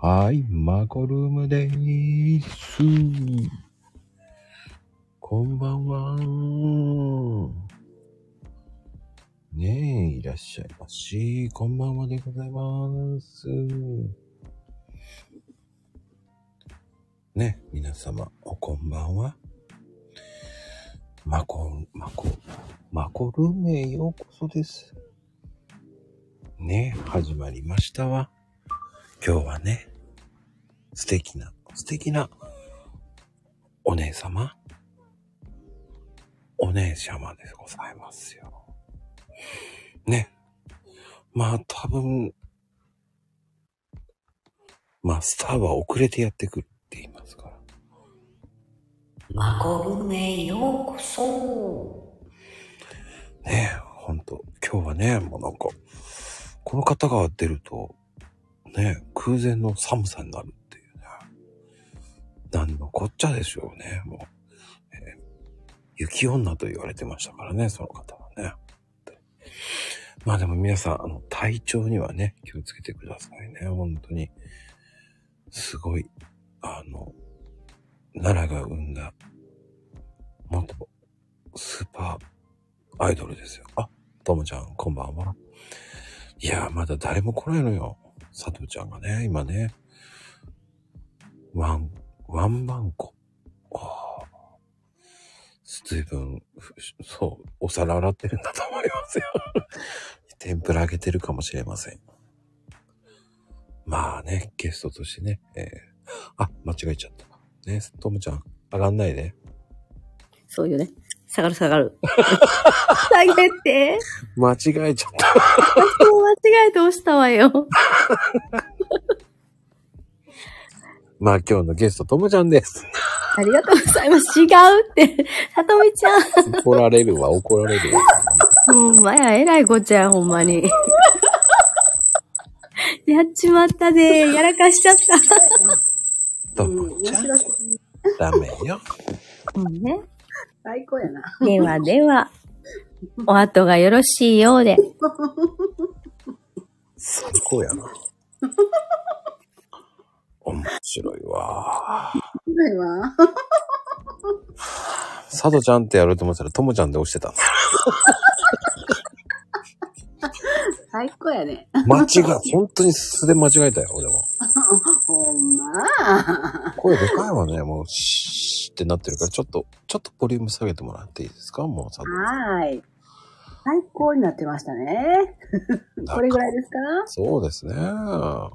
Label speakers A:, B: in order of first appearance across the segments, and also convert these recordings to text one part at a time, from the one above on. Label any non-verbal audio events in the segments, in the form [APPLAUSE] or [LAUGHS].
A: はい、マコルームでーす。こんばんはー。ねえ、いらっしゃいまし。こんばんはでございます。ね、皆様、おこんばんは。マコ、マコ、マコルームへようこそです。ね、始まりましたわ。今日はね、素敵な、素敵な、お姉様、お姉様でございますよ。ね。まあ多分、マスターは遅れてやってくるって言いますから。
B: マコルームへようこそ。
A: ねえ、ほんと、今日はね、もうなんか、この方が出ると、ねえ、空前の寒さになるっていうね。なんのこっちゃでしょうね、もう。えー雪女と言われてましたからね、その方はね。まあでも皆さん、あの、体調にはね、気をつけてくださいね、本当に。すごい、あの、奈良が生んだ、元、スーパー、アイドルですよ。あ、ともちゃん、こんばんは。いやー、まだ誰も来ないのよ。佐藤ちゃんがね、今ね。ワン、ワンバンコ。ああ。随分、ふそう、お皿洗ってるんだと思いますよ。 [LAUGHS] 天ぷら揚げてるかもしれません。まあね、ゲストとしてね。えーあ、間違えちゃった。ね、ともちゃん、洗んないで。
B: そういうね。下がる下がる。下げて。
A: 間違えちゃった。
B: 私も間違えて押したわよ。
A: まあ今日のゲスト、ともちゃんです。
B: ありがとうございます。違うって。さとみちゃん。
A: 怒られるわ、怒られるわ。
B: ほんまや、えらいごちゃん、ほんまに。やっちまったで、やらかしちゃった。
A: ともちゃん、ダメよ。
B: うんね。
C: 最高やな。
B: ではでは、お後がよろしいようで。
A: 最高やな。面白いわ。
C: ないわ。
A: 佐渡ちゃんってやろうと思ってたら、ともちゃんで押してた
C: 最高やね。
A: の。間違い、本当に素で間違えたよ、俺も。
C: ほんま。
A: 声でかいわね、もう、シーってなってるから、ちょっと、ちょっとボリューム下げてもらっていいですかもう、佐渡
C: はい。最高になってましたね。これぐらいですか
A: そうですね。
C: ああ、も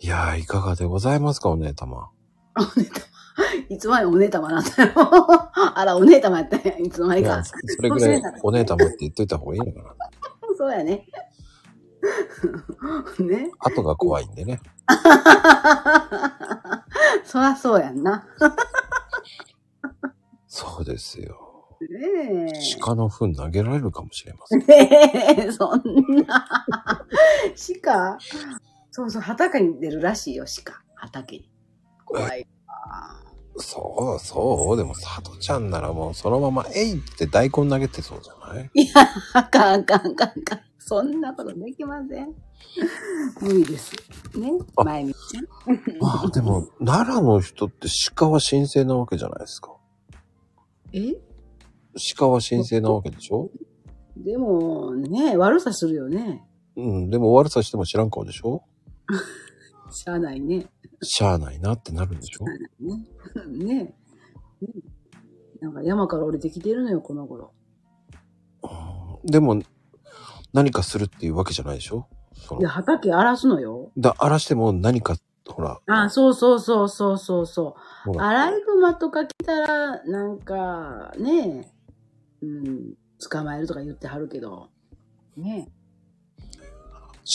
A: いやー、いかがでございますか、お姉たま。
C: う。いつまでお姉たまなんだよ。 [LAUGHS] あら、お姉たまやったんやいつの間
A: い
C: に
A: や、
C: か。
A: それぐらいお姉たまって言っといた方がいいのかな。
C: そうやね。 [LAUGHS] ね。
A: 後が怖いんでね。
C: [LAUGHS] そらそうやんな。
A: そうですよ。
C: ねえ。
A: 鹿の糞投げられるかもしれません。
C: ええそんな。鹿そうそう、畑に出るらしいよ、鹿。畑に。怖いわ。
A: そうそう。でも、佐渡ちゃんならもうそのまま、えいって大根投げてそうじゃない
C: あかんあかんあかんあかん。そんなことできません。無理です。ね。
A: あ
C: 前見ちゃん。
A: まあでも、奈良の人って鹿は神聖なわけじゃないですか。
C: え
A: 鹿は神聖なわけでしょ
C: でも、ね、悪さするよね。
A: うん。でも悪さしても知らん顔でしょ
C: しゃあないね。 [LAUGHS]
A: しゃあないなってなるんでしょ
C: ね。ねねなんか山から降りてきてるのよ、この頃。
A: うんでも、何かするっていうわけじゃないでしょそ
C: い
A: の
C: や、畑荒らすのよ。
A: だ荒らしても何か、ほら、
C: あ、そうそうそうそうそうそう。
A: ほら
C: アライグマとか来たら、なんか、ねえ、うん、捕まえるとか言ってはるけど、ねえ、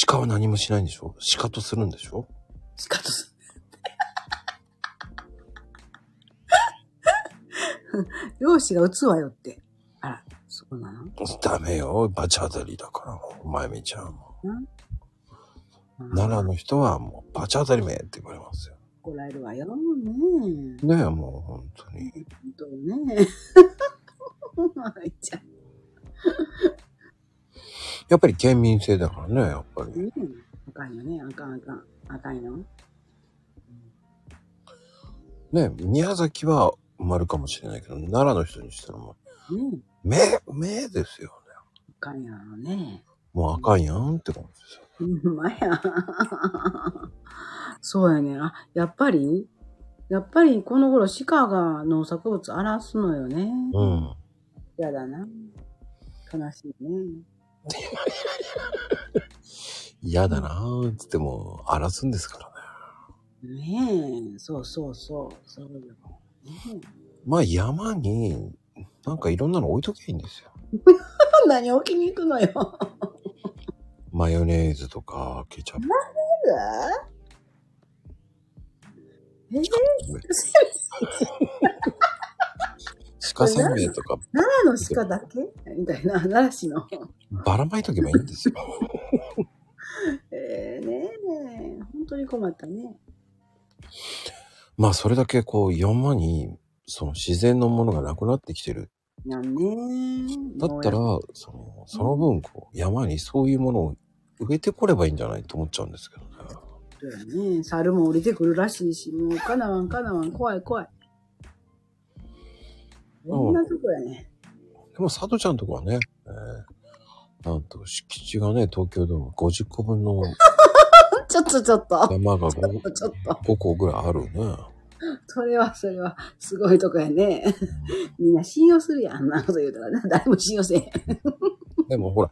A: 鹿は何もしないんでしょ鹿とするんでしょ
C: スカッとす [LAUGHS] る。漁師が撃つわよって。あら、そうなの
A: ダメよ。バチ当たりだから、お前みちゃんも。
C: な
A: 奈良の人はもう、バチ当たりめって言われますよ。
C: 怒られるわよ。ねえ。
A: ねえ、もう本当に。
C: 本当ねえ。 [LAUGHS] まいちゃん
A: やっぱり県民性だからね、やっぱり。
C: ねえ。あかんよね。あかんあかん。高いの
A: ね、宮崎は埋まるかもしれないけど、奈良の人にしたらも
C: うん。
A: う、目、目ですよね。
C: 高いやろね。
A: もうあかんやんって感じですよ。
C: うん、まや。 [LAUGHS] そうやね。あ、やっぱりやっぱりこの頃鹿が農作物荒らすのよね。
A: うん。
C: 嫌だな。悲しいね。
A: 嫌だなーっつっても、荒らすんですからね。
C: ねえ、そうそうそう。そうよ。ね
A: まあ山に、なんかいろんなの置いときゃいいんですよ。
C: え、何置きに行くのよ。
A: マヨネーズとか、ケチャップ
C: えー、
A: とか、鹿せんべいとか、
C: 奈良の鹿だけみたいな、奈良市の。
A: ばらまいとけばいいんですよ。
C: えー、ねえ、本当に困ったね。
A: まあそれだけこう山に、その自然のものがなくなってきてる
C: やんね
A: だったら、その、その分、こう、山にそういうものを植えてこればいいんじゃないと思っちゃうんですけどね。
C: そうやね猿も降りてくるらしいし、もうかなわんかなわん、怖い怖い。こんなとこやね。
A: でも、佐藤ちゃんとこはね、えーなんと、敷地がね、東京ドーム50個分の
C: ちょっとちょっと。
A: 山が
C: ちょっ
A: 5,
C: とちょっと。
A: 5個ぐらいあるね。
C: それはそれは、すごいとこやね。 [LAUGHS] みんな信用するやん。あんなこと言うたらね。誰も信用せえへん。
A: でも、ほら、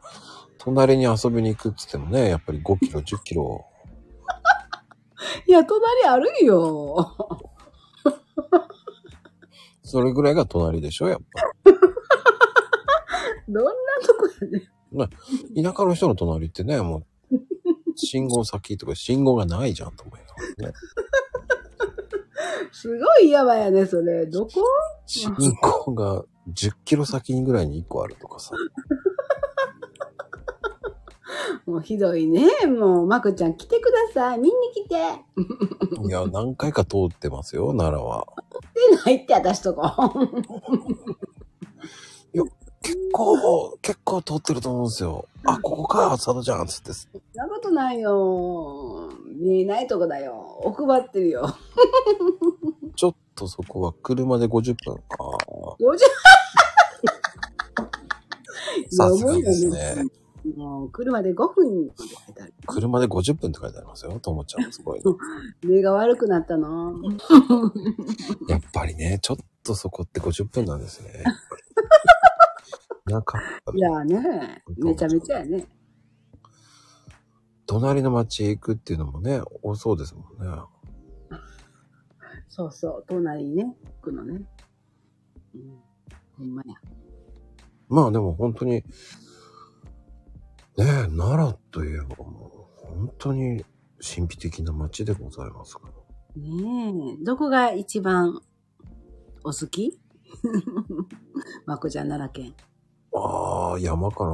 A: 隣に遊びに行くっつってもね、やっぱり5キロ、10キロ、
C: いや、隣あるよ。
A: それぐらいが隣でしょ、やっぱ。
C: どんなとこやね。
A: 田舎の人の隣ってね、もう、信号先とか信号がないじゃんと思いながらね。
C: すごいやばいやね、それ。どこ
A: 信号が10キロ先にぐらいに1個あるとかさ。
C: もうひどいね。もう、まこちゃん来てください。見に来て。
A: いや、何回か通ってますよ、奈良は。
C: 来てないって、私と [LAUGHS] こ。
A: 結構、結構通ってると思うんですよ。あ、ここか、佐渡ちゃん、つって。
C: そんなことないよ。見えないとこだよ。奥張ってるよ。
A: ちょっとそこは車で50分。ああ、
C: 50
A: さすがですね。
C: もう、車で5分に書いてある。
A: 車で50分って書いてありますよ、ともちゃん、すごい。
C: 目が悪くなったの。
A: やっぱりね、ちょっとそこって50分なんです [LAUGHS] ね。なんか、
C: いやね、めちゃめちゃやね。
A: 隣の町へ行くっていうのもね、多そうですもんね。
C: そうそう、隣にね、行くのね。うん。ほんまや。
A: まあでも本当に、ねえ、奈良といえばもう本当に神秘的な街でございますから。
C: ねえ、どこが一番お好き [LAUGHS] まこちゃん奈良県。
A: ああ、山かな。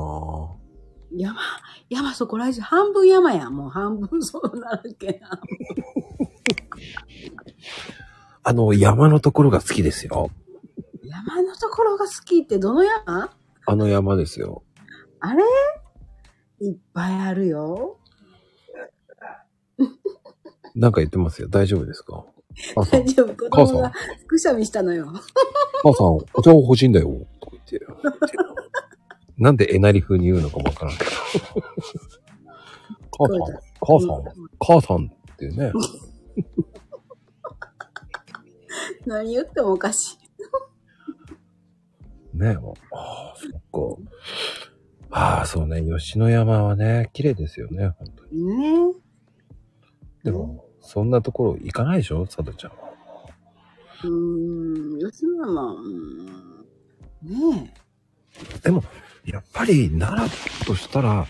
C: 山、山そこらじゅう、半分山やん。もう半分そう奈良県や。
A: あの、山のところが好きですよ。
C: 山のところが好きってどの山
A: あの山ですよ。
C: あれいっぱいあるよ。
A: なんか言ってますよ。大丈夫ですか母
C: [LAUGHS]
A: さん
C: 大、丈夫、子
A: 母さ
C: 供
A: ん
C: がくしゃみしたのよ。
A: 母さん、お茶を欲しいんだよ。とか言って。なんでえなり風に言うのかもわからんけど。母さん、母さん、母さんっていうね。
C: 何言ってもおかしい。
A: ねえ、もうああ、そっか。ああ、そうね、吉野山はね、綺麗ですよね、本当に。
C: ね
A: でも、そんなところ行かないでしょ、さとちゃんは。
C: うーん、吉野山、うーん、ねえ。
A: でも、やっぱり奈良としたら、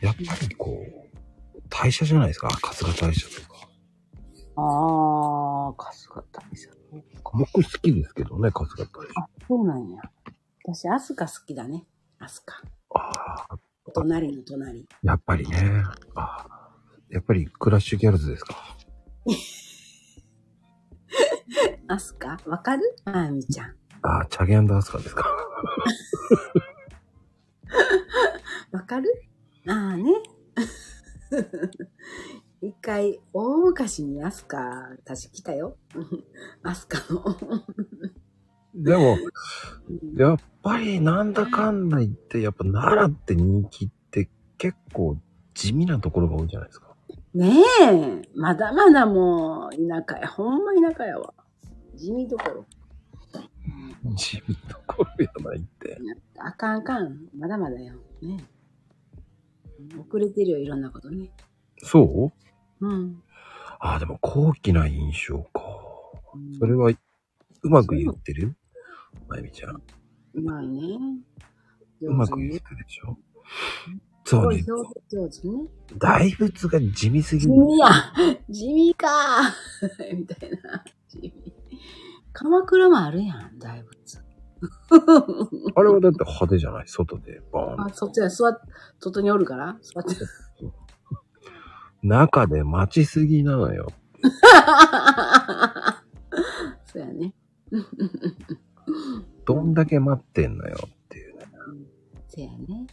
A: やっぱりこう、大社じゃないですか、春日大社とか。
C: ああ、春日大社。
A: 僕好きですけどね、春日大社。
C: あ、そうなんや。私、アスカ好きだね。アスカ。
A: ああ、
C: 隣の隣。
A: やっぱりね。ああ、やっぱりクラッシュギャルズですか。
C: アスカわかるあーみちゃん。
A: ああ、チャゲアスカですか。
C: わかるああね。 [LAUGHS] 一回、大昔にアスカ、私来たよ。うんアスカの。
A: でも、
C: うん
A: やっぱりなんだかんだ言って、やっぱ奈良って人気って結構地味なところが多いじゃないですか。
C: ねえ、まだまだもう、田舎や。ほんま田舎やわ。地味どころ。
A: 地味なところやないって。
C: あかんあかん。まだまだよ。ねえ遅れてるよ、いろんなことね。
A: そう
C: うん。
A: ああ、でも高貴な印象か。それは、うまく言ってるまゆみちゃん。う
C: うまいね。
A: まく言っ
C: ね。
A: てるでしょ
C: す
A: そう
C: ご
A: ね
C: い。表情上手ね。
A: 大仏が地味すぎ
C: 地
A: る。
C: 味や地味か [LAUGHS] みたいな。地味。鎌倉もあるやん、大仏。
A: あれはだって派手じゃない外でバーン
C: あ、そっちは座っ、外におるから [LAUGHS] 座って。
A: 中で待ちすぎなのよ。
C: そうやね。
A: どんだけ待ってんのよっていうね。
C: そうやね。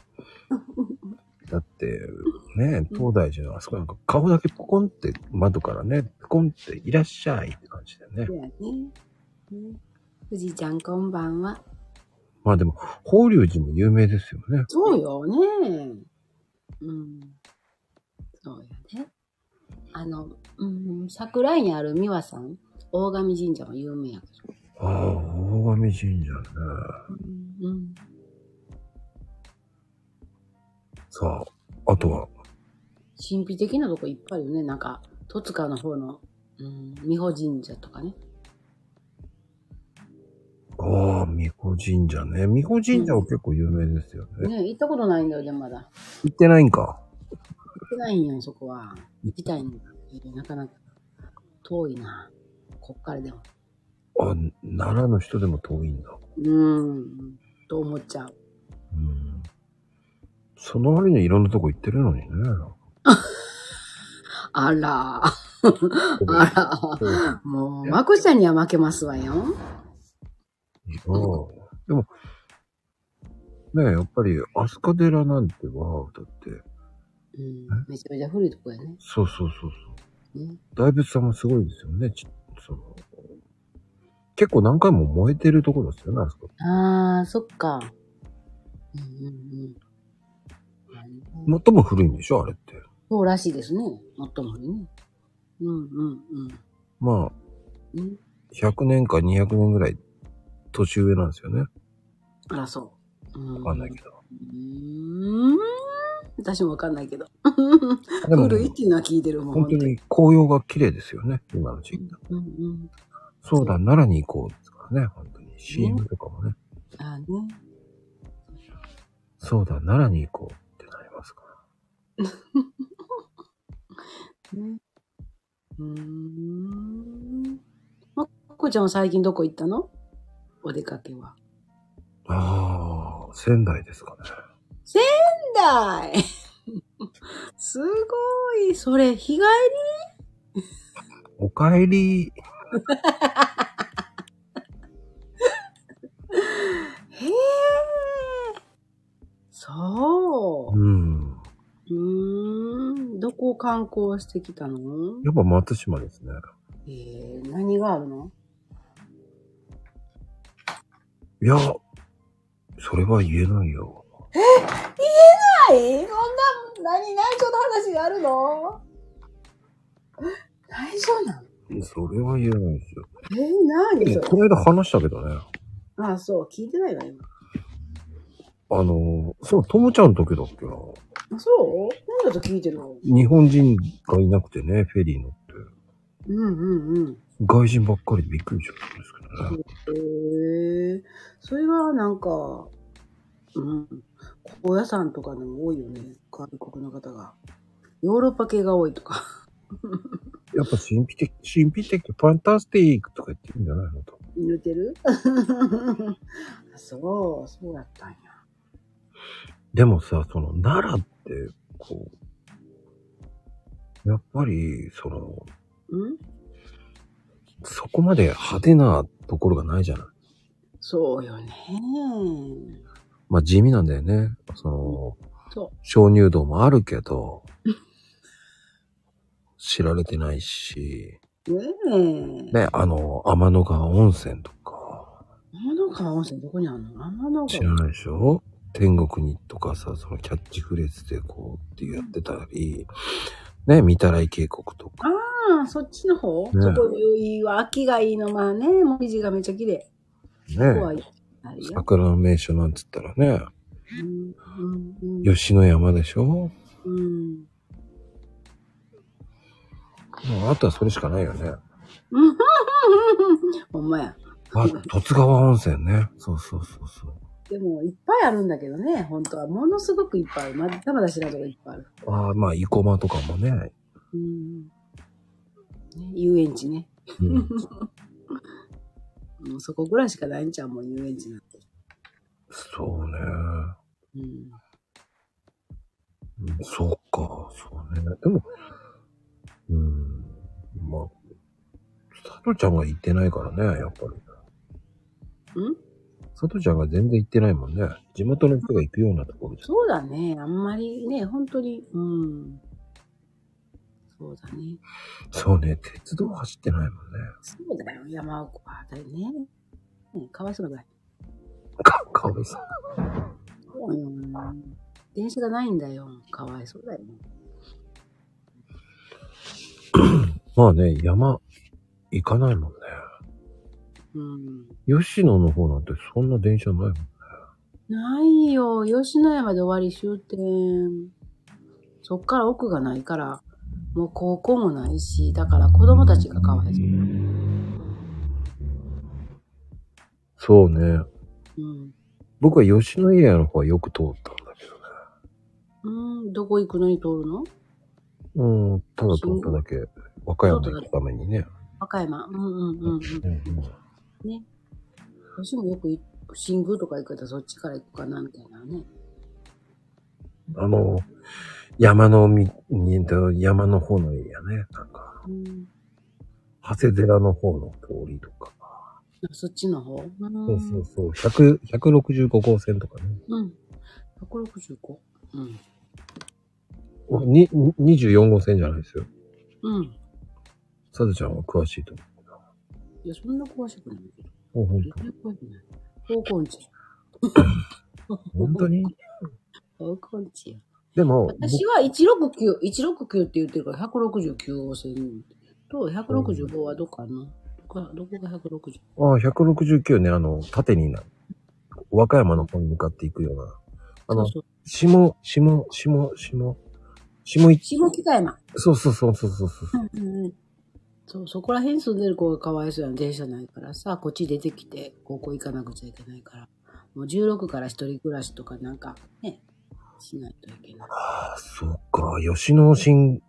A: だって、ね、東大寺のあそこなんか顔だけポコンって窓からね、ポコンっていらっしゃいって感じだよね
C: そ。うやね。ね富士ちゃんこんばんは。
A: まあでも、法隆寺も有名ですよね。
C: そうよね。うん。そうやね。あの、うん、桜井にある美和さん、大神神社も有名やけど。
A: ああ、大神神社ね。
C: うん。
A: さあ、あとは、
C: 神秘的なとこいっぱいあるよね。なんか、戸塚の方の、うん、美保神社とかね。
A: ああ、美保神社ね。美保神社は結構有名ですよね。
C: ね行ったことないんだよね、まだ。
A: 行ってないんか。
C: 行ってないんやん、そこは。行きたいんだけどなかなか遠いな。こっからでも。
A: あ、奈良の人でも遠いんだ。
C: うん。と思っちゃう。
A: うん。その割にいろんなとこ行ってるのにね。
C: あら。あら。もう、まこちゃんには負けますわよ。
A: いやでも、ねえ、やっぱり、飛鳥寺なんては、だって、
C: うん。めちゃめちゃ古いとこやね。
A: そうそうそう
C: ね
A: そう。大仏さんもすごいですよね。ちその結構何回も燃えてるところですよね、あそこ。
C: あー、そっか。うんうんうん。
A: 最も古いんでしょ、あれって。
C: そうらしいですね。もっともね。うんうん
A: まあ、
C: うん。うん、
A: 100年か200年ぐらい、年上なんですよね。
C: あら、そう。うん、
A: わかんないけど。
C: うーん。私もわかんないけど。
A: でも、
C: 古いっていうのは聞いてるもん。
A: 本当に紅葉が綺麗ですよね、今の時期。
C: うんうん。
A: そうだ、奈良に行こうですからね、本当に。CM とかもね。
C: あーね。
A: そうだ、奈良に行こうってなりますから。
C: ね。うーん。まこちゃんは最近どこ行ったのお出かけは。
A: ああ、仙台ですかね。
C: だいすごい。それ、日帰り
A: おかえり。
C: へえ。そうう。
A: ん。
C: うーん。どこを観光してきたの
A: やっぱ松島ですね。
C: えー、何があるの
A: いや、それは言えないよ。
C: はい。そんな、何、内緒の話があるの内緒なの
A: それは言えないですよ。
C: えー、何
A: で
C: そ
A: もこの間話したけどね。
C: れ。あ、そう。聞いてないわ、今。
A: あのー、そう、ともちゃんの時だっけな。
C: あそう何だと聞いてるの
A: 日本人がいなくてね、フェリー乗って。
C: うんうんうん。
A: 外人ばっかりでびっくりしちゃったんですけどね。
C: へえそれはなんか、うん。高野山とかでも多いよね。外国の方が。ヨーロッパ系が多いとか。
A: やっぱ神秘的、神秘的、ファンタスティックとか言ってるんじゃないのと。
C: 言うてるあそう、そうだったんや。
A: でもさ、その奈良って、こう、やっぱり、その、
C: うん
A: そこまで派手なところがないじゃない。
C: そうよね。
A: まあ地味なんだよね。その、
C: そ
A: 鍾乳洞もあるけど、知られてないし、
C: ねえ。
A: ね、あの、天の川温泉とか、
C: 天の川温泉どこにあるの天の
A: 知ら
C: 川。
A: ないでしょ天国にとかさ、そのキャッチフレーズでこうってやってたり、ね、見たらい渓谷とか、
C: ああ、そっちの方、
A: ね
C: そこいいわ。秋がいいの。まあね、もみじがめちゃ綺麗。ここは
A: ね、
C: いい。あるよ。
A: 桜の名所なんつったらね、
C: うんうんうん
A: 吉野山でしょ
C: うん。
A: もうあとはそれしかないよね。
C: [LAUGHS] ほんまや。
A: あ、十津川温泉ね。そうそうそうそう。
C: でも、いっぱいあるんだけどね、本当は。ものすごくいっぱいある。まだまだ知らんとこいっぱいある。
A: ああ、まあ、生駒とかもね。
C: うん。ね遊園地ね。
A: うん、
C: もうそこぐらいしかないんちゃうもん、遊園地なんて。
A: そうね。
C: うん。
A: うんそっか、そうね。でも、うん、まあ、佐藤ちゃんが行ってないからね、やっぱり。
C: ん
A: 佐藤ちゃんが全然行ってないもんね。地元の人が行くようなところじゃん。
C: そうだね。あんまりね、本当に。うん。そうだね。
A: そうね、鉄道走ってないもんね。
C: そうだよ、山奥は。だよね。ねかわいそうだよ。
A: か、かわいそう。
C: そうよ。電車がないんだよ。かわいそうだよ。
A: まあね、山、行かないもんね。
C: うん。
A: 吉野の方なんてそんな電車ないもん。
C: ないよ。吉野山で終わり終点。そっから奥がないから、もう高校もないし、だから子供たちがかわいそう。
A: そうね。
C: うん。
A: 僕は吉野家の方はよく通ったんだけどね。
C: うん、どこ行くのに通るの
A: うん、ただ通っただけ。和歌山行くためにね。
C: 和歌山。うんうんうんうん。私もよく行く新宮とか行くからそっちから行くかなみたいなね。
A: あの、山のみ、に山の方の家やね。なんか、
C: うん、
A: 長谷寺の方の通りとか。
C: そっちの方。うん。
A: そうそうそう。100 165号線とかね。
C: うん。165。うん。
A: にに24号線じゃないですよ。
C: うん。
A: さずちゃんは詳しいと思うけど。
C: いや、そんな詳しくないけど。
A: お本
C: 全然詳しくない。方向音痴。
A: 当本当に
C: 方向音痴や。
A: でも、
C: 私は169、169って言ってるから169号線と165はどこかな、どこどこが 160?
A: ああ、169ね、あの、縦にな、和歌山の方に向かっていくような。あの、
C: そうそう
A: 下、下、下、下、下一、
C: 下北山。
A: そうそうそうそうそうそう。
C: うんうんそう、そこら辺住んでる子がかわいそうやん。電車ないからさ、こっち出てきて、高校行かなくちゃいけないから。もう16から一人暮らしとかなんかね、しないといけない。
A: ああ、そっか、吉野神、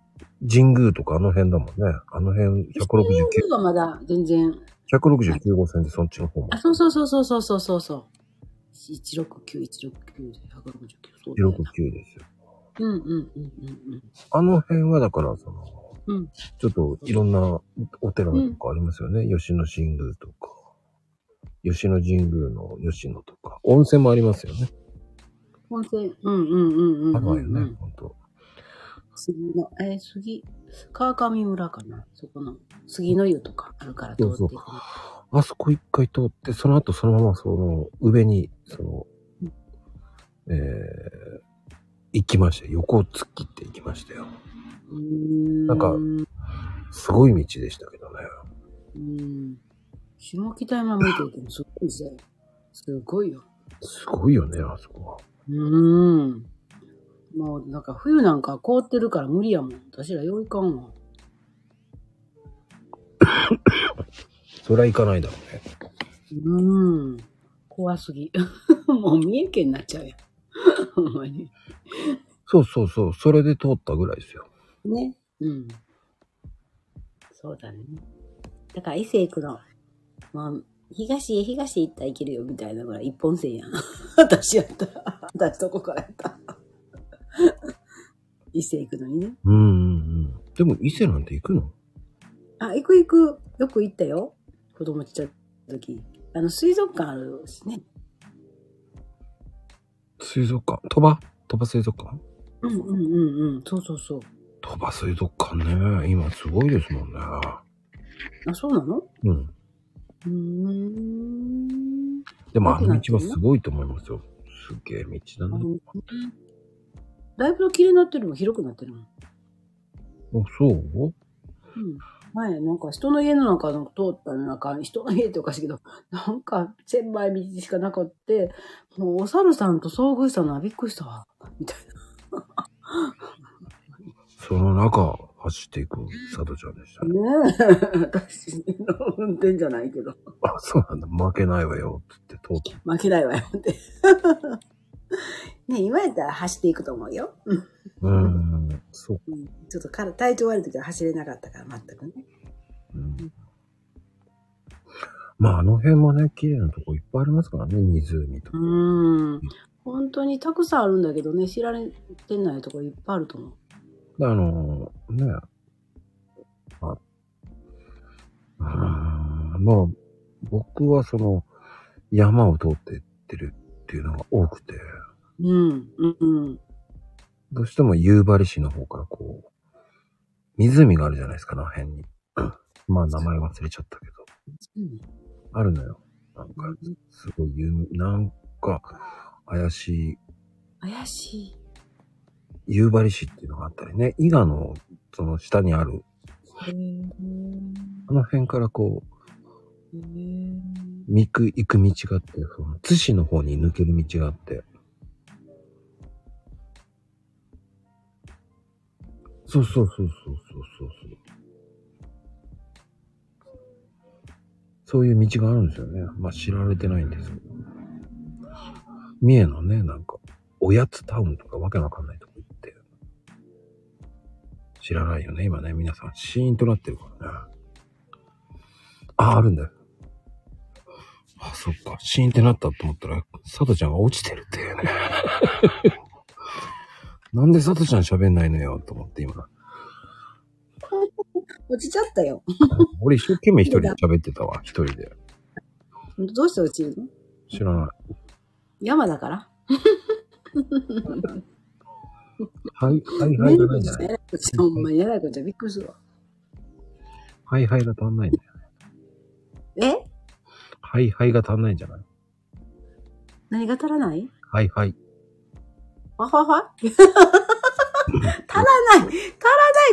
A: 神宮とかあの辺だもんね。あの辺、169、
C: はまだ全然、
A: 169号線でそっちの方も
C: あ、。そうそうそうそうそうそうそうそう。169、169で169。そうだよな
A: 169ですよ。
C: うんうんうんうん
A: あの辺はだから、その、
C: うん。うん。
A: ちょっといろんなお寺とかありますよね。吉野神宮とか、吉野神宮の吉野とか、温泉もありますよね。
C: 温泉、うんうんうんうんうん、うん。
A: あるわよね、ほんと。
C: 杉の、えー、杉、川上村かな。そこの、杉の湯とかあるから通っていくの。
A: あそこ一回通って、その後そのままその上に、その、えー、行きましたよ。横を突っ切って行きましたよ。な
C: な
A: んかすごい道でしたけどね。
C: うん。下北山見ていてもすごいぜ。すごいよ。
A: すごいよね、あそこは。
C: うん。もうなんか冬なんか凍ってるから無理やもん。私らよいかんわ。
A: そりゃ行かないだろうね。
C: うん。怖すぎ。 [LAUGHS] もう三重県になっちゃうやん。 [LAUGHS] ほんまに。
A: そうそうそう、それで通ったぐらいですよ。
C: ね。うん。そうだね。だから伊勢行くの。まあ、東へ東へ行ったら行けるよみたいなぐらい一本線やん。 [LAUGHS] 私やったら。私どこからやったら。 [LAUGHS] 伊勢行くのにね。
A: うんうんうん。でも伊勢なんて行くの
C: あ、行く行く。よく行ったよ。子供ちっちゃい時。あの、水族館あるしね。
A: 水族館。鳥羽鳥羽水族館
C: うんうんうんうん。そうそうそう。
A: 鳥羽水族館ね、今すごいですもんね。
C: あ、そうなの
A: うん。
C: うーん。
A: でもあ
C: 大きな
A: の道はすごいと思いますよ。すげえ道
C: あ
A: だな。
C: のだいぶ綺麗になってるも広くなってるもん。
A: あ、そう
C: うん。前、なんか人の家の中の通ったのなんか、人の家っておかしいけど、なんか狭い道しかなかって、もうお猿さんと遭遇したのはびっくりしたわ。みたい
A: その中、走っていく佐渡ちゃんでしたね。
C: な。ねえ。 [LAUGHS] 私の運転じゃないけど。
A: あ、そうなんだ。負けないわよ。つって通って。
C: 負けないわよって。 [LAUGHS] ね今やったら走っていくと思うよ。うん
A: うーん。そう。
C: うんちょっとから体調悪い時は走れなかったから、全くね。
A: うん、まあ、あの辺もね、綺麗なとこいっぱいありますからね。湖とか。
C: うん。本当にたくさんあるんだけどね、知られてないとこいっぱいあると思う。
A: あのね、あ、うーんまあ、僕はその、山を通ってってるっていうのが多くて、
C: うん、うん、うん。
A: どうしても夕張市の方からこう、湖があるじゃないですか、あの辺に。 [CLEARS THROAT] まあ、名前忘れちゃったけど。あるのよ。なんか、すごい有名、なんか、怪しい、
C: 怪しい。
A: 夕張市っていうのがあったりね、伊賀の、その下にある、
C: へー
A: あの辺からこう、
C: へー
A: 行く、行く道があって、その、津市の方に抜ける道があって。そうそうそうそうそうそうそう。そういう道があるんですよね。まあ知られてないんですけど。三重のね、なんか、おやつタウンとかわけわかんないとこ行って。知らないよね、今ね。皆さん、シーンとなってるからね。あ、あるんだよ。あ、そっか。シーンってなったと思ったら、サトちゃんが落ちてるっていうね。 [LAUGHS] なんでサトちゃん喋んないのよ、と思って今。 [LAUGHS]
C: 落ちちゃったよ。
A: 俺一生懸命一人で喋ってたわ、一人で。
C: どうして落ちるの
A: 知らない。
C: 山だから。
A: はい、はい、はいがないんじゃない
C: ねえらいこっちゃほんまに偉いこっちゃびっくりするわ。
A: はい、はいが足んないんだよ。
C: え
A: はい、はいが足んないんじゃない
C: 何が足らない
A: はい、はい。
C: わはは足らない足らない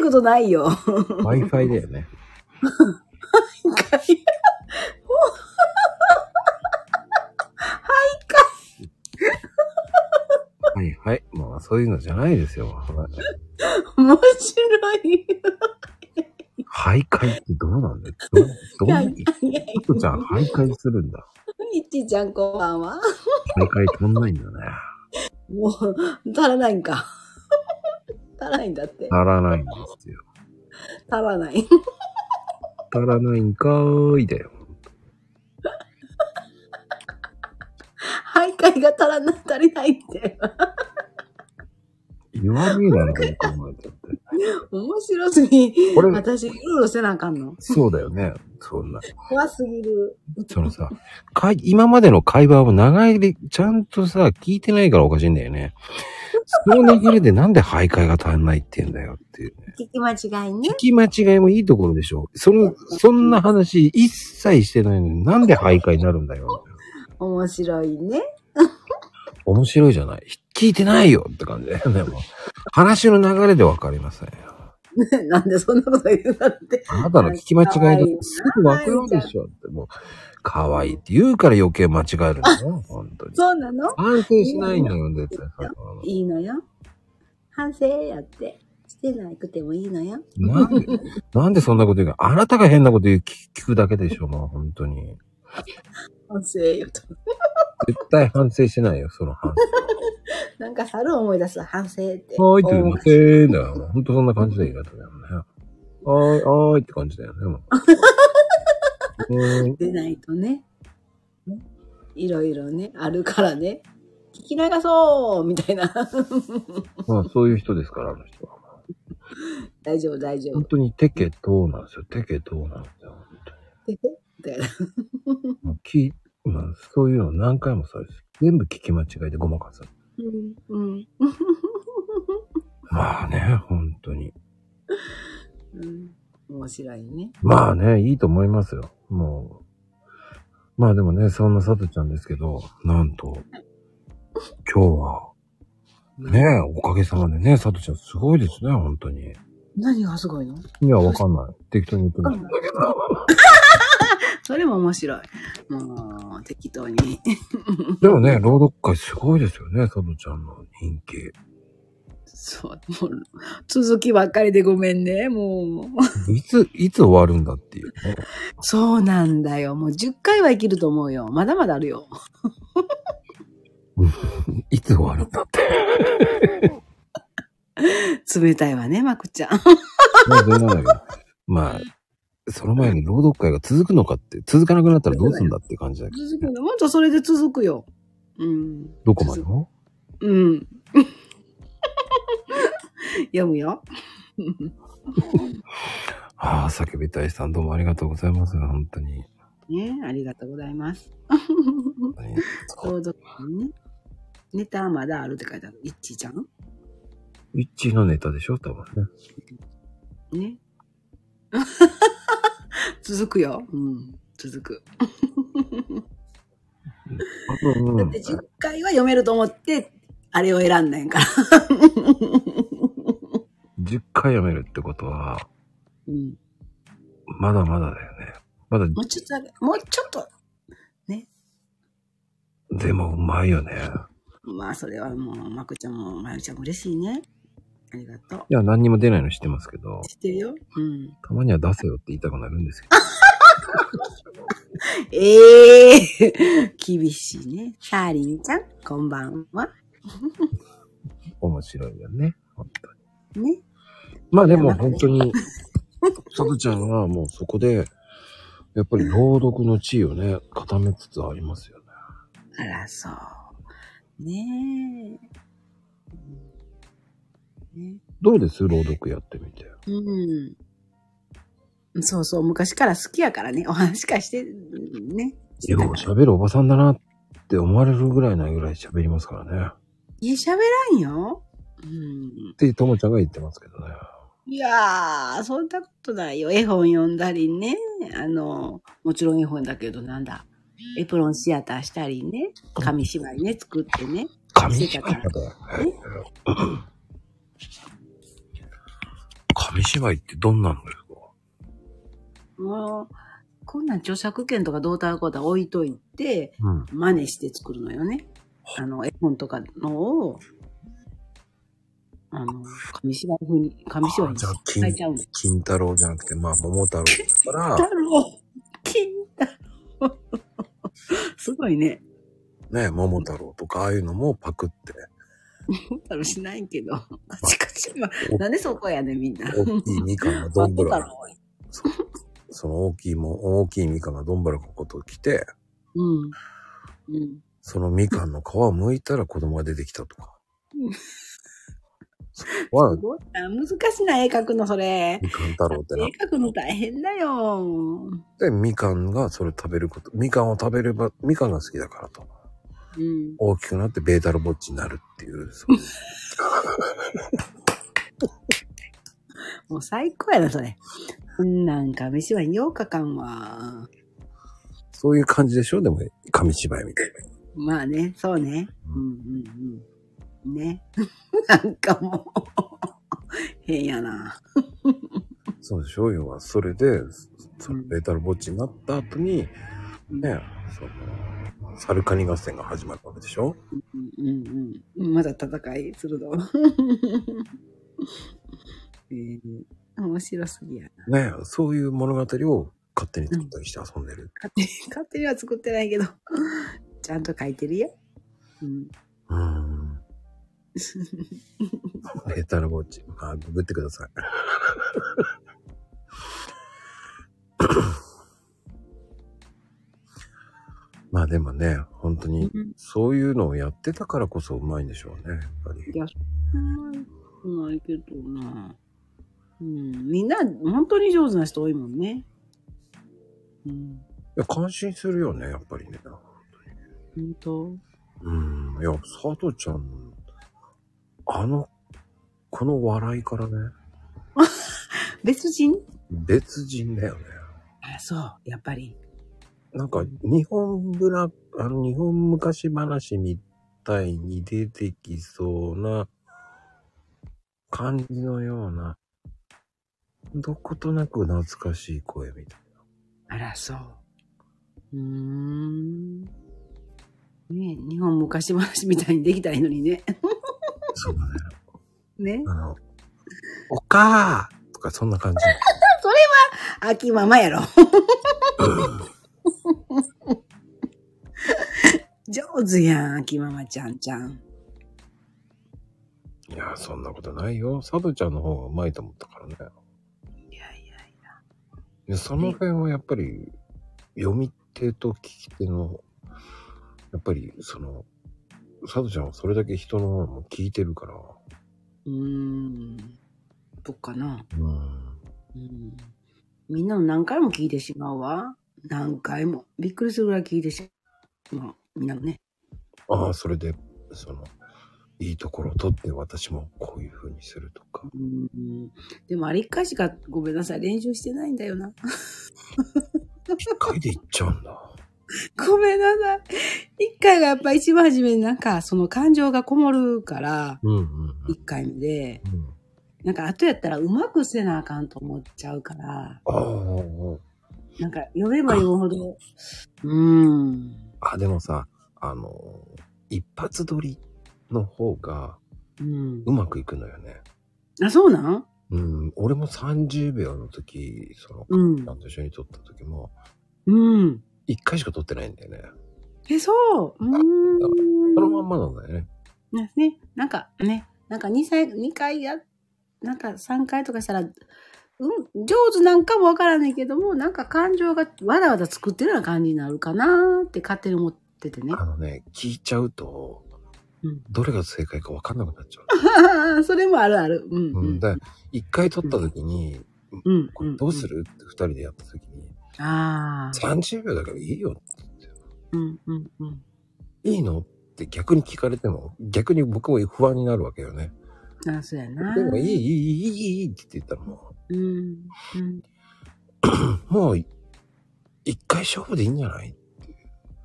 C: ことないよ。
A: Wi-Fi だよね。はい、はい。まあ、そういうのじゃないですよ。
C: 面白い。
A: 徘徊ってどうなんだよ。どう、どうな
C: はい
A: んだよ。サトちゃん徘徊するんだ。
C: いちちゃんこんばんは。
A: 徘徊足んないんだね。
C: もう、足らないんか。足らないんだって。
A: 足らないんですよ。
C: 足らない。
A: 足らないんかーいだよ。
C: 徘徊が足らない、足りないって。
A: 言わねえだろ、こう考えちゃって。
C: 面白すぎ。
A: これ
C: 私、いろいろせなあかんの。
A: そうだよね。そんな。
C: 怖すぎる。
A: そのさ、かい今までの会話を長いで、ちゃんとさ、聞いてないからおかしいんだよね。その流れでなんで徘徊が足んないって言うんだよっていうね。
C: 聞き間違いね
A: 聞。き間違いもいいところでしょ。その、そんな話一切してないのになんで徘徊になるんだよ。
C: 面白いね。 [LAUGHS]
A: 面白いじゃない。聞いてないよって感じだよね。もう話の流れでわかりません。
C: なんでそんなこと言うなって。
A: あなたの聞き間違いがすぐわかるでしょって、もう、可愛いって言うから余計間違えるのよ、本当に。
C: そうなの
A: 反省しないんだよ、絶対。
C: いいのよ。反省やって。してなくてもいいのよ。
A: なんで、なんでそんなこと言うのあなたが変なこと言う、聞聞くだけでしょ、もう、本当に。
C: 反省よと。
A: 絶対反省しないよ、その反省。
C: なんか猿を思い出すわ反省って。
A: はーいって言う
C: お
A: の、せーんだよ、もう。本当そんな感じで言い方だよね。はーい、はーいって感じだよね、も
C: [LAUGHS]
A: う。うーん
C: 出ないとね。いろいろね、あるからね。聞き流そうみたいな。 [LAUGHS]
A: まあ、そういう人ですから、あの人は。
C: 大丈夫、大丈
A: 本
C: 夫。
A: 当に、テケトーなんですよ、テケトーなんですよ、本当に。
C: みたいな
A: もう聞いまあ、そういうの何回もされて全部聞き間違いでごまかす。
C: うん。うん。
A: まあね、本当に。
C: うん。面白いね。
A: まあね、いいと思いますよ。もう。まあでもね、そんなさとちゃんですけど、なんと、今日は、ね、おかげさまでね、さとちゃんすごいですね、本当に。
C: 何がすごいの
A: いや、わかんない。適当に言ってます。
C: それも面白い。もう、適当に。 [LAUGHS]
A: でもね、朗読会すごいですよね、さとちゃんの人気。
C: そう、もう、続きばっかりでごめんね、もう。
A: いつ、いつ終わるんだっていうね。
C: そうなんだよ。もう10回は生きると思うよ。まだまだある [LAUGHS] よ。
A: いつ終わるんだって。
C: 冷たいわね、まくちゃん。
A: まあ、それなんだけ
C: [LAUGHS]
A: ど。まあ、その前に朗読会が続くのかって、続かなくなったらどうすんだって感じだけど、
C: 続くのもっとそれで続くよ。うん。
A: どこまでも
C: うん。 [LAUGHS] 読むよ。
A: ああ、叫びたいさんどうもありがとうございます。本当に。
C: ね、ありがとうござい [LAUGHS] ます。
A: 本当に
C: 朗読ね。ネタはまだあるって書いてある。いっちーちゃん
A: 一致のネタでしょ多分ね。
C: ね。 [LAUGHS] 続くよ。うん。続く。
A: 多分、
C: だって10回は読めると思って、あれを選んだんやから。
A: 10回読めるってことは、
C: [LAUGHS] うん。
A: まだまだだよね。まだ、
C: もうちょっとだけ、もうちょっと。
A: でもうまいよね。
C: まあ、それはもう、まくちゃんも、まゆちゃんも嬉しいね。ありがとう。
A: いや、何にも出ないの知ってますけど、
C: 知ってるよ。うん。
A: たまには出せよって言いたくなるんですけ
C: ええ厳しいね。サーリンちゃん、こんばんは。
A: ど、面白いよね。本当に
C: ね。
A: まあでも本当に、さとちゃんはもうそこで、やっぱり朗読の地位をね、固めつつありますよね。
C: あら、そう。ねえ。ね
A: どうです朗読やってみて。
C: うん。そうそう、昔から好きやからね。お話しかして、ね。
A: よう喋るおばさんだなって思われるぐらいなぐらい喋りますからね。
C: いや、喋らんよ。うん。
A: って、ともちゃんが言ってますけどね。
C: いやー、そんなことないよ。絵本読んだりね。あの、もちろん絵本だけど、なんだ。エプロンシアターしたりね。紙芝居ね、作ってね。
A: 紙芝居まで。紙芝居ってどんなんですか
C: もう、こんなん著作権とかどうたらこうたら置いといて、
A: うん。
C: 真似して作るのよね。あの、絵本とかのを、あの、紙芝居風に、紙芝居
A: あ
C: に
A: じゃあ
C: 変えちゃうの。
A: 金太郎じゃなくて、まあ、桃太郎だか
C: 太郎金太郎すごいね。
A: ら、ね、桃太郎とか、ああいうのもパクって、
C: 太郎しないけど。カチカチは。なんでそこやねんみんな。
A: 大きいみかんがどんぶら、その大きいも、大きいみかんがどんぶらここと来て、
C: うん。うん。
A: そのみかんの皮を剥いたら子供が出てきたとか
C: うん。
A: そこは、
C: あ難しいな、絵描くの、それ。
A: みかん太郎ってなっ
C: 絵描くの大変だよ。
A: て、みかんがそれ食べること、みかんを食べれば、みかんが好きだからと。
C: うん。
A: 大きくなってベータルぼっちになるっていう、そう
C: もう最高やな、それ。こんなんか、飯は8日間は。
A: そういう感じでしょでも、紙芝居みたいな。
C: まあね、そうね。うんうんうん。ね。 [LAUGHS] なんかもう、変やな。
A: そうでしょ要は、それで、そのベータルぼっちになった後に、
C: うん
A: ね、その、サルカニ合戦が始まるわけでしょ
C: うんうんうん。まだ戦いするの。 [LAUGHS] えー面白すぎや。
A: ね、そういう物語を勝手に作ったりして遊んでる。
C: 勝手に、勝手には作ってないけど、ちゃんと書いてるよ。うん。
A: うー
C: [LAUGHS]
A: ん。ベータルぼっち。まあ、ググってください。 [COUGHS] まあでもね、本当に
C: うん
A: そういうのをやってたからこそうまいんでしょうね、やっぱり。
C: いや、そんなないけどな。うん。みんな、本当に上手な人多いもんね。うん。
A: いや、感心するよね、やっぱりね。
C: 本当
A: うん。いや、佐藤ちゃん、あの、この笑いからね。
C: 別人
A: 別人だよね。
C: あ、そう。やっぱり。
A: なんか、日本ブラ、あの、日本昔話みたいに出てきそうな感じのような、どことなく懐かしい声みたい
C: あら、そう。うーん。ねえ日本昔話みたいにできたらいいのにね。 [LAUGHS]
A: な。そうだね。
C: ね。
A: あの、おかーとかそんな感じ。
C: 秋ママやろ。 [LAUGHS] 上手やん、秋ママちゃんちゃん。
A: いや、そんなことないよ。サブちゃんの方がうまいと思ったからね。
C: いやいやいや。
A: でその辺はやっぱり、読み手と聞き手の、やっぱり、その、サブちゃんはそれだけ人のもの聞いてるから、
C: うーん。どっかな。
A: うん。
C: うん。みんなの何回も聞いてしまうわ。何回も。びっくりするぐらい聞いてしまう。みんなのね。
A: ああ、それで、その、いいところを取って私もこういう風にするとか。
C: うん。でもあれ一回しか、ごめんなさい、練習してないんだよな。 [LAUGHS]
A: 一回でいっちゃうんだ。
C: ごめんなさい。一回がやっぱ一番初めになんか、その感情がこもるから、
A: うんうんうん。
C: 一回目で、
A: うん、
C: なんか後やったらうまくせなあかんと思っちゃうから、
A: あー
C: なんか読めば読むほど、うーん。
A: あー、あでもさ、あのー、一発撮りの方が
C: うん
A: う。まくいくのよね。
C: あ、そうなん
A: うん、俺も30秒の時、その、
C: うん
A: ちゃ。んと一緒に撮った時も、
C: うん。
A: 一回しか撮ってないんだよね。
C: え、そううーん。
A: そのまんまなんだよね。
C: ねね、なんかね、なんか2歳、二回や、なんか3回とかしたら、うん、上手なんかもわからないけども、なんか感情がわだわだ作ってるような感じになるかなーって勝手に思っててね。 [LAUGHS]
A: あのね、聞いちゃうと、
C: うん
A: どれが正解かわかんなくなっちゃ
C: それもあるある。うん。
A: う。うん、だから一回撮った時に、
C: うん
A: これどうするって二人でやった時に、
C: うんああ。
A: 30秒だからいいよって言って
C: うんうんうん。
A: いいのって逆に聞かれても、逆に僕も不安になるわけよね。
C: あそうやな。
A: でもいい、いい、いい、いい、いいって言ったらも
C: うん。うん。
A: う、もう、一回勝負でいいんじゃない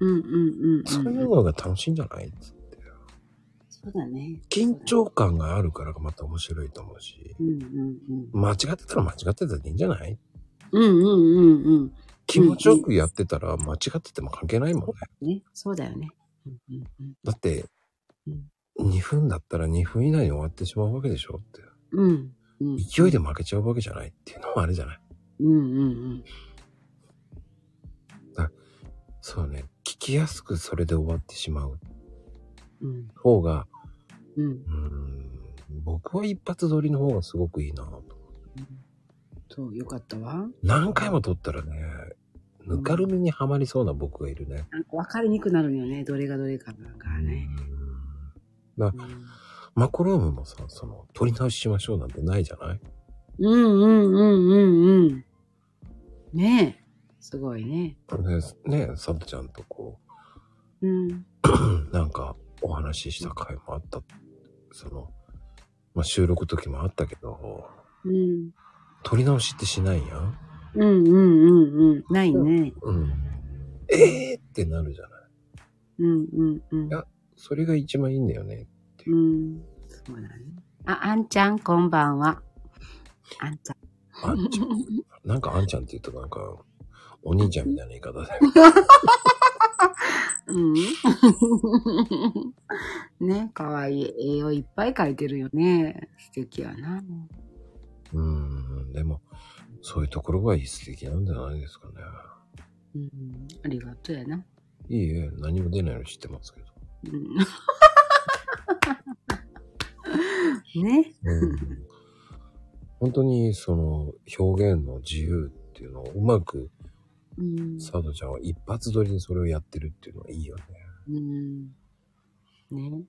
C: うんうんうんうん。
A: そういうのが楽しいんじゃない
C: そうだね。
A: 緊張感があるからがまた面白いと思うし、
C: うんうんうん。
A: 間違ってたら間違ってたでいいんじゃない
C: うんうんうんうん。
A: 気持ちよくやってたら間違ってても関係ないもんね。
C: ね、そうだよね。うんうんうん。
A: だって
C: うん、
A: 2分だったら2分以内に終わってしまうわけでしょって。
C: うん。うん
A: 勢いで負けちゃうわけじゃないっていうのもあるじゃない。
C: うんうん
A: そうね。聞きやすくそれで終わってしまう
C: うん。うん
A: 方が、
C: うん。
A: うーん、僕は一発撮りの方がすごくいいなと。
C: そう、よかったわ。
A: 何回も撮ったらね、ぬかるみにはまりそうな僕がいるね。
C: なんか分かりにくくなるんよね。どれがどれかなんかね。うん
A: マコロームもさ、その、撮り直ししましょうなんてないじゃない
C: うんうんうんうんうん。ねえ。すごいね。
A: ねねサブちゃんとこ
C: うん。
A: う、なんかお話しした回もあった。その、まあ、収録時もあったけど、
C: うん。
A: 撮り直しってしないやん
C: うんうんうんうん。ないね。
A: うん。えーってなるじゃない
C: うんうんうん。
A: それが一番いいんだよ [LAUGHS] ね。
C: うん。そうだね。あ、あんちゃん、こんばんは。あんちゃん。
A: あんちゃん。なんかあんちゃんって言うとなんか、お兄ちゃんみたいな言い方 [LAUGHS] で。
C: [LAUGHS] うん。ね、かわいい。絵をいっぱい描いてるよね。素敵やな。
A: うん、でも、そういうところが素敵なんじゃないですかね。
C: うん。ありがとうやな。
A: いいえ、何も出ないの知ってますけど。
C: うん。 [LAUGHS] ね。
A: うん本当にその表現の自由っていうのをうまく
C: うん。
A: サードちゃんは一発撮りでそれをやってるっていうのはいいよね。
C: うん。ね。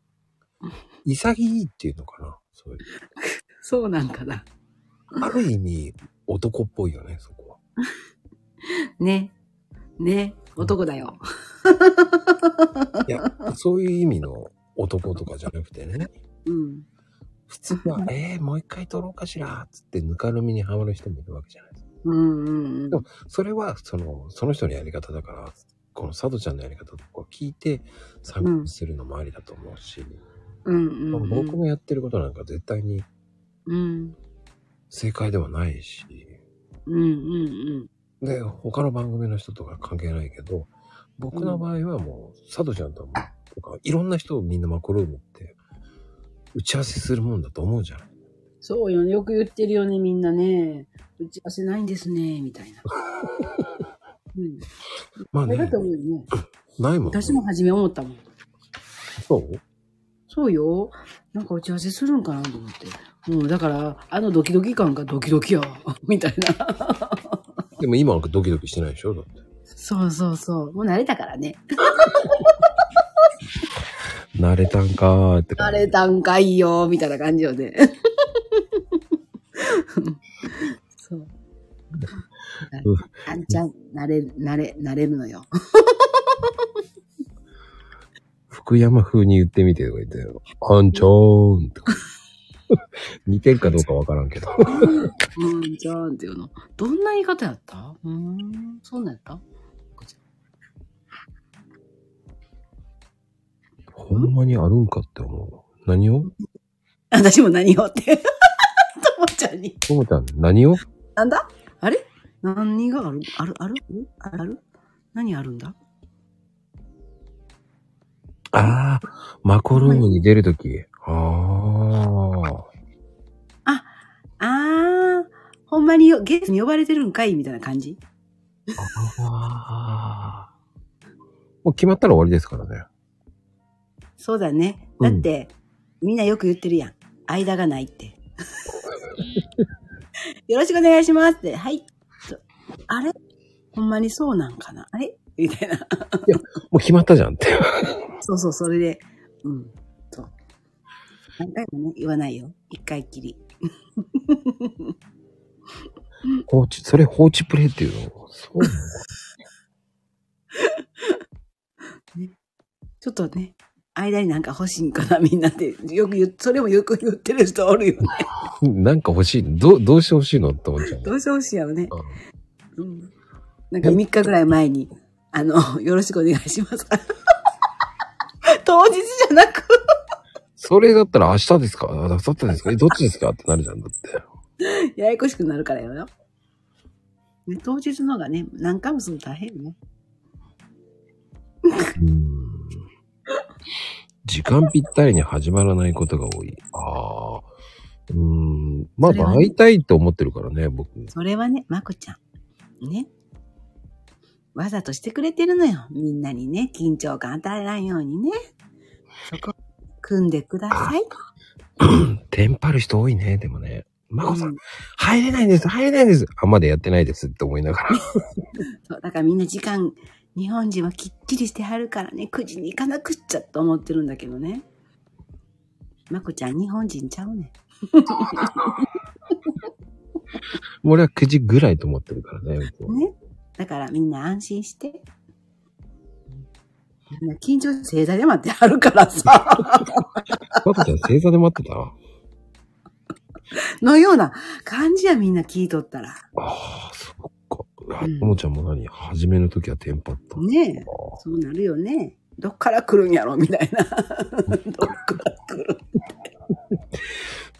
A: 潔いっていうのかなそういう。
C: そうなんかな。
A: ある意味男っぽいよね、そこは。
C: ね。ね。男だよ。
A: [LAUGHS] いや、そういう意味の男とかじゃなくてね。
C: うん。
A: 普通は、えー、もう一回撮ろうかしら、つってぬかるみにはまる人もいるわけじゃないですか。
C: うんうん
A: で
C: うん
A: も。、それは、その、その人のやり方だから、この佐藤ちゃんのやり方とか聞いて、参考にするのもありだと思うし、
C: うんう
A: まあ
C: ん
A: 僕のやってることなんか絶対に
C: うん。
A: 正解ではないし、
C: うんうん
A: で、他の番組の人とか関係ないけど、僕の場合はもう、佐藤ちゃんとはもうとか、いろんな人をみんなマクロームって、打ち合わせするもんだと思うじゃない。
C: そうよね。よく言ってるよね、みんなね。打ち合わせないんですね、みたいな。うん。
A: まあ
C: あれ
A: ね
C: だ、と思うよね。
A: ないもん、ね。
C: 私も初め思ったもん。
A: そう
C: そうよ。なんか打ち合わせするんかなと思って。うん、だから、あのドキドキ感がドキドキやわ、 [LAUGHS] みたいな。
A: でも今なんかドキドキしてないでしょだって。
C: そうそうそう。もう慣れたからね。
A: 慣れたんかーって
C: 慣
A: 感じ。
C: れたんかいよ、みたいな感じよね。 [LAUGHS] そう。
A: うん
C: あんちゃん、慣れ、慣れ、慣れるのよ。
A: 福山風に言ってみてとか言って、あんちゃーんとか。 [LAUGHS] 似てるかどうかわからんけど。
C: うん、じゃんっていうの。どんな言い方やったうーん、そんなんやった
A: ほんまにあるんかって思う。何を
C: 私も何をって。 [LAUGHS] ともちゃんに。
A: ともちゃん、何を
C: なんだあれ何があるあるあるあるある何あるんだ
A: ああ、マコルームに出るとき。あ
C: あー、ほんまによゲストに呼ばれてるんかいみたいな感じ
A: あ。もう決まったら終わりですからね。
C: そうだね。
A: う
C: だっ
A: ん
C: て、みんなよく言ってるやん。間がないって。 [LAUGHS] よろしくお願いしますって。はい。とあれほんまにそうなんかなあれみたいな。
A: もう決まったじゃんって。
C: そうそう、それで。うん。そう。何回もね、言わないよ。一回きり。
A: 放置、それ放置プレイっていうの。そうなの
C: ちょっとね、間になんか欲しいんかなみんなって。よく言う、それもよく言ってる人おるよね。
A: なんか欲しい。どう、どうして欲しいのって思っちゃう。
C: どうしてほしいやろね。
A: うん
C: うん。なんか3日ぐらい前に、あの、よろしくお願いします。 [LAUGHS] 当日じゃなく、
A: それだったら明日ですかあ明後日ですかえどっちですかってなるじゃん。だって。
C: ややこしくなるからよ。ね、当日のがね、何回もするの大変よね。
A: うーん。時間ぴったりに始まらないことが多い。ああ。うーん。まあ、
C: それはね
A: 会いたいと思ってるからね、僕。
C: それはね、まこちゃん。ね。わざとしてくれてるのよ。みんなにね、緊張感与えらんようにね。そこ、組んでください。
A: テンパる人多いね、でもね。マコさ
C: うんん、
A: 入れないんです、入れないんです。あ、まだやってないですって思いながら。
C: [LAUGHS] そう、だからみんな時間、日本人はきっちりしてはるからね、9時に行かなくっちゃと思ってるんだけどね。まこちゃん、日本人ちゃうねん。
A: もう俺は9時ぐらいと思ってるからね。僕
C: ね。だからみんな安心して。みんな緊張して正座で待ってはるから [LAUGHS] さ。
A: マコちゃん、正座で待ってたあ
C: のような感じやみんな聞いとったら。
A: あ、そっか。あ
C: うん
A: ともちゃんも何初めの時はテンパった。
C: ねえ
A: あー
C: そうなるよね。どっから来るんやろみた [LAUGHS] いな。どっから来る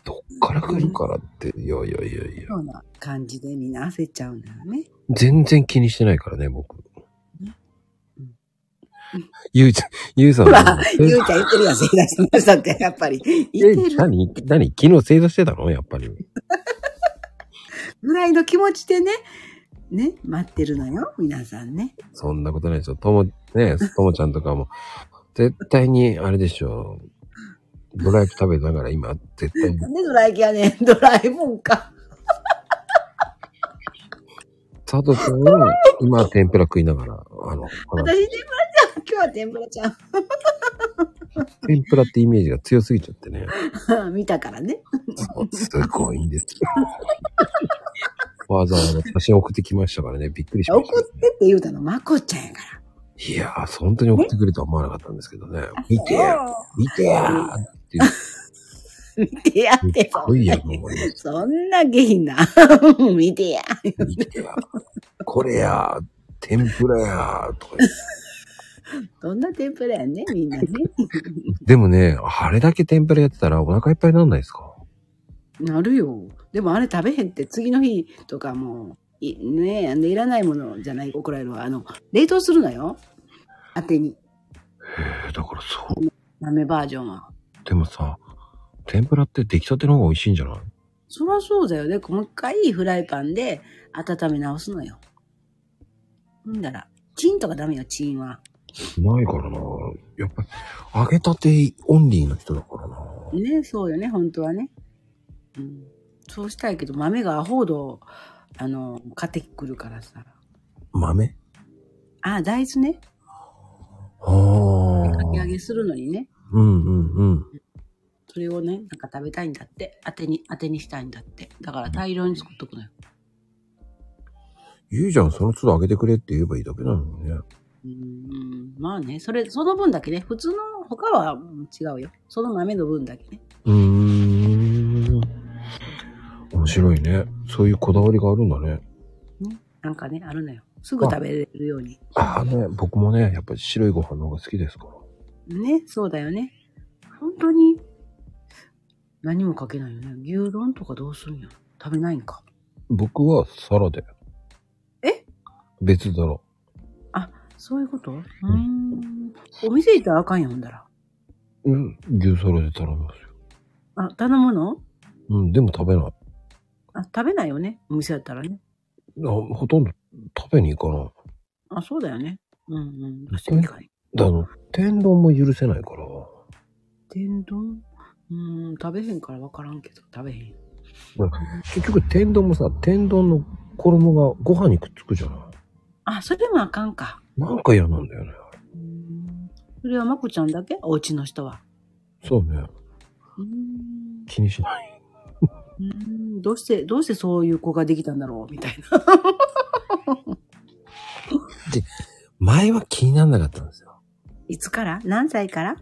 A: どっから来るからって。いやいやいやいや。
C: ような感じでみんな焦っちゃうんだよね。
A: 全然気にしてないからね、僕
C: ねうん。
A: ゆうちゃん、ゆうさん
C: ほ
A: は
C: ら、ゆうちゃん言ってるやん、正座してましたって、やっぱり。言って
A: え、
C: る
A: 何何昨日正座してたのやっぱり。
C: ぐらいの気持ちでね、ね、待ってるのよ、皆さんね。
A: そんなことないですよ。とも、ね、ともちゃんとかも、絶対に、あれでしょう。ドラ焼き食べながら今、絶対に
C: な、んでドラ焼きやねん、ド [LAUGHS] ラえもんか。
A: 佐藤さんは今、天ぷら食いながら、あの、あの
C: 私、天ぷらちゃん、今日は天ぷらち
A: 天ぷらってイメージが強すぎちゃってね。
C: ゃん。見 [LAUGHS] たからね。
A: そうすごいんですよ。わざわざ写真送ってきましたからね、びっくりしま
C: 送
A: した。
C: ってって言うたの、まこちゃんやから。
A: いやー、本当に送ってくれるとは思わなかったんですけどね。見てや見てやーって言って
C: 見てやっ。
A: すってごいやと思いまし
C: そんな下品な。 [LAUGHS] 見てや。
A: た。見てや。これや、天ぷらや、とか言って。
C: どんな天ぷらやね、みんなね。
A: でもね、あれだけ天ぷらやってたらお腹いっぱいになんないですか
C: なるよ。でもあれ食べへんって、次の日とかもう、いねえ、あんでいらないものじゃない、怒られるわ。あの、冷凍するなよ。当てに。
A: えー、だからそう。
C: 豆バージョンは。
A: でもさ、天ぷらって出来たての方が美味しいんじゃない
C: そりゃそうだよね。もう一回フライパンで温め直すのよ。ほんだら、チンとかダメよ、チンは。
A: ないからな。やっぱり、揚げたてオンリーの人だからな。
C: ね、そうよね、本当はね。うん。そうしたいけど、豆がアホほど、あの、買ってくるからさ。
A: 豆
C: あ、大豆ね。
A: ああ。
C: かき揚げするのにね。
A: うんうんうん。
C: それをね、なんか食べたいんだって。当てに、当てにしたいんだって。だから大量に作っとくのよ。
A: 言うじゃん、その都度揚げてくれって言えばいいだけなのにね。
C: うーん。まあね、それ、その分だけね。普通の、他はうん違うよ。その豆の分だけね。
A: うーん。面白いね。そういうこだわりがあるんだね。
C: なんかね、あるのよ。すぐ食べれるように。
A: ああね、僕もね、やっぱり白いご飯の方が好きですから。
C: ね、そうだよね。本当に、何もかけないよね。牛丼とかどうするんや食べないんか。
A: 僕は皿で。
C: え
A: 別皿。
C: そういうことうーん。お店行ったらあかんよ、ほんだら。
A: うん、牛皿で頼みますよ。
C: あ、頼むの
A: うん、でも食べない。
C: あ、食べないよね。お店やったらね。
A: あほとんど食べに行かない。
C: あ、そうだよね。うんうん。
A: そういうだあの、天丼も許せないから。
C: 天丼うーん、食べへんから分からんけど、食べへん。
A: 結局天丼もさ、天丼の衣がご飯にくっつくじゃな
C: あ、それもあかんか。
A: い。なんか嫌なんだよね。
C: うーんそれはまこちゃんだけお家の人は。
A: そうね。
C: うーん
A: 気にしない。
C: うーん、どうして、どうしてそういう子ができたんだろうみたいな。
A: 前は気にならなかったんですよ。
C: いつから何歳から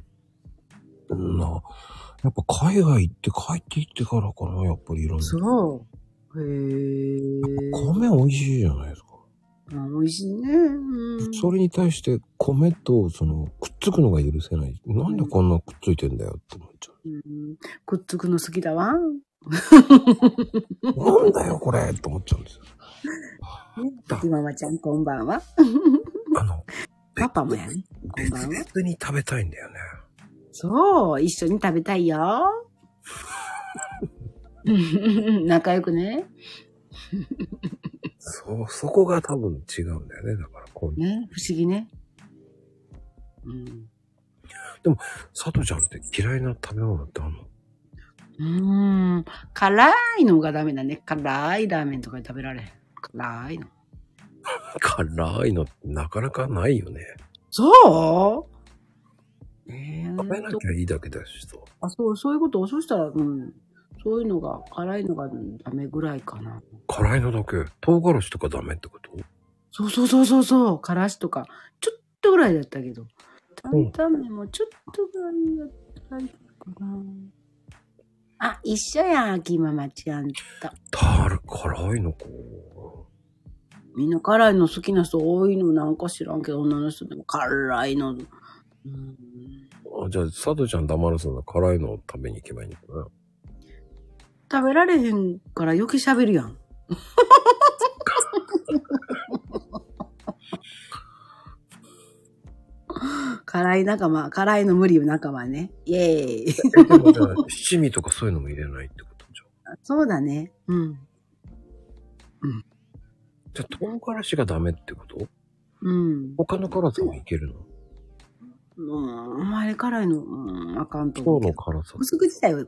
A: うんな。やっぱ海外行って帰って行ってからかな、やっぱりいろんな。
C: そう。へえ。
A: 米美味しいじゃないですか。
C: うん美味しいね。うん。
A: それに対して米とそのくっつくのが許せない。なんでこんなくっついてんだよって思っちゃ
C: うんくっつくの好きだわ。
A: う。なんだよこれって思っちゃうんですよ。だ
C: ママちゃんこんばんは。
A: あの、
C: パパもやね。こん
A: 別
C: ばんは。
A: 々に食べたいんだよね。
C: そう、一緒に食べたいよ。仲良くね。
A: そう、そこが多分違うんだよね。だからこう、
C: ね、不思議ね。うん。
A: 佐藤ちゃんって嫌いな食べ物ってあんの
C: うーん。辛いのがダメだね。辛いラーメンとかで食べられへん。辛いの。
A: 辛いのってなかなかないよね。
C: そうええ
A: 食べなきゃいいだけだしさ。
C: あ、そう、そういうことを、そしたら、うん。そういうのが、辛いのがダメぐらいかな。
A: 辛いのだけ、唐辛子とかダメってこと
C: そうそうそうそうそう、からしとか、ちょっとぐらいだったけど、担々麺もちょっとぐらいだったかな。あ、一緒や、秋ママちゃんと。
A: たる、辛いのこ
C: みんな辛いの好きな人多いのなんか知らんけど、女の人でも辛いの。うん、
A: う。あじゃあ、佐藤ちゃん黙らすなら辛いのを食べに行けばいいのかな。
C: 食べられへんから余計喋るや [LAUGHS] ん。辛い仲間、辛いの無理よ仲間ね。イエーイ。
A: でもじゃあ七味とかそういうのも入れないってことじゃん。
C: [LAUGHS] そうだね。うん。
A: じゃあ、唐辛子がダメってこと
C: うん。
A: 他の辛さもいけるの
C: うん、あんまり辛いの、うん、あかんと
A: 唐
C: 思うけ
A: の
C: ど。
A: 辛さ。
C: 薄口だよ。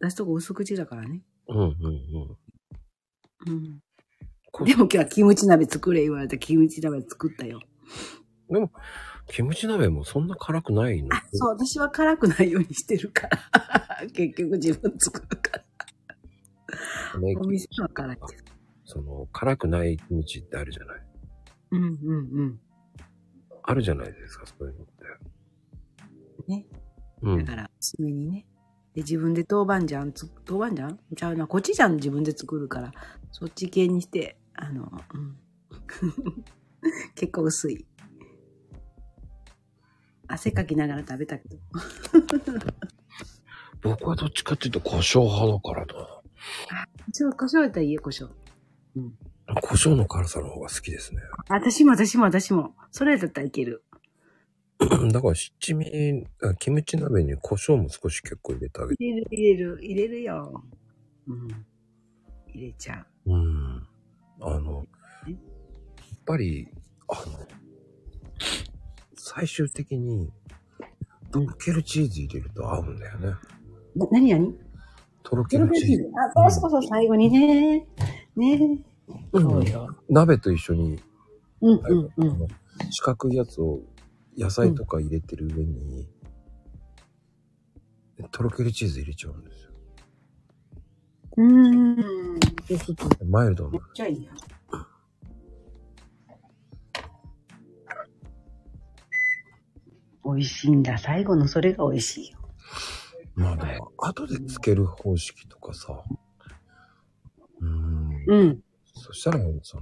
C: 出しとこ薄口だからね。
A: うんうんうん。
C: うん。
A: こ
C: でも今日はキムチ鍋作れ言われてキムチ鍋作ったよ。
A: でも、キムチ鍋もそんな辛くないの
C: あ、そう、私は辛くないようにしてるから。 [LAUGHS] 結局自分作るから。
A: ね
C: お店は辛いけど。
A: その、辛くないキムチってあるじゃない。
C: うんうん
A: あるじゃないですか、そういうのって。
C: ね。
A: う
C: うん。
A: ん
C: だか。ら、薄めにね。で、自分で豆板醤つ、豆板醤ちゃうな、コチュジャン自分で作るから、そっち系にして、あの、うん。 [LAUGHS] 結構薄い。汗かきながら食べたけど。
A: 僕はどっちかっていうと胡椒派だからな。
C: 一応、胡椒やったら家胡椒。
A: 胡椒の辛さの方が好きですね。
C: 私も私も私も。それだったらいける。
A: だから七味、あキムチ鍋に胡椒も少し結構入れてあげて。
C: 入れる、入れる、入れるよ。うん。入れちゃう。
A: うん。あの、やっぱり、あの、最終的に、とろけるチーズ入れると合うんだよね。
C: な、なになに
A: とろ
C: ゼ
A: け
C: ロ
A: る
C: フェ
A: チー
C: チ
A: ズ。
C: ーあ、そうそうそう、最後にね。ね。
A: うん
C: そうよ。
A: 鍋と一緒に、
C: うん
A: あ
C: うんうん。
A: の四角いやつを野菜とか入れてる上に、とろけるチーズ入れちゃうんですよ。
C: うーん。そうそうそう
A: マイルドな
C: めっ。ちゃいいや。美味しいんだ。最後のそれが美味しいよ。
A: まあでも、後でつける方式とかさ。うん。
C: うん。
A: そしたら、そ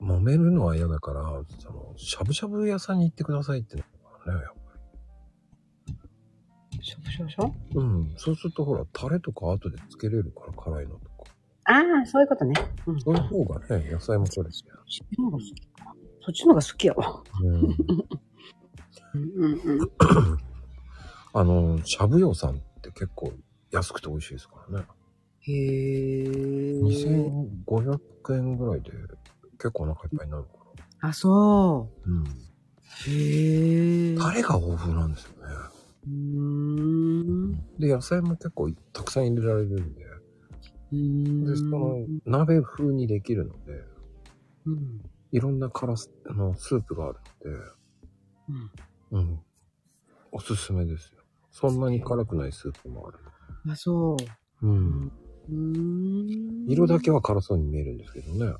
A: の、揉めるのは嫌だから、その、しゃぶしゃぶ屋さんに行ってくださいってなるからね。
C: しょしょしょ
A: うん。そうするとほら、タレとか後でつけれるから辛いのとか。
C: ああ、そういうことね。うん。
A: そういう方がね、野菜もそうですけど。
C: そっちの方が好きそっちの方が好きやわ。
A: うん。
C: うんうんうん。
A: あの、しゃぶ用さんって結構安くて美味しいですからね。
C: へえ。
A: 2500円ぐらいで結構お腹いっぱいになるか
C: あ、そ
A: ら。うん。
C: う。へえ。
A: タレが豊富なんですよね。
C: うーん。
A: で、野菜も結構たくさん入れられるんで。
C: う
A: で、その
C: ん。、
A: 鍋風にできるので、
C: うん。
A: いろんな辛す、あの、スープがあるので、
C: うん
A: うん。おすすめですよ。そんなに辛くないスープもある。
C: あ、そう。
A: う。。
C: うんうーん
A: 色だ。けは辛そうに見えるんですけどね。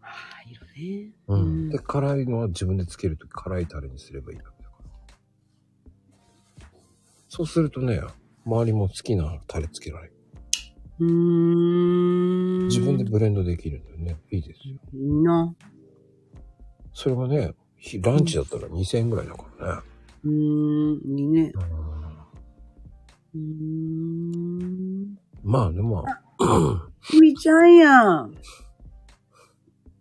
C: ああ、色ね。
A: うん。で、
C: う
A: 辛いのは自分でつけるとき辛いタレにすればいいわけだから。そうするとね、周りも好きなタレつけられる。
C: ーん。
A: 自分でブレンドできるんだよね。いいですよ。
C: いいな。
A: それがね、ひランチだったら2000円ぐらいだからね。
C: うーん、いいね。
A: うん
C: うーん。
A: まあでも、 [CLEARS THROAT]
C: ふみちゃんやん。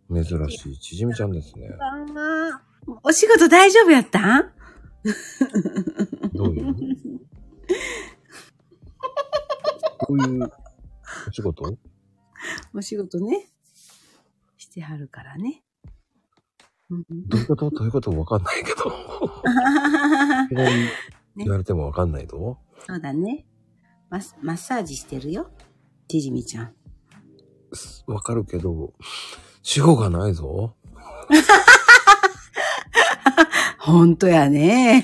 A: 珍しいちじみちゃんですね。
C: ああ。お仕事大丈夫やったん
A: どう [LAUGHS] いうこういうお仕事
C: お仕事ね。してはるからね。うん [LAUGHS]
A: どういうことどういうことわかんないけ [LAUGHS] ど。いきなり言われてもわかんないぞ。
C: そうだね。マッマッサージしてるよ。ちじみちゃん。
A: すわかるけど、死後がないぞ。
C: ほんとやね。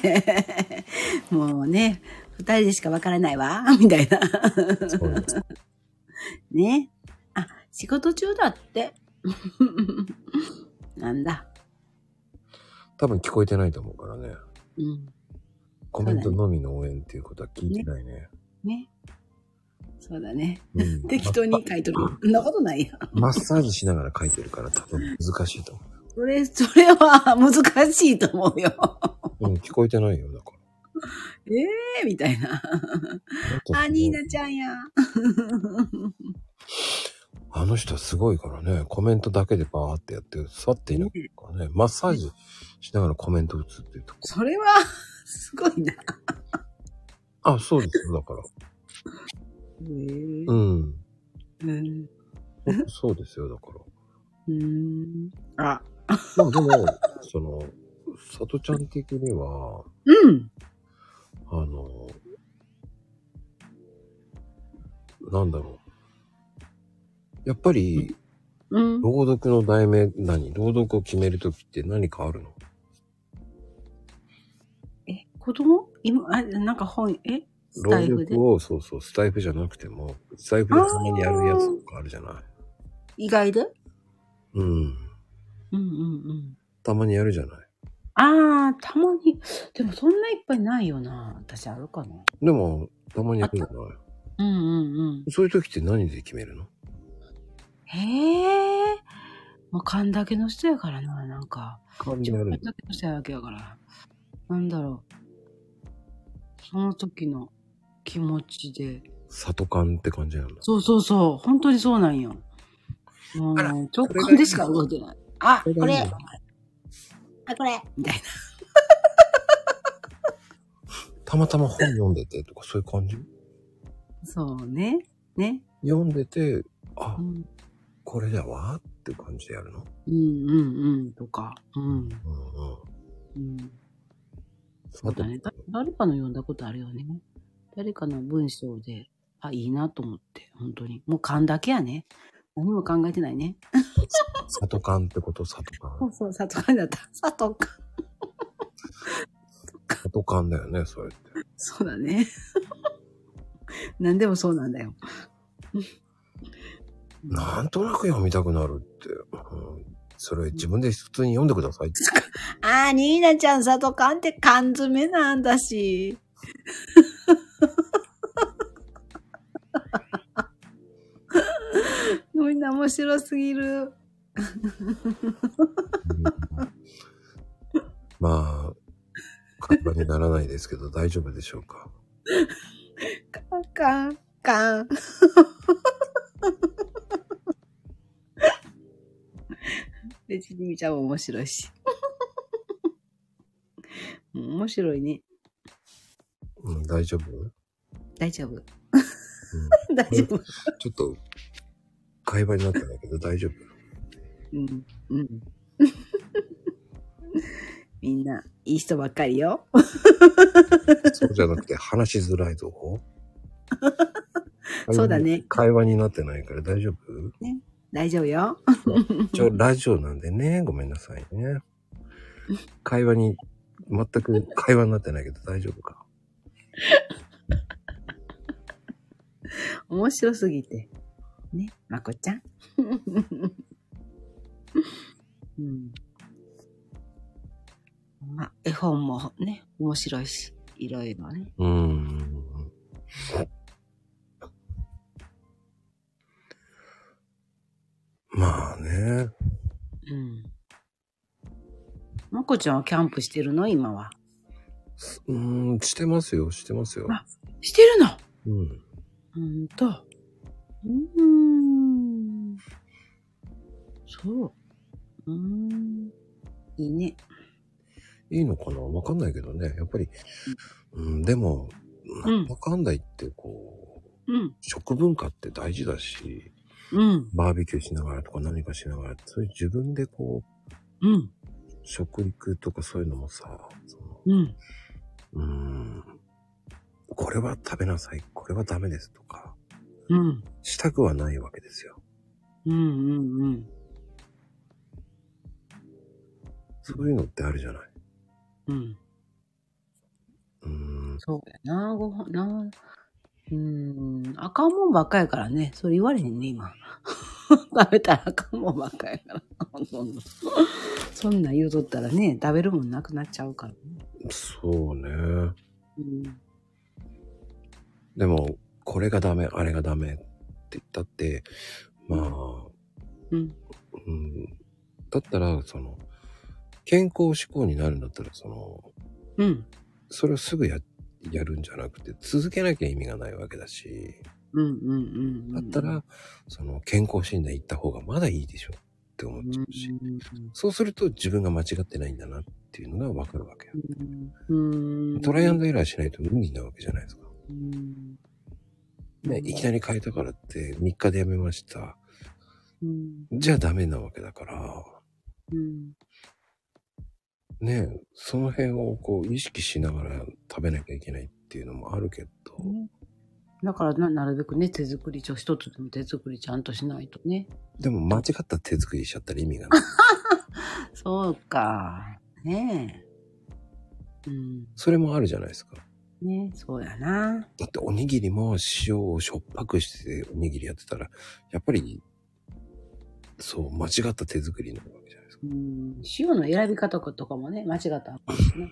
C: [LAUGHS] もうね、二人でしかわからないわ、 [LAUGHS] みたいな。
A: そうです
C: ね。あ、仕事中だって。 [LAUGHS] なんだ。
A: 多分聞こえてないと思うからね。
C: うん。
A: コメントのみの応援っていうことは聞いてないね。
C: ね。そうだね。
A: うん、
C: [LAUGHS] 適当に書いとる。そんなことないや。
A: マッサージしながら書いてるから多分難しいと思
C: それ、それは [LAUGHS] 難しいと思うよ。 [LAUGHS]
A: う。うん、聞こえてないよ、だか
C: ええー、みたいな。
A: ら。
C: あ、ニーナちゃんや。
A: あの人はすごいからね、コメントだけでバーってやって、座っていなくからね、マッサージしながらコメント打つっていうとこ。
C: それは、 [LAUGHS] すごいな。
A: あ、そうですよ、だから。
C: ええ
A: うん。
C: うん。
A: そうですよ、だから。
C: うん。あ、
A: まあでも、その、さとちゃん的には、
C: うん。
A: あの、なんだろう。やっぱり、
C: うん。
A: 朗読の題名、何朗読を決めるときって何かあるの
C: え、子供今、あ、なんか本、えスタ
A: 朗
C: イフで
A: 読を、そうそう、スタイフじゃなくても、スタイフでたまにやるやつとかあるじゃない。
C: 意外で
A: うん。
C: うんうんうん。
A: たまにやるじゃない。
C: ああ、たまに。でもそんないっぱいないよな。私あるかな。
A: でも、たまにやるじゃない
C: うんうんうん。
A: そういう時って何で決めるの
C: へえ。まあ、勘だけの人やからな、なんか。
A: 感
C: 自
A: じあ
C: 分
A: る
C: だ。けの人やけやから。なんだろう。その時の気持ちで。
A: 里感って感じなんだ。
C: そうそうそう。本当にそうなんよ。もう
A: あら
C: 直感でしか動いてない。あ、
A: それ
C: こ
A: がいい
C: れ
A: の。
C: あ、これ。みたいな。
A: たまたま本読んでてとかそういう感じ
C: そうね。ね。
A: 読んでて、あ
C: う、ん
A: これだわって感じでやるの
C: うんうんうん。とか。うん。
A: うんうん。
C: うん。
A: そ
C: そうだね。だ誰かの読んだことあるよね。誰かの文章で、あ、いいなと思って、本当に。もう勘だけやね。何も考えてないね。
A: 里感ってこと、里
C: そ
A: 感。
C: うそう、里勘だった。里勘。
A: 里感だよね、それって。
C: そうだ [LAUGHS] ね。何でもそうなんだよ。
A: なんとなく読みたくなるって。うん、それ自分で普通に読んでくだ
C: [LAUGHS]
A: さいって。
C: あー、ニーナちゃん、里勘って缶詰なんだ [LAUGHS] し。みんな面白すぎる。
A: まあ、会話にならないですけど大丈夫でしょうか。
C: カンカン [LAUGHS] カン。で、ちにみちゃんも面白いし。もう面白いね。
A: うん、大丈夫、うん、
C: 大丈夫。大丈夫。
A: ちょっと、会話になってないけど大丈夫
C: うん。うん。 [LAUGHS] みんな、いい人ばっかりよ。
A: そうじゃなくて話しづらいぞ。
C: [LAUGHS] そうだね
A: 会話になってないから大丈夫
C: 大丈夫よ。
A: 一応ラジオなんでね、ごめんなさいね。会話に、全く会話になってないけど大丈夫か。
C: 面白すぎて。ね、まこちゃ [LAUGHS] ん。うん。まあ、絵本もね、面白いし、いろいろね。
A: うーん。まあね。
C: うん。まこちゃんはキャンプしてるの今は。
A: うーん、してますよ、してますよ。
C: あしてるの
A: うん。
C: うんと。うーん。そう。うーん。いいね。
A: いいのかなわかんないけどね。やっぱり、うん、でも、
C: うん
A: わかんないって、こう、
C: うん。
A: 食文化って大事だし、
C: うん。
A: バーベキューしながらとか何かしながら、そういう自分でこう、
C: うん。
A: 食育とかそういうのもさ、その
C: うん。
A: うーんこれは食べなさい、これはダメですとか、
C: うん。
A: したくはないわけですよ。
C: うん。うん。うん。
A: そういうのってあるじゃない。
C: うん。
A: うーん、
C: そうやな、ご飯、な、うーん、あかんもんばっかやからね。それ言われへんね、今。 [LAUGHS] 食べたらあかんもんばっかやから。 [LAUGHS] そんな、そんなん言うとったらね、食べるもんなくなっちゃうからね。
A: そうね。
C: うん。
A: でも、これがダメ、あれがダメって言ったって、まあ、
C: うん。
A: うん、だったら、その、健康志向になるんだったら、その、
C: うん。
A: それをすぐや、やるんじゃなくて、続けなきゃ意味がないわけだし、
C: うん。うん。うん。
A: だった
C: うん、
A: ら、その、健康診断行った方がまだいいでしょって思っちゃうし。そうすると自分が間違ってないんだなっていうのがわかるわけよ。
C: うん。うん。
A: トライアンドエラーしないと無理なわけじゃないですか。
C: うん。
A: ね、いきなり変えたからって3日でやめました。
C: うん。
A: じゃあダメなわけだから、
C: うん。
A: ね、その辺をこう意識しながら食べなきゃいけないっていうのもあるけど、
C: ねだからな、なるべくね、手作り、ちょ、一つでも手作りちゃんとしないとね。
A: でも間違った手作りしちゃったら意味がない。
C: そうか。ねえ。うん。
A: それもあるじゃないですか。
C: ねそうやな。
A: だっておにぎりも塩をしょっぱくしておにぎりやってたら、やっぱり、そう、間違った手作りになるわけじゃないですか。
C: うん、塩の選び方とかもね、間違ったらあかんしね。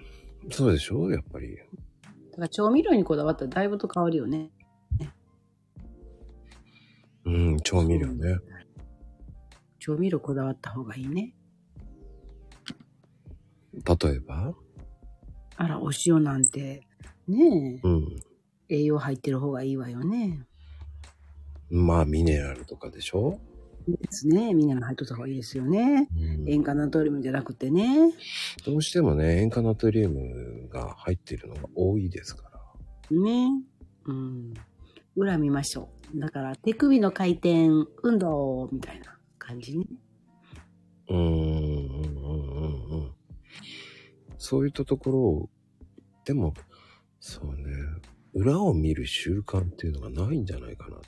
A: そうでしょやっぱり。
C: だから調味料にこだわったらだいぶと変わるよね。
A: うん、調味料ね。
C: 調味料こだわった方がいいね。
A: 例えば
C: あら、お塩なんて、ね
A: うん。
C: え、栄養入ってる方がいいわよね。
A: まあ、ミネラルとかでしょ
C: いいですね。みんなが入っとった方がいいですよね。
A: うん
C: 塩化ナトリウムじゃなくてね。
A: どうしてもね、塩化ナトリウムが入ってるのが多いですから。
C: ね。うん。裏見ましょう。だから、手首の回転運動みたいな感じね。
A: うーん、うん、うん、うん。そういったところを、でも、そうね、裏を見る習慣っていうのがないんじゃないかなって。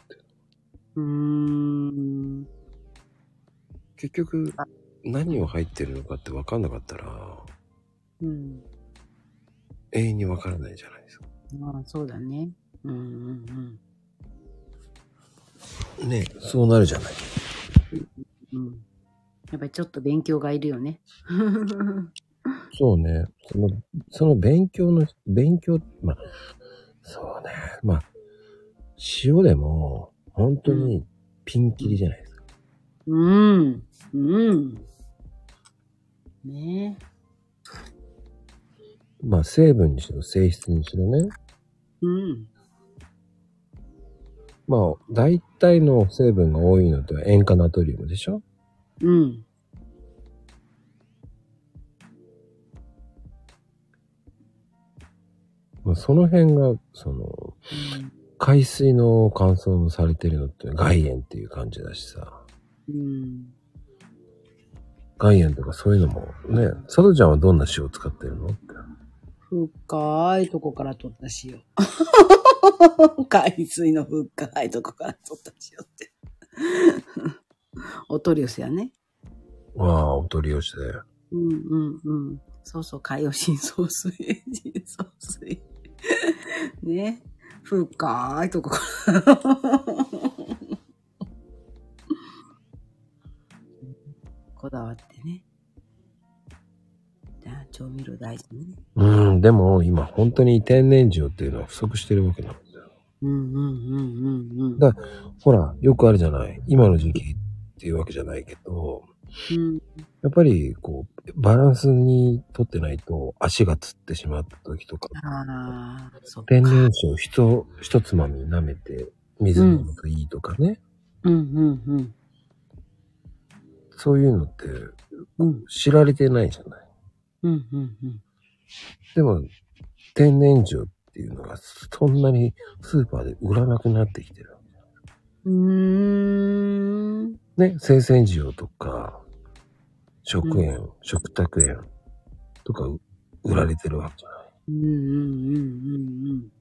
C: うーん。
A: 結局
C: あ、
A: 何を入ってるのかって分かんなかったら、
C: うん。
A: 永遠に分からないじゃないですか。
C: まあ、そうだね。うんうん
A: ねそうなるじゃない。
C: うん。うん。やっぱりちょっと勉強がいるよね。
A: そうね。その、その勉強の、勉強、まあ、そうね。まあ、塩でも、本当にピンキリじゃないですか。
C: うん。うん。ねえ。
A: まあ、成分にしろ、性質にしろね。
C: うん。
A: まあ、大体の成分が多いのって塩化ナトリウムでしょ
C: うん。
A: まあその辺が、その、海水の乾燥されてるのって外塩っていう感じだしさ。
C: うん。
A: 岩塩とかそういうのもね、佐藤ちゃんはどんな塩を使ってるのって
C: 深いとこから取った塩。 [LAUGHS] 海水の深いとこから取った塩って。お取り寄せやね。
A: ああ、お取り寄せだよ。
C: うんうんうん。そうそう、海洋深層水、深層水。ね。深いとこから。こだわってね。じゃあ、調味料大事ね。
A: うん、でも今本当に天然塩っていうのは不足してるわけなんですよ。
C: うんうんうんうんうん。
A: だほら、よくあるじゃない。今の時期っていうわけじゃないけど、
C: うん
A: やっぱりこう、バランスにとってないと足がつってしまった時とか、
C: ああ、そっか。
A: 天然塩ひと、ひとつまみ舐めて水飲むといいとかね。
C: うんうんうん。
A: そういうのって
C: うん
A: 知られてないじゃない。
C: うんうんうん。
A: でも、天然塩っていうのがそんなにスーパーで売らなくなってきてる。
C: うーん。
A: ね、生鮮塩とか、食塩、食卓塩とかう売られてるわけじゃない。
C: うんうんうんうんうん。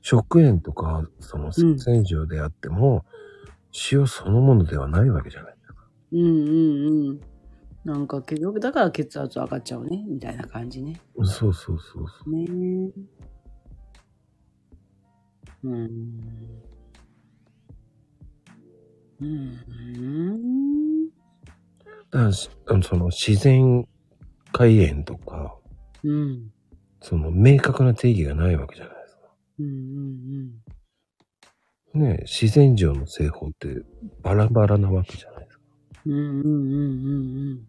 A: 食塩とか、その生鮮塩であっても、塩そのものではないわけじゃない。
C: うんうんうん。なんか結局だから血圧上がっちゃうね、みたいな感じね。
A: そうそうそうそう。
C: ねえ。うん。うん。
A: だからしあのその自然海塩とか、
C: うん。
A: その明確な定義がないわけじゃないですか。
C: うんうん
A: ねえ、自然塩の製法ってバラバラなわけじゃないですか。
C: うん。うんうんうんうんうん。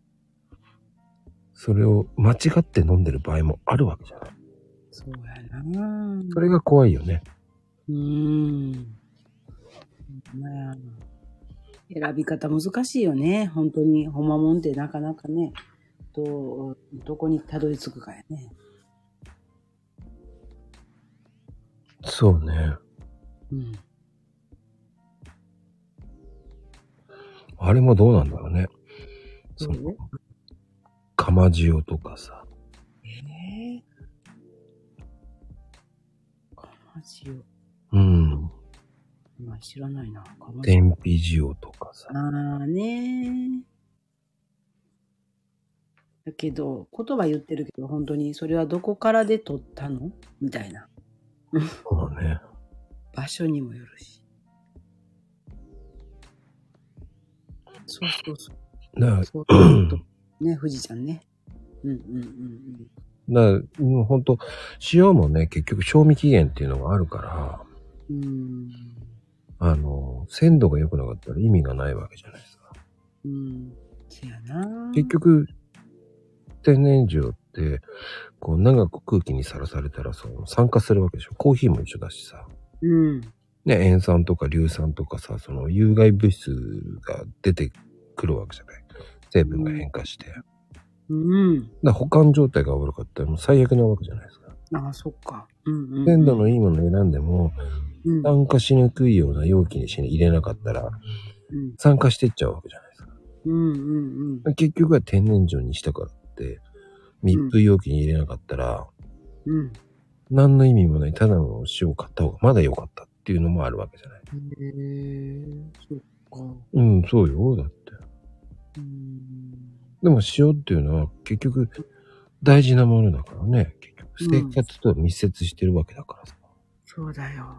A: それを間違って飲んでる場合もあるわけじゃない。
C: そうやな
A: それが怖いよね。
C: うん。まあ、選び方難しいよね。本当に、ほんまもんってなかなかね、どう、どこにたどり着くかやね。
A: そうね。
C: うん。
A: あれもどうなんだろうね。そ
C: そう
A: の
C: ね、
A: 釜塩とかさ。
C: ええかまじよ。
A: うん。
C: まあ、知らないな。かまじよ。
A: 天日塩とかさ。
C: ああねだけど、言葉言ってるけど、本当に、それはどこからで取ったのみたいな。
A: そうね。
C: 場所にもよるし。そうそうそう。
A: ね
C: そうそうそうね、富士山ね。うんうんうんうん。
A: だから、もう本当塩もね、結局賞味期限っていうのがあるから、
C: うーん。
A: あの、鮮度が良くなかったら意味がないわけじゃないですか。
C: うん。そやな。
A: 結局、天然塩って、こう長く空気にさらされたらそう、酸化するわけでしょ。コーヒーも一緒だしさ。
C: うん。
A: ね、塩酸とか硫酸とかさ、その有害物質が出てくるわけじゃない。成分が変化して。だか
C: うん。
A: ら保管状態が悪かったらもう最悪なわけじゃないですか。
C: ああ、そっか。うんうん。
A: 鮮度のいいものを選んでも、
C: うん、
A: 酸化しにくいような容器にしに入れなかったら、
C: うん。
A: 酸化してっちゃうわけじゃないですか。
C: うんうんうん。
A: 結局は天然塩にしたからって、密封容器に入れなかったら、
C: うん。
A: 何の意味もない、ただの塩を買った方がまだ良かったっていうのもあるわけじゃない。
C: へえそっか。
A: うん、そうよ、だって。
C: うん。
A: でも塩っていうのは結局大事なものだからね。結局生活と密接してるわけだからさ。
C: そうだよ。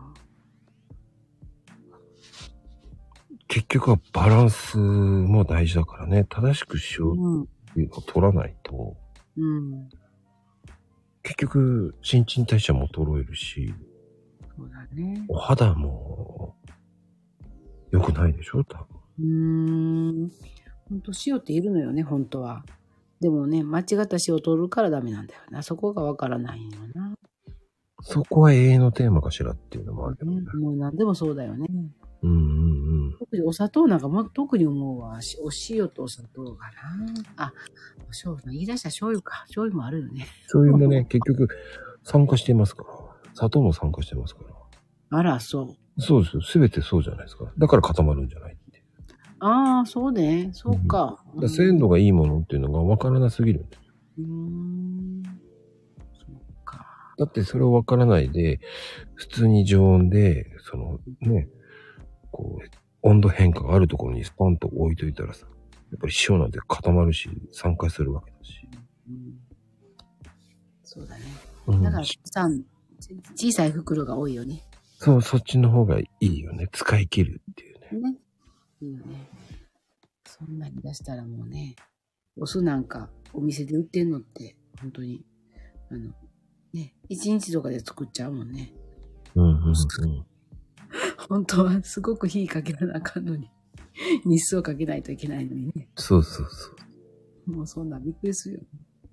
A: 結局はバランスも大事だからね。正しく塩
C: うん。
A: っていうのを取らないと、
C: うん。
A: 結局新陳代謝も衰えるし、
C: そうだね。
A: お肌も良くないでしょ多分。
C: うーん。ほんと塩っているのよね、本当は。でもね、間違った塩を取るからダメなんだよな。そこがわからないよな。
A: そこは永遠のテーマかしらっていうのもあるけどね。
C: もう何でもそうだよね。
A: うんうんうん。
C: 特にお砂糖なんかも特に思うわ。しお塩とお砂糖がな。あ、お醤油、言い出したら醤油か。醤油もあるよね。
A: そういうのね、結局酸化してますから。砂糖も酸化してますから。
C: あら、そう。
A: そうですよ。すべてそうじゃないですか。だから固まるんじゃないっていう。
C: ああ、そうね。そうか。
A: だから鮮度がいいものっていうのが分からなすぎるんだよ。
C: うーん。そうか。
A: だってそれを分からないで、普通に常温で、そのね、こう、温度変化があるところにスポンと置いといたらさ、やっぱり塩なんて固まるし、酸化するわけだし。
C: うん、そうだね。
A: うん
C: だから、さん、ち小さい袋が多いよね。
A: そう、そっちの方がいいよね。使い切るっていうね。
C: ね。いいよね。そんなに出したらもうね、お酢なんかお店で売ってんのって、本当に、あの、ね、一日とかで作っちゃうもんね。
A: うんうんうん。
C: 本当はすごく火かけなあかんのに、日数をかけないといけないのにね。
A: そうそうそう。
C: もうそんなんびっくりするよね。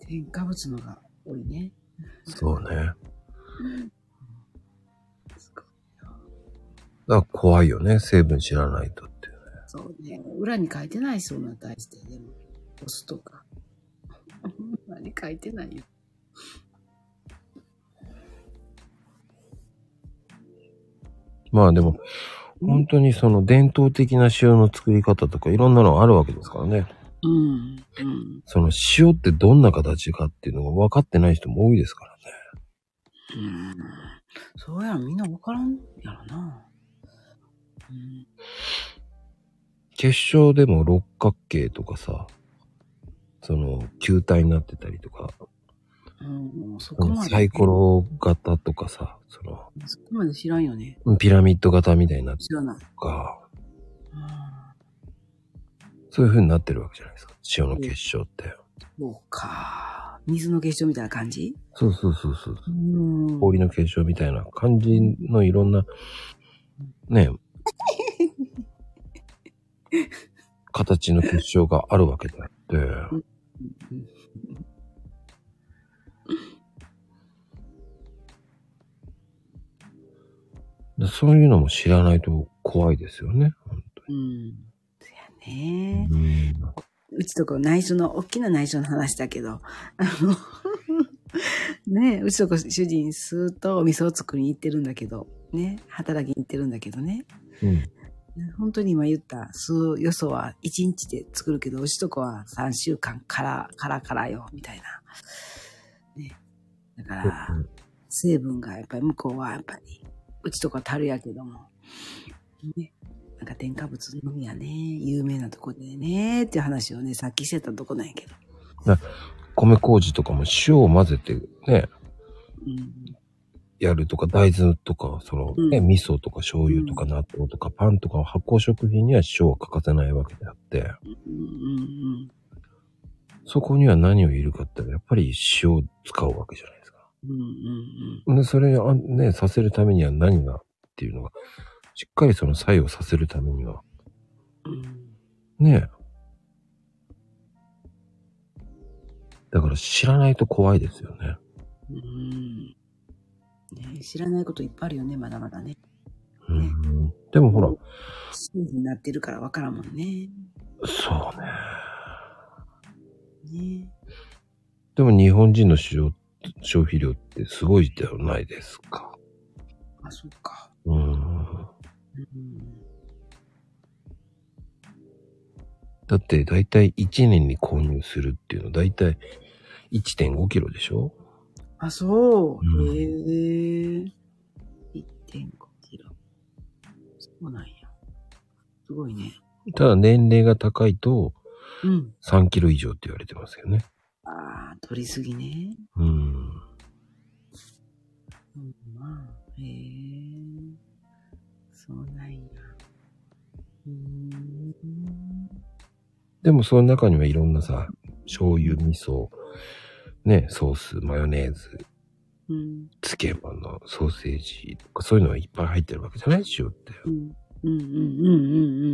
C: 添加物のが多いね。
A: そうね。
C: すごい
A: だから怖いよね。成分知らないとっていう。
C: そうね。裏に書いてないそうな大して、でも、お酢とか。 [LAUGHS] 裏に書いてないよ。
A: まあでも、本当にその伝統的な塩の作り方とかいろんなのあるわけですからね。
C: うん。うん。
A: その塩ってどんな形かっていうのが分かってない人も多いですからね。
C: うんそうやん、みんな分からんやろな。うん。
A: 結晶でも六角形とかさ、その球体になってたりとか、
C: うん、もうそ
A: そ
C: こ
A: の
C: まで。
A: サイコロ型とかさ、そ
C: そこまで知らんよね。
A: のピラミッド型みたいになって
C: 知らない。
A: とか、
C: あ
A: そういう風になってるわけじゃないですか。塩の結晶って。
C: あ、そうか。水の結晶みたいな感じ
A: そうそうそうそう。
C: うん。
A: 氷の結晶みたいな感じのいろんな、ね、形の結晶があるわけであって、でそういうのも知らないと怖いですよね、本
C: うん。そうや
A: 当
C: ね。
A: に。
C: うちとこ内緒の、大きな内緒の話だけど、あの、 [LAUGHS] ねえ、うちとこ主人数とお店を作りに行ってるんだけど、ね、働きに行ってるんだけどね。
A: うん
C: 本当に今言った、数よそは1日で作るけど、うちとこは3週間から、からからよ、みたいな。ね。だから、成分がやっぱり向こうはやっぱりうちとか樽やけども、ね、なんか添加物のみやね有名なとこでねっていう話をねさっきしてたとこなんやけど、
A: 米麹とかも塩を混ぜてね、
C: うん、
A: やるとか、大豆とか、その、ね、
C: うん
A: 味噌とか醤油とか納豆とかパンとか発酵食品には塩は欠かせないわけであって、
C: うんうん
A: そこには何を入れるかって言ったらやっぱり塩を使うわけじゃないですか。
C: うん。うんうん
A: で、それをね、させるためには何がっていうのが、しっかりその作用させるためには、
C: うん。うん
A: ねだから知らないと怖いですよね。
C: うんね、知らないこといっぱいあるよね、まだまだね。
A: うん。でもほら、
C: シーズンになってるからわからんもんね。
A: そうね。
C: ね。
A: でも日本人の市場消費量ってすごいではないですか。
C: あ、そうか。
A: うん。
C: うん。
A: だって大体1年に購入するっていうの大体1.5キロでしょ
C: あ、そうう。
A: ん
C: へえ。1.5キロ。そうなんや。すごいね。
A: ただ年齢が高いと
C: うん。
A: 3キロ以上って言われてますよね。
C: ああ、取りすぎね。
A: うん。
C: うん、まあ。へえ。そうなんや。うーん。
A: でもその中にはいろんなさ、醤油、味噌、ね、ソース、マヨネーズ、
C: うん。
A: 漬物、ソーセージとかそういうのがいっぱい入ってるわけじゃない塩って。
C: うん。うん。うん。うん。うん。う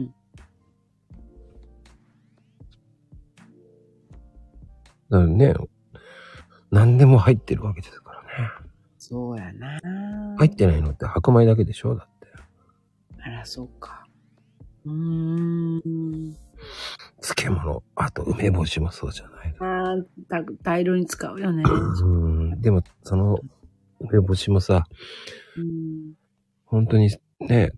C: ん。
A: だからね、何でも入ってるわけですからね。
C: そうやな。
A: 入ってないのって白米だけでしょだって。
C: あら、そうか。うーん。
A: 漬物、あと梅干しもそうじゃない。
C: あーた大量に使うよね。
A: うん。でも、その梅干しもさ、
C: うん。
A: 本当にね、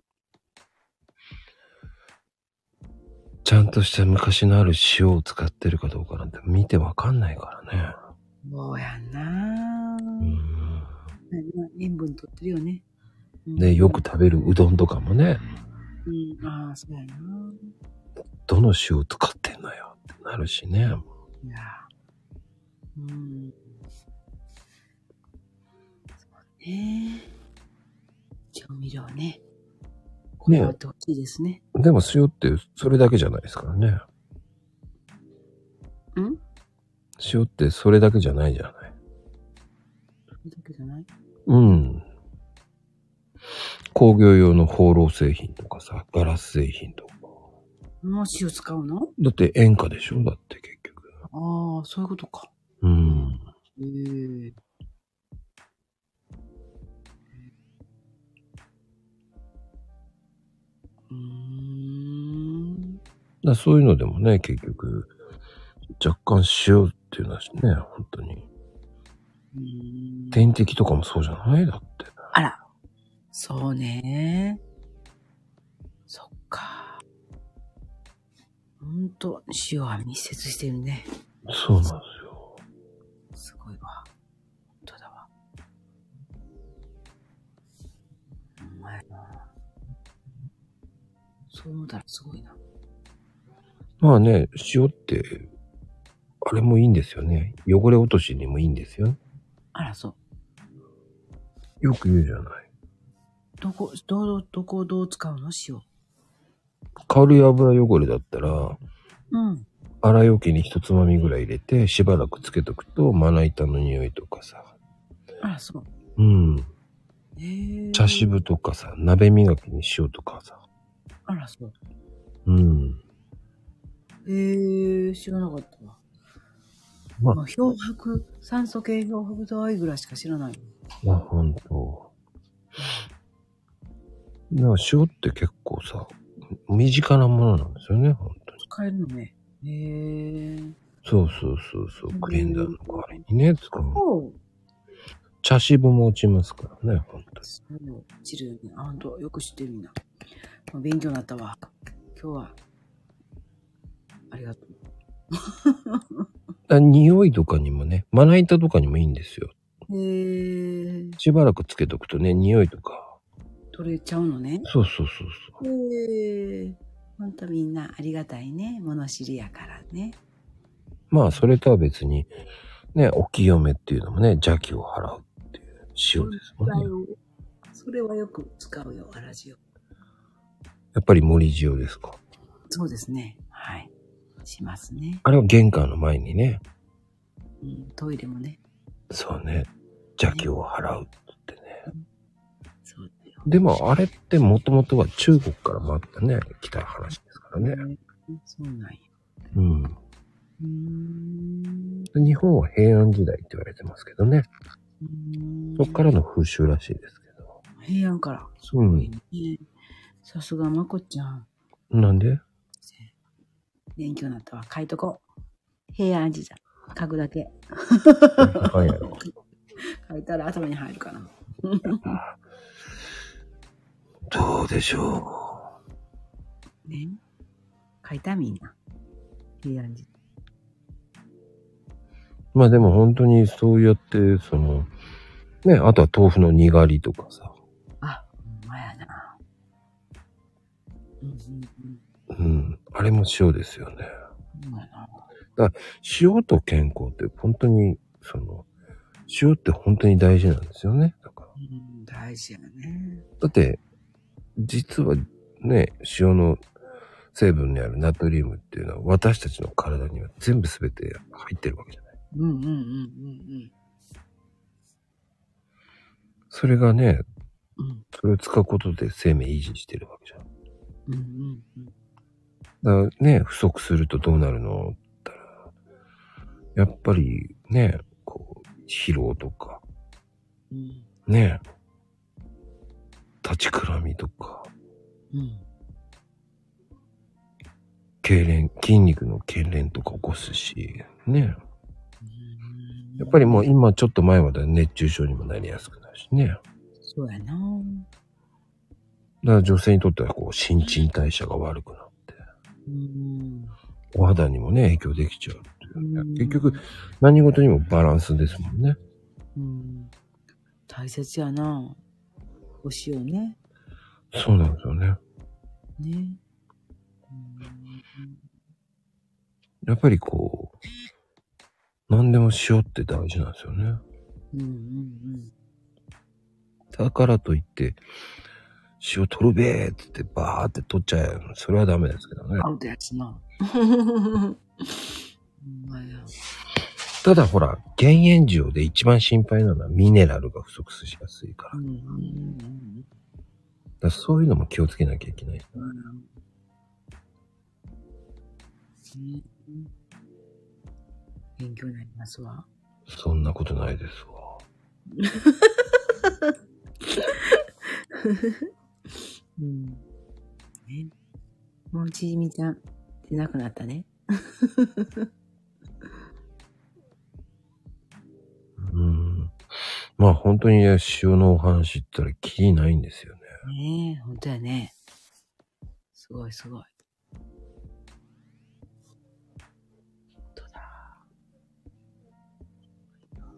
A: ちゃんとした昔のある塩を使ってるかどうかなんて見てわかんないから
C: そうやな。
A: ね。
C: 塩分取ってるよね。
A: うん。で、よく。食べるうどんとかもね、
C: うん、ああ、そうやな。
A: どの塩を使ってんのよってなるしね。
C: いや。うん。そうね。調味料ね。こだわってほしいですね。
A: でも塩ってそれだけじゃないですからね。
C: うん
A: 塩ってそれだけじゃないじゃない。
C: それだけじゃない
A: うん。工業用の放浪製品とかさ、ガラス製品とか。
C: もう塩使うの
A: だって塩化でしょだって結局。
C: ああ、そういうことか。
A: うん。
C: へえ。うーん。
A: だそういうのでもね、結局、若干塩っていうのはね、本当に。
C: うーん
A: 点滴とかもそうじゃないだって。
C: あら。そうね。そっか。ほんと、塩は密接してるね。
A: そうなんですよ。
C: すごいわ。ほんとだわ。うまいな。そう思ったらすごいな。
A: まあね、塩って、あれもいいんですよね。汚れ落としにもいいんですよ。
C: あら、そう。
A: よく言うじゃない。
C: どこ、どう、どこをどう使うの塩。
A: 軽い油汚れだったら、
C: うん。
A: 洗い置きに一つまみぐらい入れて、しばらくつけとくと、まな板の匂いとかさ、
C: あら、そう。
A: うん、
C: へえ。
A: 茶渋とかさ、鍋磨きに塩とかさ、
C: あら、そう。
A: うん、
C: へえ、知らなかったわ。
A: まあ
C: まあ、漂白、酸素系漂白剤ぐらいしか知らない。
A: まあほんと。だから塩って結構さ、身近なものなんですよね、本当に。
C: 使えるのね。へえ。
A: そうそうそうそう、クレンダーの代わりにね、使う。
C: そう。
A: 茶渋も落ちますからね、本当に。
C: そう。知るよね。あ、ほんと、よく知ってるな。まあ、勉強になったわ。今日は。ありがとう。
A: だから匂いとかにもね、まな板とかにもいいんですよ。
C: へえ。
A: しばらくつけとくとね、匂いとか。
C: 取れちゃうのね。
A: そうそうそうそう。
C: へえ。ほんとみんなありがたいね。物知りやからね。
A: まあ、それとは別に、ね、お清めっていうのもね、邪気を払うっていう。塩ですもんね。
C: それはよく使うよ、粗塩。
A: やっぱり森塩ですか。
C: そうですね。はい。しますね。
A: あれは玄関の前にね、
C: うん、トイレもね。
A: そうね、邪気を払うってね。
C: そうだよ。
A: でもあれってもともとは中国から回ったね、来た話ですからね。
C: うんそうなんや。
A: うん。
C: うーん。
A: 日本は平安時代って言われてますけどね。
C: うーん
A: そっからの風習らしいですけど。
C: 平安から。
A: う
C: いい
A: ん。
C: ねさすがまこちゃん。
A: なんで [LAUGHS]
C: 勉強になったわ。書いとこう。平安時代。書くだけ。
A: 高いやろ。
C: 書いたら頭に入るかな。
A: どうでしょ
C: ね。書いたみんな。平安時代。
A: う。まあでも本当にそうやって、その、ね、あとは豆腐のにがりとかさ。
C: あ、ほんまやな。うんうんうん。
A: うん。あれも塩ですよね。
C: ほんまやな。
A: 塩と健康って本当に、その、塩って本当に大事なんですよね。だから。
C: うん、大事やね。
A: だって、実はね、塩の成分にあるナトリウムっていうのは私たちの体には全部全て入ってるわけじゃない。
C: うんうんうんうん
A: それがね、
C: うん。うん
A: それを使うことで生命維持してるわけじゃん。
C: うんうんうん。
A: だからね、不足するとどうなるのって言ったら、やっぱりね、こう、疲労とか、
C: うん
A: ね、立ちくらみとか、
C: うん。
A: 痙攣、筋肉の痙攣とか起こすし、ね、
C: うん
A: やっぱりもう今ちょっと前まで熱中症にもなりやすくなるしね。だか
C: そうやな。
A: ら女性にとってはこう、新陳代謝が悪くなって、
C: うん。
A: お肌にもね、影響できちゃうっていう
C: うん
A: 結局、何事にもバランスですもんね。
C: うん。大切やな。お塩ね。
A: そうなんですよね。
C: ね。
A: やっぱりこう、何でも塩って大事なんですよね。
C: うんうんうん
A: だからといって、塩取るべーっつってバーって取っちゃえ。それはダメですけどね
C: うん。。アウトやしな。 [LAUGHS] ほんまや。
A: ただほら、減塩塩で一番心配なのはミネラルが不足しやすいから。
C: う
A: だ
C: んうんうん
A: からそういうのも気をつけなきゃいけない。
C: うんうん。ね勉強になりますわ。
A: そんなことないですわ。
C: うん。ね。もうちじみちゃん、出なくなったね。
A: うん。まあ本当にね塩のお話って言ったらキリないんですよね。
C: ねえ、ほんとやね。すごいすごい。ほんとだ。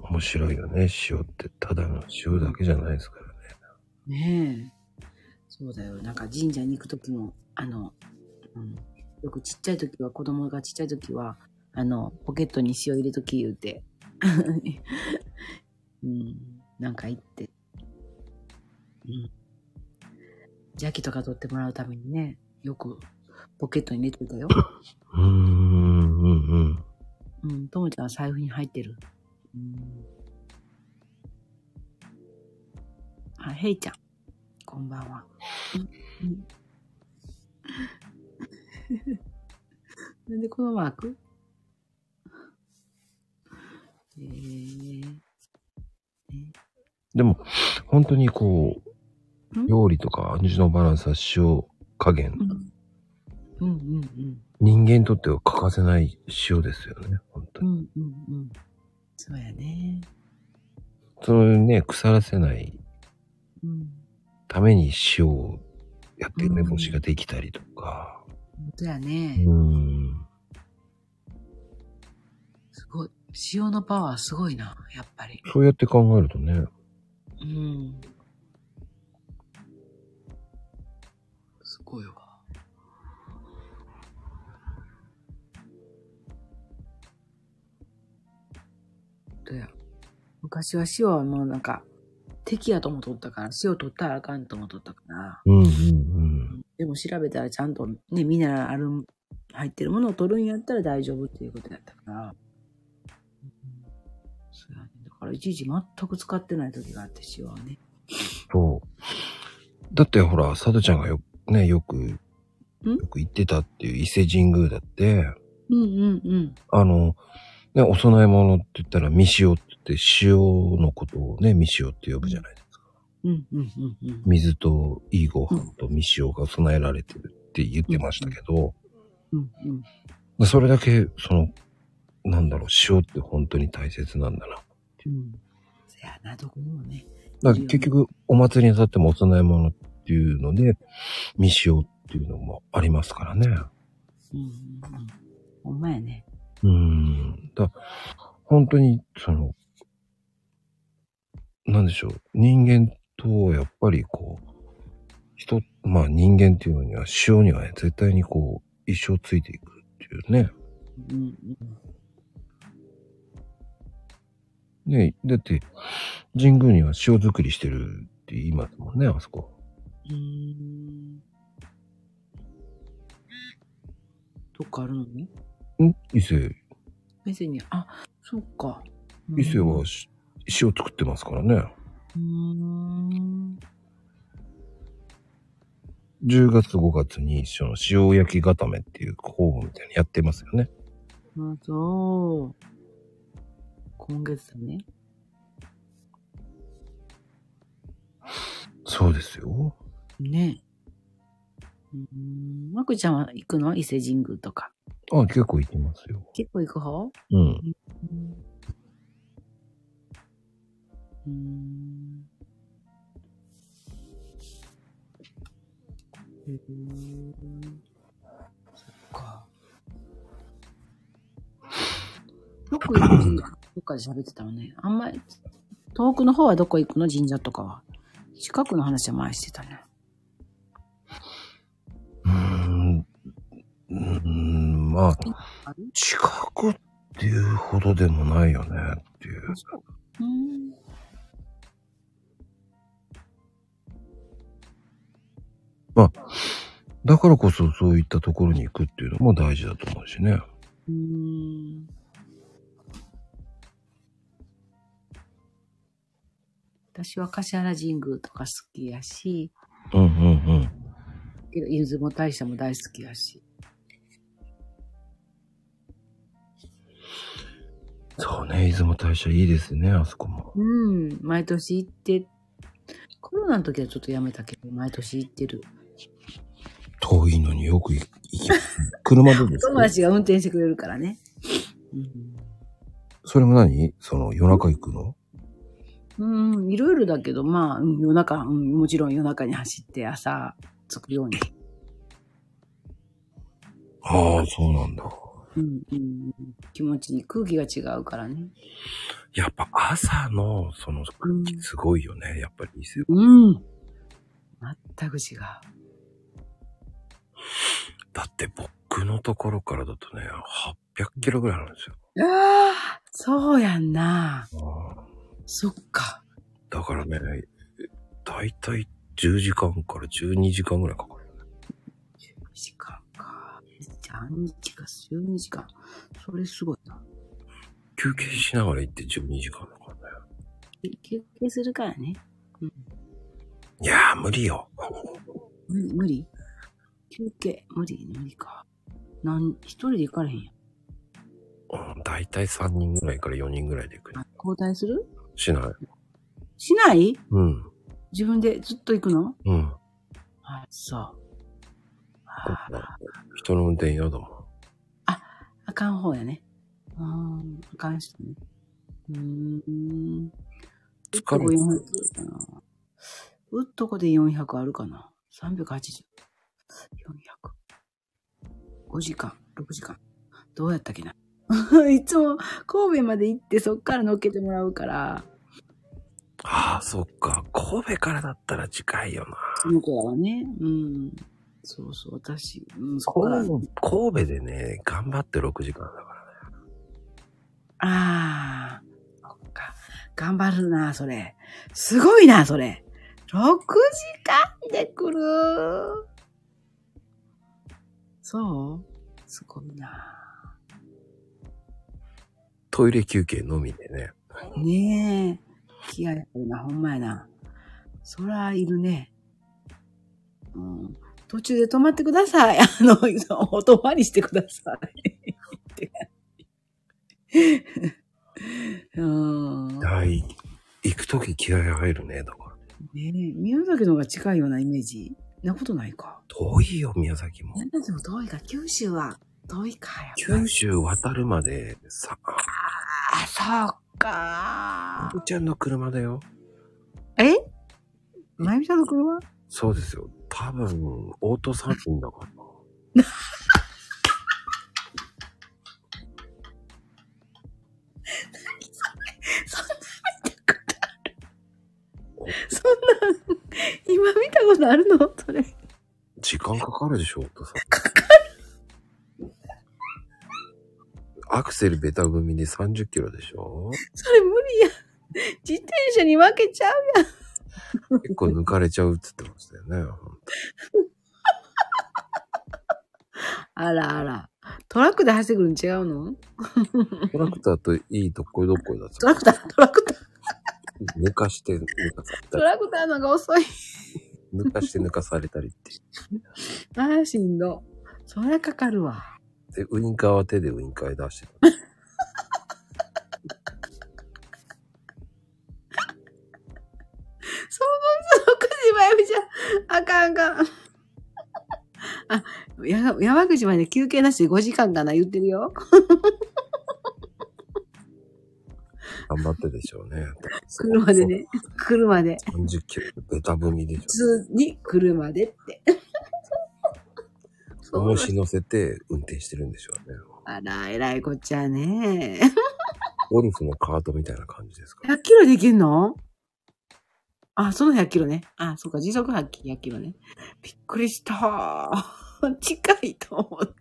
A: 面白いよね。塩ってただの塩だけじゃないですからね。
C: ねえ。そうだよ。なんか神社に行くときも、あの、うん、よくちっちゃいときは、子供がちっちゃいときは、あの、ポケットに塩入れとき言うて。 [LAUGHS] うん、なんか言って。うん。邪気とか取ってもらうためにね、よくポケットに入れてたよ。
A: うーん、うん、うん。
C: うん、ともちゃんは財布に入ってる。うん。あ、へいちゃん。こんばんは。うんうんなんでこのマークえー、
A: でも、本当にこう、
C: ん
A: 料理とか味のバランスは塩加減。
C: うんうんうん
A: 人間にとっては欠かせない塩ですよね。本当
C: う
A: に。
C: んうんうん。そうやね。
A: そういうね、腐らせない
C: うん。
A: ために塩をやって梅干しができたりとか。
C: 本当や
A: う
C: ね。
A: ん。
C: すごい。塩のパワーすごいな、やっぱり。
A: そうやって考えるとね。
C: うん。すごいわ。どや。昔は塩はもうなんか、敵やと思っとったから、塩取ったらあかんと思っとったから。
A: うんうんうん。
C: でも調べたらちゃんとね、ミネラルある、入ってるものを取るんやったら大丈夫っていうことだったから。うんそうやね。だからいちいち全く使ってない時があって、塩はね。
A: そう。だってほら、さとちゃんがよ、ね、よく、よく行ってたっていう伊勢神宮だって、
C: うんうんうん。
A: あの、ね、お供え物って言ったら、未塩って言って、塩のことをね、未塩って呼ぶじゃないですか。
C: うんうんうんうん。
A: 水といいご飯と未塩が供えられてるって言ってましたけど、
C: うんうん。
A: それだけ、その、なんだろう、塩って本当に大切なんだな。
C: うん。そやな、どこにもね。
A: だから結局、お祭りにとってもお供え物っていうので、未塩っていうのもありますからね。
C: うんうんうん。ほんまやね。
A: うん。だ本当に、その、なんでしょう。人間と、やっぱりこう、人、まあ人間っていうのには、塩にはね絶対にこう、一生ついていくっていうね。
C: うんうん。
A: ねだって、神宮には塩作りしてるって言いますもんね、あそこ。
C: うーん。どっかあるのね
A: ん伊勢、
C: 別に、あ、そっか。うん
A: 伊勢はし塩作ってますからね。
C: うーん。
A: 10月5月に、その塩焼き固めっていう方法みたいにやってますよね。
C: あ、そう。今月だね。
A: そうですよ。
C: ねえ。うーん。まくちゃんは行くの伊勢神宮とか。
A: あ、結構行きますよ。
C: 結構行く方
A: うん。
C: うんうーん。へーそっか。よく行く神社どっかで喋ってたよね。あんまり、遠くの方はどこ行くの神社とかは。近くの話は前してたね。
A: うーん、うーんまあ、
C: ある
A: 近くっていうほどでもないよねっていう。
C: そう。うん。
A: だからこそそういったところに行くっていうのも大事だと思うしね。
C: うーん私は橿原神宮とか好きやし、
A: うんうん
C: けど出雲大社も大好きやし。
A: そうね、出雲大社いいですね、あそこも。
C: うん、毎年行って、コロナの時はちょっとやめたけど、毎年行ってる。
A: 遠いのによく行き、車でです
C: [LAUGHS] 友
A: ね。
C: 達が運転してくれるからね。うん
A: それも何その夜中行くの
C: うん、いろいろだけど、まあ、うん夜中、うん、もちろん夜中に走って朝着くように。
A: ああ、そうなんだ。
C: うん、うん、気持ちに空気が違うからね。
A: やっぱ朝のその空気すごいよね、やっぱり伊勢
C: うん。全く違う。
A: だって僕のところからだとね、800キロぐらいあるんですよ。
C: ああ、そうやんな。そっか。
A: だからね、だいたい10時間から12時間ぐらいかかるよね。
C: 12時間か。12時間、12時間。それすごいな。
A: 休憩しながら行って12時間だからね。
C: 休憩するからね。
A: いやー無理よ。
C: 無理、無理休憩、無理、無理か。なん、一人で行かれへんやん。
A: うんだいたい3人ぐらいから4人ぐらいで行くね。
C: あ交代する
A: しない。
C: しない
A: うん。
C: 自分でずっと行くの
A: うん。
C: あ、そう。あー
A: 人の運転嫌だもん。
C: あかん方やね。うーん、あかん人ね。うーん。うっと
A: 疲
C: こ
A: れ
C: 400あるかな。うっとこで400あるかな。380。400。5時間、6時間。どうやったっけな。 [LAUGHS] いつも神戸まで行ってそっから乗っけてもらうから、
A: ああ、そっか。神戸からだったら近いよな。
C: その子らはね。うん。そうそう、私、うん、そこから。
A: 神戸神戸でね、頑張って6時間だからね。
C: ああ、そっか。頑張るな、それ。すごいな、それ。6時間で来る。そうすごいな。
A: トイレ休憩のみでね。
C: ねえ。気合い入るな、ほんまやな。そら、いるね。うん。途中で止まってください。 [LAUGHS] あの、お泊まりしてください。って [LAUGHS] うん。
A: はい。行くとき気合入るね。だから。
C: ねえ、宮崎の方が近いようなイメージ。なことないか。
A: 遠いよ、宮崎も。
C: 宮崎も遠いか、九州は遠いかやっぱ
A: 九
C: り。
A: 州渡るまで、さ、
C: あ、そう [LAUGHS] か
A: あ。ちゃんの車だよ。
C: えまゆみちゃんの車
A: そうですよ。多分、オートサーフィンだから。
C: そんな見たことある。そんな、今見たことあるのそれ。
A: 時間かかるでしょ、オートサーフィン。
C: かか [LAUGHS]
A: アクセルベタ組で30キロでしょ
C: それ無理や。自転車に負けちゃうやん。
A: 結構抜かれちゃうって言ってましたよね。ほんと
C: あらあら。トラックで走ってくるの違うの
A: トラクターといいとこどっこいだ
C: [LAUGHS] トラクター、トラクター、
A: と抜かして、抜かされた
C: ト
A: り、
C: ラクターの方が遅い。
A: 抜かして抜かされたりって。
C: あーしんど。そりゃかかるわ。
A: で、ウインカーは手でウインカーへ出してた。
C: そうそう、6時まゆみちゃん。あかんあかん。あ、や山口まで休憩なしで5時間かな言ってるよ。
A: 頑張ってでしょうね。
C: [LAUGHS] 車で。ね。車で。
A: 30キロ、ベタ踏みでし
C: 普通に車
A: [LAUGHS]
C: でって。
A: ょ。
C: そう
A: 重し乗せて運転してるんでしょうね。
C: あら、えらいこっちゃね。
A: ゴルフのカートみたいな感じですから。
C: 100キロできんのあ、その100キロね。あ、そうか、時速100キロ100キロね。びっくりした。近いと思っ
A: や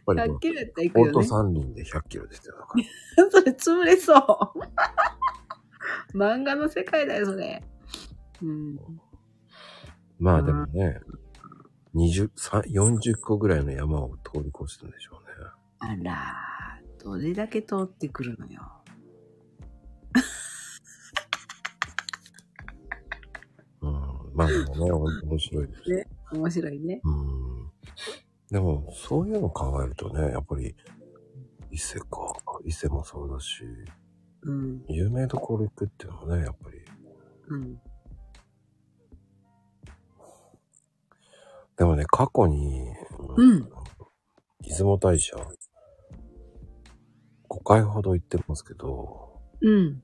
A: っぱ
C: た。
A: り
C: 100、キロやったら行く
A: オー
C: よね。
A: ト三輪で100キロですよ。だ
C: [LAUGHS]
A: から
C: それ潰れそう。 [LAUGHS] 漫画の世界だよ、それ。うん。
A: まあでもね、20、さ40個ぐらいの山を通り越してるんでしょうね。
C: あら、どれだけ通ってくるのよ。
A: うん。まあでもね、お面白いです。
C: 面白いね。
A: うん。でも、そういうの考えるとね、やっぱり、伊勢か。伊勢もそうだし、
C: うん。
A: 有名どころ行くっていうのはね、やっぱり。
C: うん。
A: でもね、過去に、
C: うん。
A: 出雲大社、5回ほど行ってますけど、
C: うん。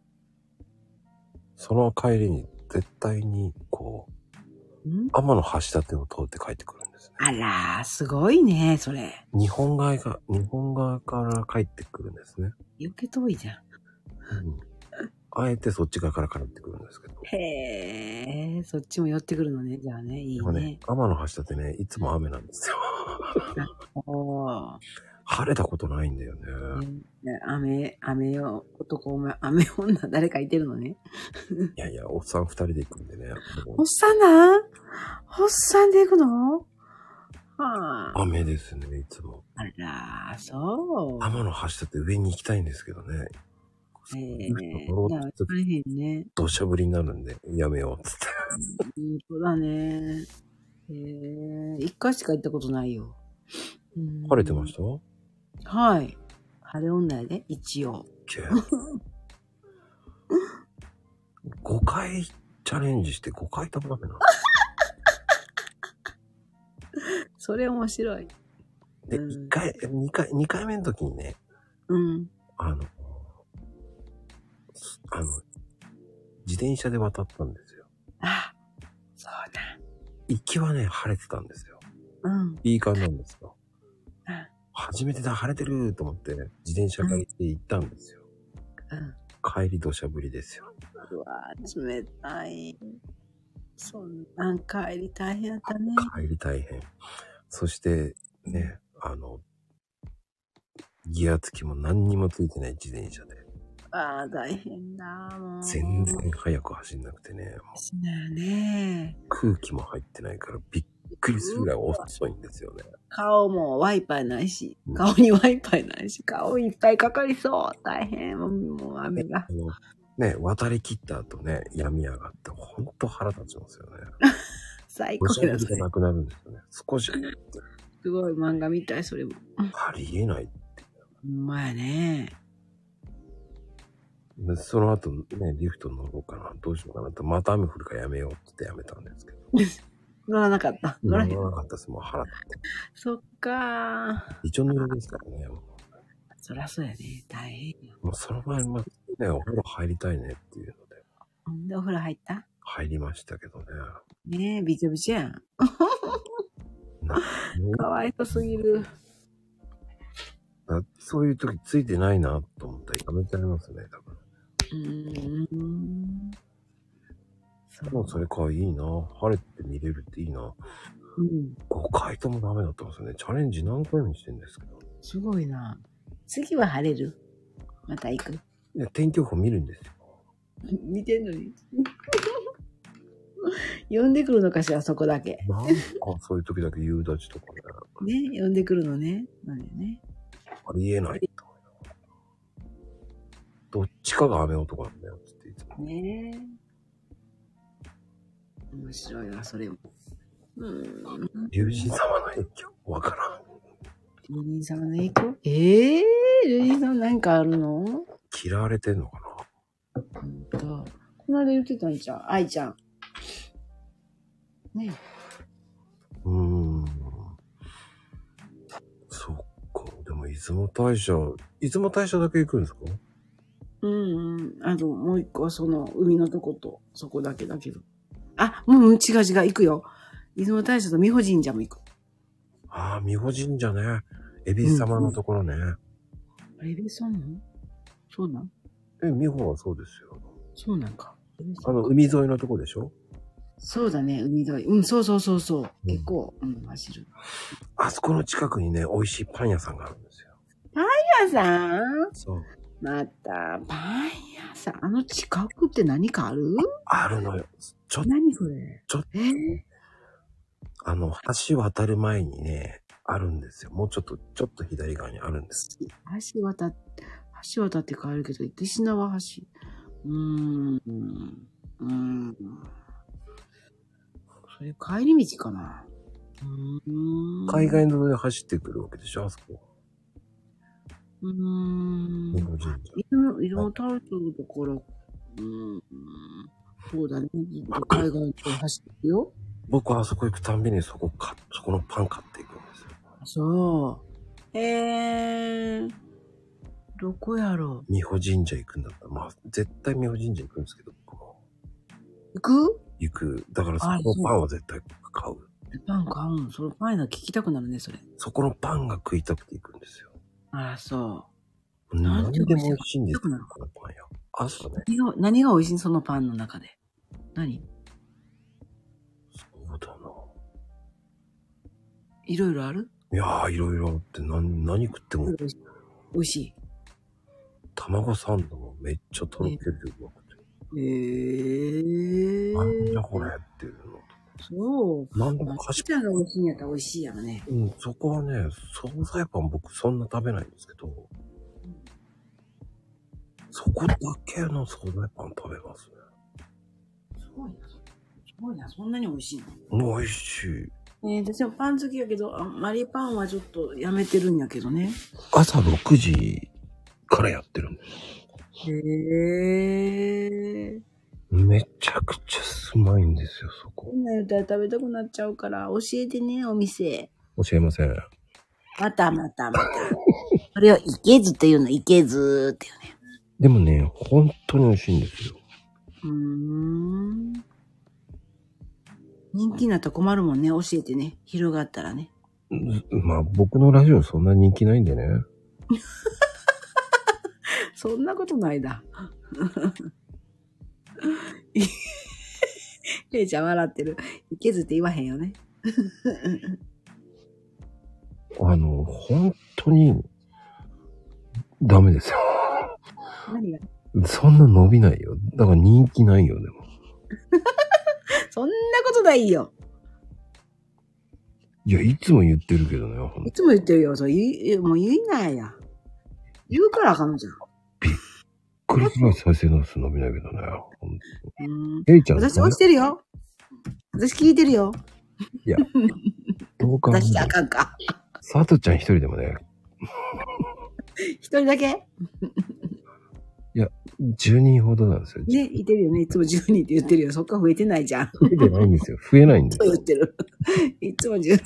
A: その帰りに絶対に、こう、
C: うん、
A: 天の橋立を通って帰ってくるんですね。
C: あら、すごいね、それ。
A: 日本側が、日本側から帰ってくるんですね。
C: 余計遠いじゃん。
A: うんあえてそっち側から帰ってくるんですけど。
C: へえ、そっちも寄ってくるのね。じゃあね、いい
A: でもね
C: ね。、
A: 天の橋立ね、いつも雨なんですよ。
C: おー
A: 晴れたことないんだよね。
C: ね雨、雨を、男、お前、雨女、誰かいてるのね。
A: いやいや、おっさん二人で行くんでね。もう
C: おっさんなんおっさんで行くのはあ。
A: 雨ですね、いつも。
C: あら、そう。
A: 天の橋立上に行きたいんですけどね。
C: ええ
A: リフト乗
C: い
A: ろ
C: や、
A: う
C: わ
A: っ
C: か
A: つって
C: れへんね。
A: 土砂降りになるんで、やめようっつって。
C: うん、そうだね。ええ一回しか行ったことないよ。うん
A: 晴れてました
C: たはい。晴れ女やで、一応。
A: け ?5 回チャレンジして5回ともダメなの。
C: それ面白い。
A: で、
C: うん
A: 1回、2回、二回目の時にね、
C: うん。
A: あの、すあの、自転車で渡ったんですよ。
C: あ、そうだ。
A: 行きはね、晴れてたんですよ。
C: うん。
A: いい感じなんですよ
C: うん。
A: 初めてだ、晴れてると思って、自転車借りて行ったんですよ。
C: うん。
A: 帰り土砂降りですよ。
C: うわ冷たい。そんなん帰り大変やったね。
A: 帰り大変。そして、ね、あの、ギア付きも何にもついてない自転車で。
C: ああ、大変だ、もう。
A: 全然速く走んなくてね、
C: そうだよね。
A: 空気も入ってないからびっくりするぐらい遅いんですよね。
C: 顔もワイパーないし
A: う、ん
C: 顔にワイパーないし、顔いっぱいかかりそう。大変、もうもう雨が
A: あ。の、ね、渡り切った後ね、病み上がって、ほんと腹立ちますよね。
C: 最
A: お
C: 高
A: しゃ
C: だ
A: れ
C: そ
A: じゃ
C: れ。
A: なくなるんですよね。少し、
C: すごい漫画みたい、それも。
A: ありえない。
C: ほんまやね。
A: でその後ね、リフト乗ろうかな、どうしようかなと、また雨降るからやめようって言ってやめたんですけど。
C: 乗らなかった。乗
A: 乗
C: ら
A: ら
C: へん。
A: なかったです、もう腹立って。
C: そっかー。
A: 一応濡れですからね。
C: そりゃそうやね。大変よ。
A: もうその前に、まあね、お風呂入りたいねっていうので、
C: ほんで、お風呂入った
A: 入りましたけどね。
C: ねえ、びちょびちょやん。
A: な
C: かわいそすぎる。
A: なそういう時ついてないなと思ったらやめちゃいますね、多分。
C: うーん。
A: で
C: そ
A: もそれか、いいな晴れて見れるっていいな
C: う。うん。
A: 5回ともダメだったんですよね。チャレンジ何回もしてんですけど。
C: すごいな。次は晴れるまた行く
A: いや天気予報見るんですよ。
C: 見てんのに。呼んでくるのかしら、そこだけ。
A: なんかそういう時だけ夕立ちとかね、
C: ね、呼んでくるのね。なんだよね。
A: ありえないと思いながらどっちかが雨男なんだよって言っていつも。
C: ねえ。面白いわ、それも。うーん。
A: 友人様の影響わからん。
C: レニーさんの影響ええー、レニーさんなんかあるの
A: 嫌われてんのかな
C: ほんと。この間言ってたんちゃう愛ちゃん。ね
A: うーん。そっか。でも、出雲大社、出雲大社だけ行くんですか
C: うんうん。あと、もう一個はその、海のとこと、そこだけだけど。あ、もう、うん違う違う、行くよ。出雲大社と美保神社も行く。
A: ああ、美保神社ね。エビ様のところね。
C: あれ、エビそうなんそうなん
A: え、美保はそうですよ。
C: そうなんか。
A: あの、海沿いのとこでしょ
C: そうだね、海沿い。うん、そうそうそうそう。
A: ん
C: 結構、うん、走る。
A: あそこの近くにね、美味しいパン屋さんがあるんですよ。
C: パン屋さん
A: そう。
C: また、パン屋さん。あの近くって何かある
A: あるのよ。ちょっと、
C: 何それ
A: ちょっ
C: えー
A: あの、橋渡る前にね、あるんですよ。もうちょっと、ちょっと左側にあるんです。
C: 橋渡って、橋渡って帰るけど、石縄橋。うーん。うーん。それ帰り道かな。うーん。
A: 海岸沿いで走ってくるわけでしょあそこ。
C: うーん。
A: 美保神社。
C: いろいろタイトルだから、うーん。そうだね。海岸を走ってるよ。
A: 僕はあそこ行くたんびにそこか、そこのパン買っていくんですよ。
C: そう。えー。どこやろ
A: 美保神社行くんだったら、まあ、絶対美保神社行くんですけど、僕も
C: う行く
A: 行く。だからそ
C: あ
A: このパンは絶対買う。
C: パン買うん。そのパンが聞きたくなるね、それ。
A: そこのパンが食いたくて行くんですよ。
C: あら、そう。な
A: 何
C: んて
A: で
C: いう
A: も
C: ん
A: 美
C: ですか
A: 味しいんですよ、こ
C: な
A: の
C: んか
A: パン屋。あ、そうね。
C: 何が、何が美味しいそのパンの中で。何
A: そうだな。
C: いろいろある
A: いやー、いろいろあって、何、何食っても、
C: 美味し
A: 卵サンドもめっちゃとろけるでうまくて。
C: い。へえ
A: なんじゃこれっていうのと。
C: そう。
A: なんで
C: ま
A: も
C: あ、
A: か
C: ち
A: し
C: ゃんが美味しいんやったら美味しいやろね。
A: うん、そこはね、惣菜パン僕そんな食べないんですけど、そこだけの惣菜パン食べますね。
C: すごいな。すごいな。そんなに美味しい
A: もう美味しい。
C: の。えー、私もパン好きやけど、あんまりパンはちょっとやめてるんやけどね。
A: 朝6時からやってるんです。
C: へえ。
A: めちゃくちゃうまいんですよ、そ
C: こ
A: こ。
C: んなん言ったら食べたくなっちゃうから、教えてね、お店。
A: 教えません。
C: またまたまた。それをいけずっていうの、いけずっていうね。
A: でもね、本当に美味しいんですよ。
C: うーん。人気になったら困るもんね。教えてね。広がったらね。
A: うんまあ僕のラジオそんな人気ないんでね。
C: そんなことない [LAUGHS] だ。レイちゃん笑ってる。いけずって言わへんよ [LAUGHS] ね。
A: あの、本当にダメですよ。
C: 何が
A: そんな伸びないよ。だから人気ないよ、でも。
C: そんなことないよ。
A: いや、いつも言ってるけどね、ほん
C: い
A: と
C: つも言ってるよ。そう言い、もう言いないや。言うからあかんじゃん。
A: クリスマス再生の数伸びないけどね。ほんと
C: うん。
A: ケイちゃん、
C: 私押してるよ。私聞いてるよ。
A: どうかな
C: 私じゃあかんか。
A: サトちゃん一人でもね、
C: 一人だけ
A: 10人ほどなんですよ。
C: ね、いてるよね。いつも10人って言ってるよ。そっか増えてないじゃん。
A: 増えてないんですよ。増えないんで
C: そう
A: す
C: 言
A: よ
C: っ。てる。いつも10、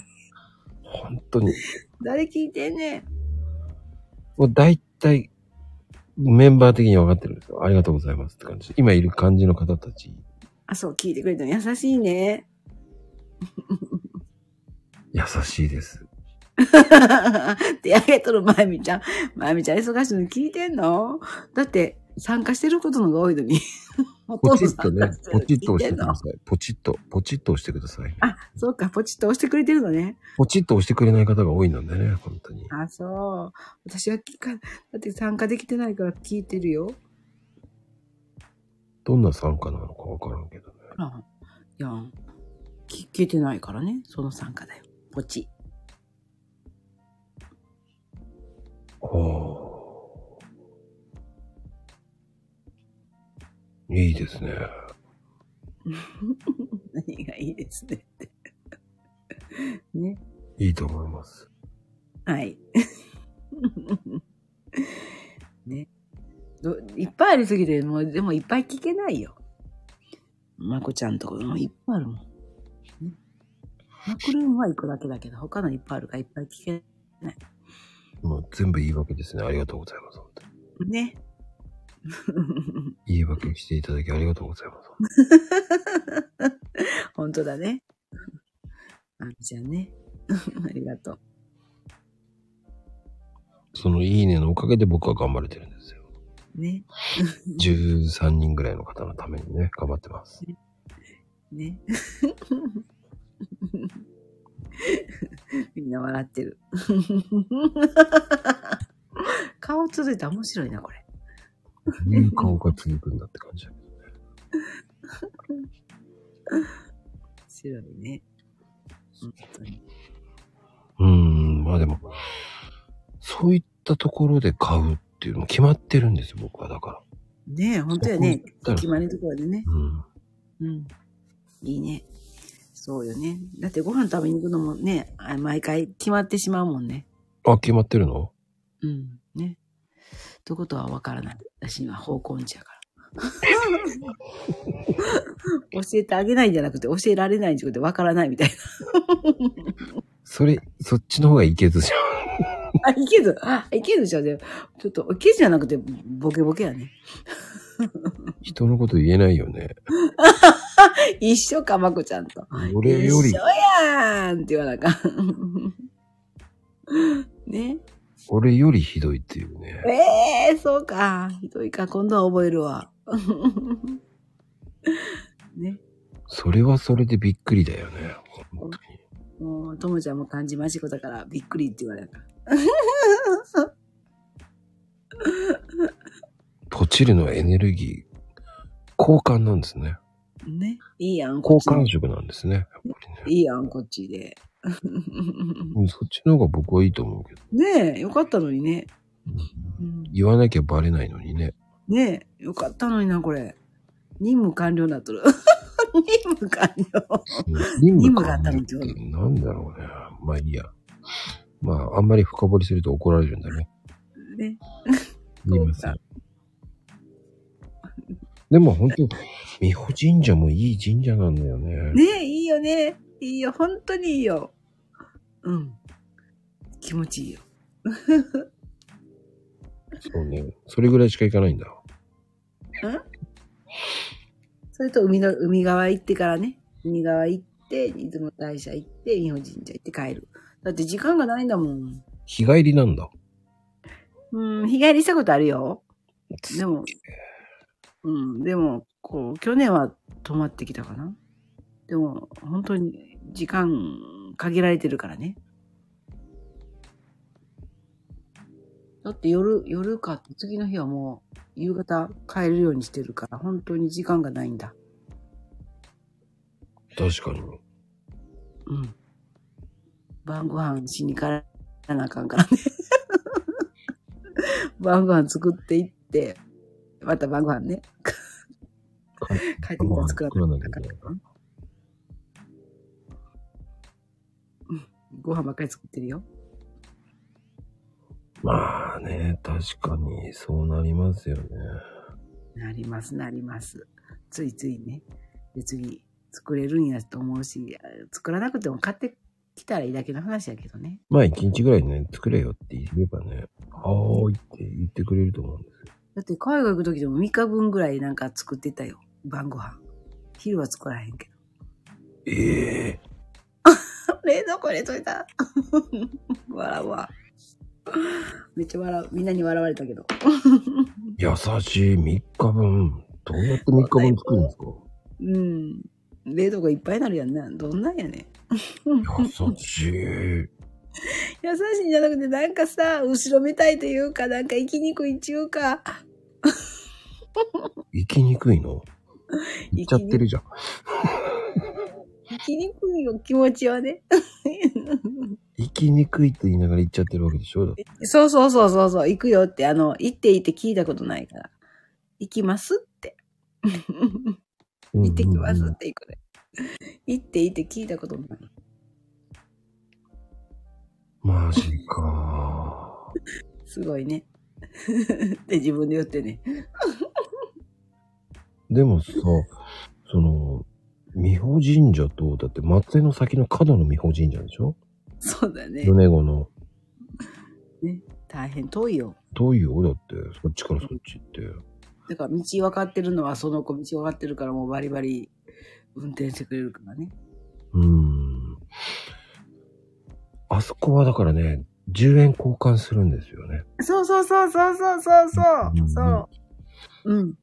A: 本当に。
C: 誰聞いてんねん。
A: もう大体、メンバー的に分かってるんですよ。ありがとうございますって感じ。今いる感じの方たち。
C: あ、そう、聞いてくれたの優しいね。
A: 優しいです。
C: 手上げとるまゆみちゃん。まゆみちゃん忙しいのに聞いてんのだって、参加してることのが多いのに。ほ
A: ポ
C: とん
A: チ
C: ど
A: ッと
C: 参
A: ね
C: 加し、てる
A: ポ
C: の
A: チ
C: に
A: ッと
C: 聞い
A: 押してて
C: ん
A: く
C: の
A: ださい。ポチッと、ポチッと押してください。
C: あ、そうか、ポチッと押してくれてるのね。
A: ポチッと押してくれない方が多いのでね、本当に。
C: あ、そう。私は聞か、だって参加できてないから聞いてるよ。
A: どんな参加なのか分からんけどね。
C: あ、いや、聞けてないからね、その参加だよ。ポチ。 [LAUGHS]
A: はあ。いいですね。
C: 何がいいですねって。ね。
A: いいと思います。
C: はい。 [LAUGHS] ねど。いっぱいありすぎて、もう、でもいっぱい聞けないよ。まこちゃんとこもいっぱいあるもん。ね、マクルームは一個だけだけど、他のいっぱいあるからいっぱい聞けない。
A: もう全部言い訳ですね。ありがとうございます。本当に
C: ね。 [LAUGHS]
A: 言い訳していただきありがとうございます。
C: 本当だね。あんちゃんね。 [LAUGHS] ありがとう。
A: そのいいねのおかげで僕は頑張れてるんですよ。
C: ね。
A: 13人ぐらいの方のためにね、頑張ってます。
C: ね。 [LAUGHS] みんな笑ってる。 [LAUGHS] 顔続いたら面白いな、これ。
A: どういう顔が続くんだって感じだけど。
C: 面白いね。本当に。
A: うーん、まあでも、そういったところで買うっていうのも決まってるんですよ、僕はだから。
C: ねえ、本当やね。
A: そう
C: 決まりのところでね。
A: うん。
C: うん。いいね。そうよね。だってご飯食べに行くのもね、あ毎回決まってしまうもんね。
A: あ、決まってるの
C: うん。ね。ということは分からない。私今、方向音痴やから。教えてあげないんじゃなくて、教えられないんじゃなくて、分からないみたい
A: それ、そっちの方がいけずじゃん。
C: な。あ、いける。あ、いけるじゃん。でもちょっと、いけるじゃなくて、ボケボケやね。
A: 人のこと言えないよね。
C: 一緒か、まこちゃんと。
A: 俺より
C: 一緒、やーんって言わなあかん。ね。
A: 俺よりひどいっていうね。
C: ええー、そうか。ひどいか。今度は覚えるわ。 [LAUGHS] ね。
A: それはそれでびっくりだよね。本当に。
C: もう、ともちゃんも漢字マジコだから、びっくりって言われた。
A: ポチるのはエネルギー。交換なんですね。
C: ね。いいやん、こ
A: 交
C: っち
A: 換色なんですね。やっぱりね。
C: いいやん、こっちで。 [LAUGHS]
A: うんそっちの方が僕はいいと思うけど。
C: ねえ、よかったのにね。うん
A: 言わなきゃバレないのにね。
C: ねえ、よかったのにな、これ。任務完了になっとる。 [LAUGHS] 任務完了。
A: 任
C: 務があったのに
A: ってなんだろうね。まあいいや。まあ、あんまり深掘りすると怒られるんだね。
C: ね。
A: 言いません。でも本当、美保神社もいい神社なんだよね。
C: ねえ、いいよね。いいよ、本当にいいよ。うん。気持ちいいよ。
A: そうね。それぐらいしか行かないんだ。
C: それと海の、海側行ってからね。海側行って、出雲大社行って、美保神社行って帰る。だって時間がないんだもん。
A: 日帰りなんだ。
C: うん、日帰りしたことあるよ。でも、うん、でも、こう、去年は泊まってきたかな。でも、本当に時間限られてるからね。だって夜、夜か、次の日はもう夕方帰るようにしてるから、本当に時間がないんだ。
A: 確かに。
C: うん。晩ご飯しにからなあかんからね。 [LAUGHS] 晩ご飯作っていって、また晩ご飯ね。
A: 帰って
C: 帰ってきたら作ら
A: 作らなきゃ
C: ないあ
A: け
C: かん
A: ない
C: から。うんご飯ばっかり作ってるよ。
A: まあね、確かにそうなりますよね。
C: なります、なります。ついついね。で、次、作れるんやと思うし、あ作らなくても買ってきたらいいだけの話やけどね。
A: まあ一日ぐらいね、作れよって言えばね、はーいって言ってくれると思うんですよ。
C: だって海外行く時でも3日分ぐらいなんか作ってたよ。晩ご飯。昼は作らへんけ
A: ええ
C: ど。 [LAUGHS] 冷蔵庫入れといた。 [LAUGHS] 笑うわ。めっちゃ笑う。みんなに笑われたけど。
A: 優しい3日分。どうやって3日分作るんですか
C: うん。冷蔵庫いっぱいになるやんな。どんなんやねん。
A: 優しい。
C: 優しいんじゃなくて、なんかさ、後ろめたいというか、なんか生きにくいっていうか。
A: 生きにくいの言っちゃってるじゃん。
C: 生きにくいよ、気持ちはね。 [LAUGHS]
A: 生きにくいって言いながら言っちゃってるわけでしょだって
C: そうそうそうそうそう、行くよって、あの、行っていいって聞いたことないから。行きますって。 [LAUGHS] 行ってきますって行くね。 [LAUGHS] 行っていいって聞いたことない。
A: マジか。
C: すごいね。 [LAUGHS] って自分で言ってね。
A: でもさ、その、美保神社と、だって松江の先の角の美保神社でしょ
C: そうだね。
A: 米子の。
C: 大変遠いよ。
A: 遠いよ、だって。そっちからそっちって。
C: だから道分かってるのはその子道分かってるからもうバリバリ運転してくれるからね。
A: うーん。あそこはだからね、10円交換するんですよね。
C: そうそうそうそうそうそうそう。そう。うん。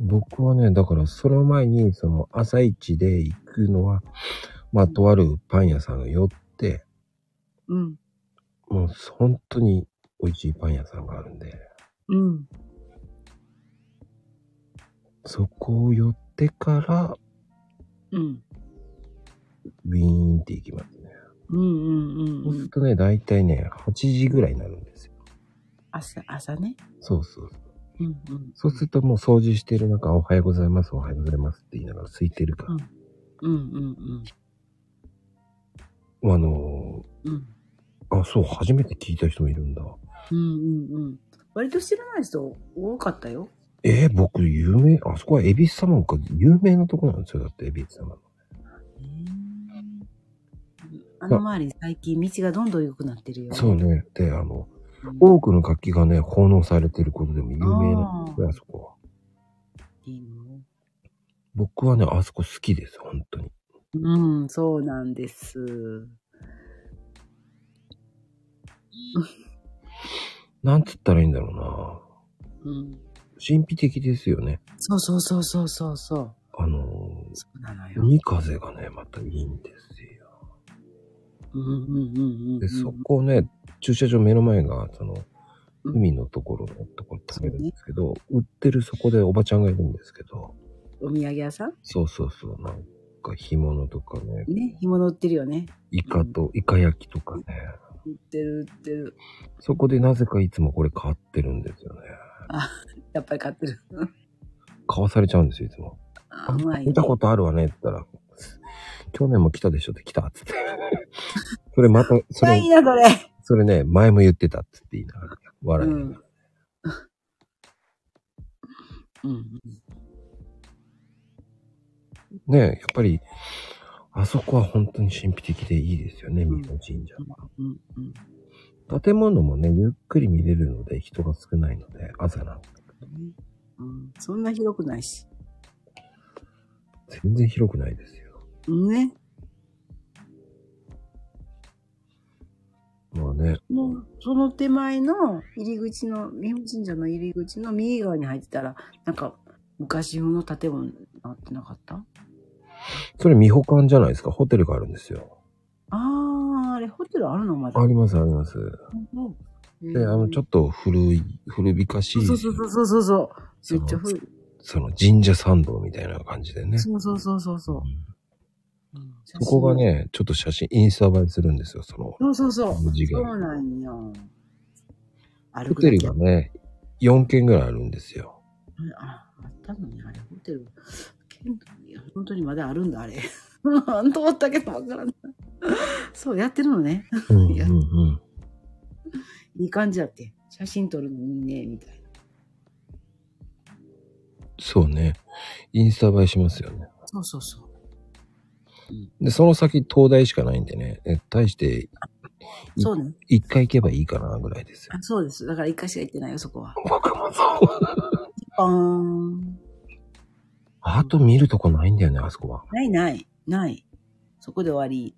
A: 僕はね、だからその前に、その朝一で行くのは、まあ、とあるパン屋さんが寄って、
C: うん。
A: もう本当に美味しいパン屋さんがあるんで、
C: うん。
A: そこを寄ってから、
C: うん。
A: ウィーンって行きますね。
C: うんうんうん
A: そう
C: う
A: す
C: ん
A: る。とね、だいたいね、8時ぐらいになるんですよ。
C: 朝、朝ね。
A: そうそう。
C: うんうん。
A: そうするともう掃除してる中、おはようございます、おはようございますって言いながら空いてるから。
C: うんうん
A: あの
C: うん。うん
A: ーあ、そう、初めて聞いた人もいるんだ。
C: うんうんうん。割と知らない人多かったよ。
A: えー僕、有名、あそこはエビス様か、有名なとこなんですよ。だって、エビス様の。
C: あの周り最近道がどんどん良くなってるよ。
A: そうね。で、あの、
C: うん。
A: 多くの楽器がね、奉納されてることでも有名なんですよ、
C: あー
A: あそこは。
C: いいの
A: 僕はね、あそこ好きです、本当に。
C: うん、そうなんです。
A: なんつったらいいんだろう
C: うん。
A: な。神秘的ですよね。
C: そうそうそうそうそうそう。
A: あの
C: そうなの
A: ー、
C: よ。
A: 海風がね、またいいんですよ。
C: うんうんうんうん。
A: で、そこね、駐車場目の前が、その、
C: うん
A: 海のところのところ食べるんですけど、売ってるそこでおばちゃんがいるんですけど、
C: お土産屋さん
A: そうそうそう、なんか干物とかね、
C: ね、紐乗ってるよね。
A: イカと、イカ焼きとかね、
C: 売ってる売ってる。
A: そこでなぜかいつもこれ買ってるんですよね。
C: やっぱり買ってる。
A: 買わされちゃうんですよ、いつも。
C: あうまいね。
A: 見たことあるわねって言ったら、去年も来たでしょって来たっつって。 [LAUGHS] それまた、そう
C: まい
A: れ、
C: な、それ。
A: それね、前も言ってたっつって言いながら、笑いながら
C: [LAUGHS] うん。
A: ねえ、やっぱり、あそこは本当に神秘的でいいですよね、
C: うん
A: 三保神社は。
C: うんうん。
A: 建物もね、ゆっくり見れるので、人が少ないので、朝なんか
C: うん、そんな広くないし。
A: 全然広くないですよ。
C: ね。
A: まあね、
C: もう、その手前の入り口の、三保神社の入り口の右側に入ってたら、なんか、昔風の建物になってなかった
A: それ、美保館じゃないですか、ホテルがあるんですよ。
C: あー、あれ、ホテルあるのまだ。
A: あります、あります。
C: うん
A: で、あの、ちょっと古い、古びかしい、
C: そうそうそうそうそう。めっちゃ古い。
A: その神社参道みたいな感じでね。
C: そうそうそうそうそう。うん
A: そこが。ね、ちょっと写真、インスタ映えするんですよ、その。
C: そうそうそう。
A: 文字が
C: そうなんよ。歩
A: ホ
C: く
A: テ
C: だ
A: ル
C: け
A: が。ね、4軒ぐらいあるんですよ。
C: あ、あったのに、あれ、ホテル。県都いや本当にまだあるんだ、あれ。 [LAUGHS] うんと思ったけど、わからん。そう、やってるのね。
A: うんうん
C: いや
A: うん。
C: いい感じだって。写真撮るのにね、みたいな。
A: そうね。インスタ映えしますよね。
C: そうそうそう。
A: で、その先、東大しかないんでね、え対して、
C: そうね。
A: 1回行けばいいかな、ぐらいですよ。
C: あそうです。だから一回しか行ってないよ、そこは。
A: 僕もそう。
C: あーん。
A: あと見るとこないんだよね、あそこは。
C: ないない、ない。そこで終わり。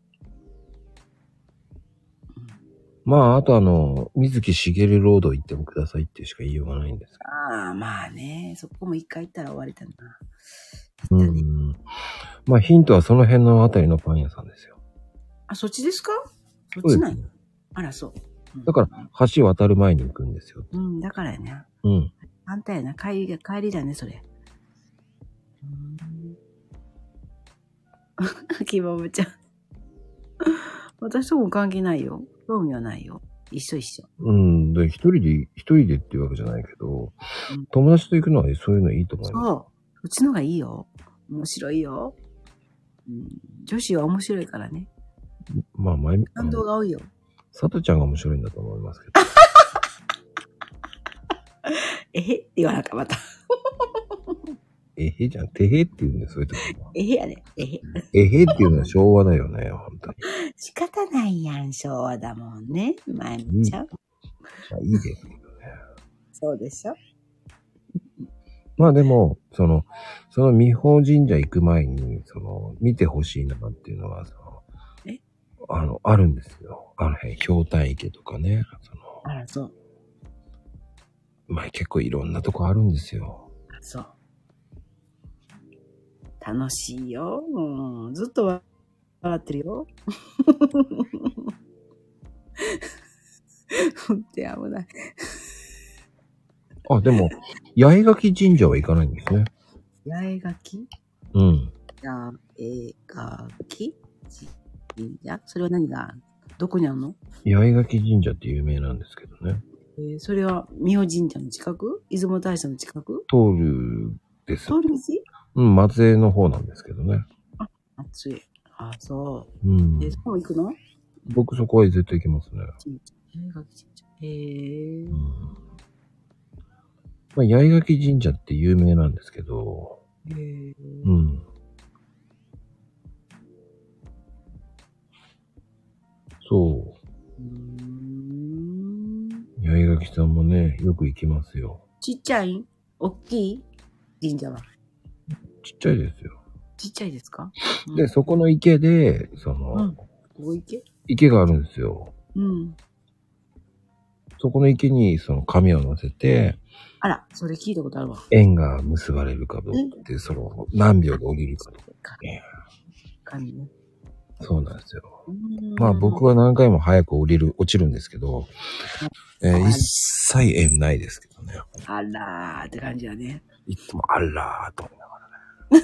A: まあ、あとあの、水木しげるロード行ってもくださいってしか言いようがないんです
C: ああ、まあね。そこも一回行ったら終わりだな。
A: けど。うん。まあ、ヒントはその辺のあたりのパン屋さんですよ。
C: あ、そっちですか
A: そ
C: そっ
A: う
C: ち
A: で
C: な
A: す
C: い
A: ね。
C: あら、そう。うん
A: だから、橋渡る前に行くんですよ。
C: うん、だからやな。
A: うん。
C: 反対やな。帰りが、帰りだね、それ。きばぶちゃん。私とも関係ないよ。興味はないよ。一緒一緒。
A: うん。で、一人で、一人でっていうわけじゃないけど、
C: うん
A: 友達と行くのはそういうのいいと思い
C: そう。
A: ます。
C: そっちのがいいよ。面白いよ。うん、女子は面白いからね。
A: まあ、前、あ
C: 感動
A: の
C: が多いよ。
A: 佐藤ちゃんが面白いんだと思いますけど。
C: えへって言わなかまた。
A: えへじゃん。てへって言うんです、そういうとこは。
C: えへやね。えへ。
A: えへっていうのは昭和だよね、本当に。
C: 仕方ないやん、昭和だもんね。まゆみちゃん。
A: まあ、いいですけどね。
C: そうでしょ
A: まあでも、その、その美宝神社行く前に、その、見てほしいなっていうのが、その
C: え、
A: あの、あるんですよ。あの辺、氷炭池とかね。その、
C: あら、そう。
A: まあ結構いろんなとこあるんですよ。
C: そう。楽しいよ。うん、ずっとわ笑ってるよ。本当に危ない。
A: あ、で
C: [LAUGHS]
A: も、八重垣神社は行かないんですね。
C: 八重垣
A: うん。
C: 八重垣神社それは何がどこにあるの
A: 八重垣神社って有名なんですけどね。
C: えーそれは、三保神社の近く出雲大社の近く
A: 通るです。
C: 通り道
A: うん、松江の方なんですけどね。
C: 暑い。あ、そうう。
A: ん
C: え、。そこも行くの
A: 僕そこは絶対行きますね。
C: 八重垣神社。へえ
A: うん。まあ、八重垣神社って有名なんですけど、
C: ー。へー
A: うん。そう
C: ーん
A: う。八重垣さんもね、よく行きますよ。
C: ちっちゃい大きい神社は。
A: ちっちゃいですよ。
C: ちっちゃいですか
A: で、そこの池で、その、
C: うんこ行け
A: 池があるんですよ。
C: うん。
A: そこの池にその紙を乗せて、
C: あら、それ聞いたことあるわ。
A: 縁が結ばれるかどうかって、その、何秒で降りるかとか。ね
C: 神ね。
A: そうなんですよ。ま
C: ま
A: あ僕は何回も早く降りる、落ちるんですけど、えー
C: はい
A: 一切縁ないですけどね。
C: あらーって感じだね。
A: いつもあらーと思いながら。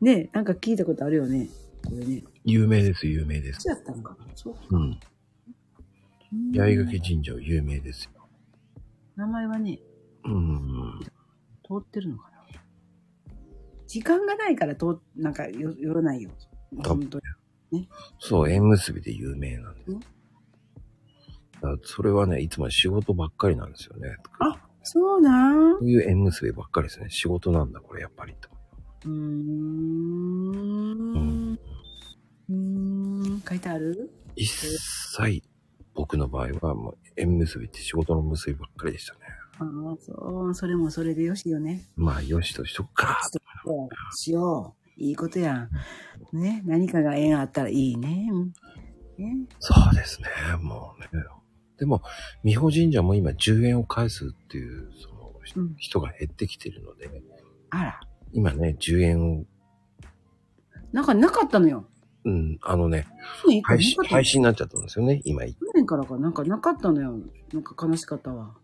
C: ねえなんか聞いたことあるよね。これね。こ
A: 有名です、有名で
C: っ
A: す。
C: ちだったのかなそう。
A: うん。
C: うん
A: 八重垣神社有名ですよ。
C: 名前はね、
A: うん。
C: 通ってるのかな時間がないから通、なんかよ寄らないよ。
A: 多分
C: 本当に。
A: そう、縁結びで有名なんです。だからそれはね、いつも仕事ばっかりなんですよね。
C: あそうな
A: こ
C: ん
A: ういう縁結びばっかりですね。仕事なんだ、これやっぱりと。
C: うーん。うーん。書いてある
A: 一切、僕の場合はもう縁結びって仕事の結びばっかりでしたね。
C: ああ、そう。それもそれでよしよね。
A: まあ、よしとしとくか。
C: そうしよう。いいことやん。ね。何かが縁あったらいいね。うんね。
A: そうですね、もうね。でも、美保神社も今10円を返すっていう、その、
C: うん
A: 人が減ってきてるので、
C: あら。
A: 今ね、10円を、
C: なんかなかったのよ。
A: うん、あのね、
C: 一個
A: 配
C: な
A: 信、
C: かった
A: 配信になっちゃったんですよね、今。
C: 去年からかなんかなかったのよ。なんか悲しかったわ。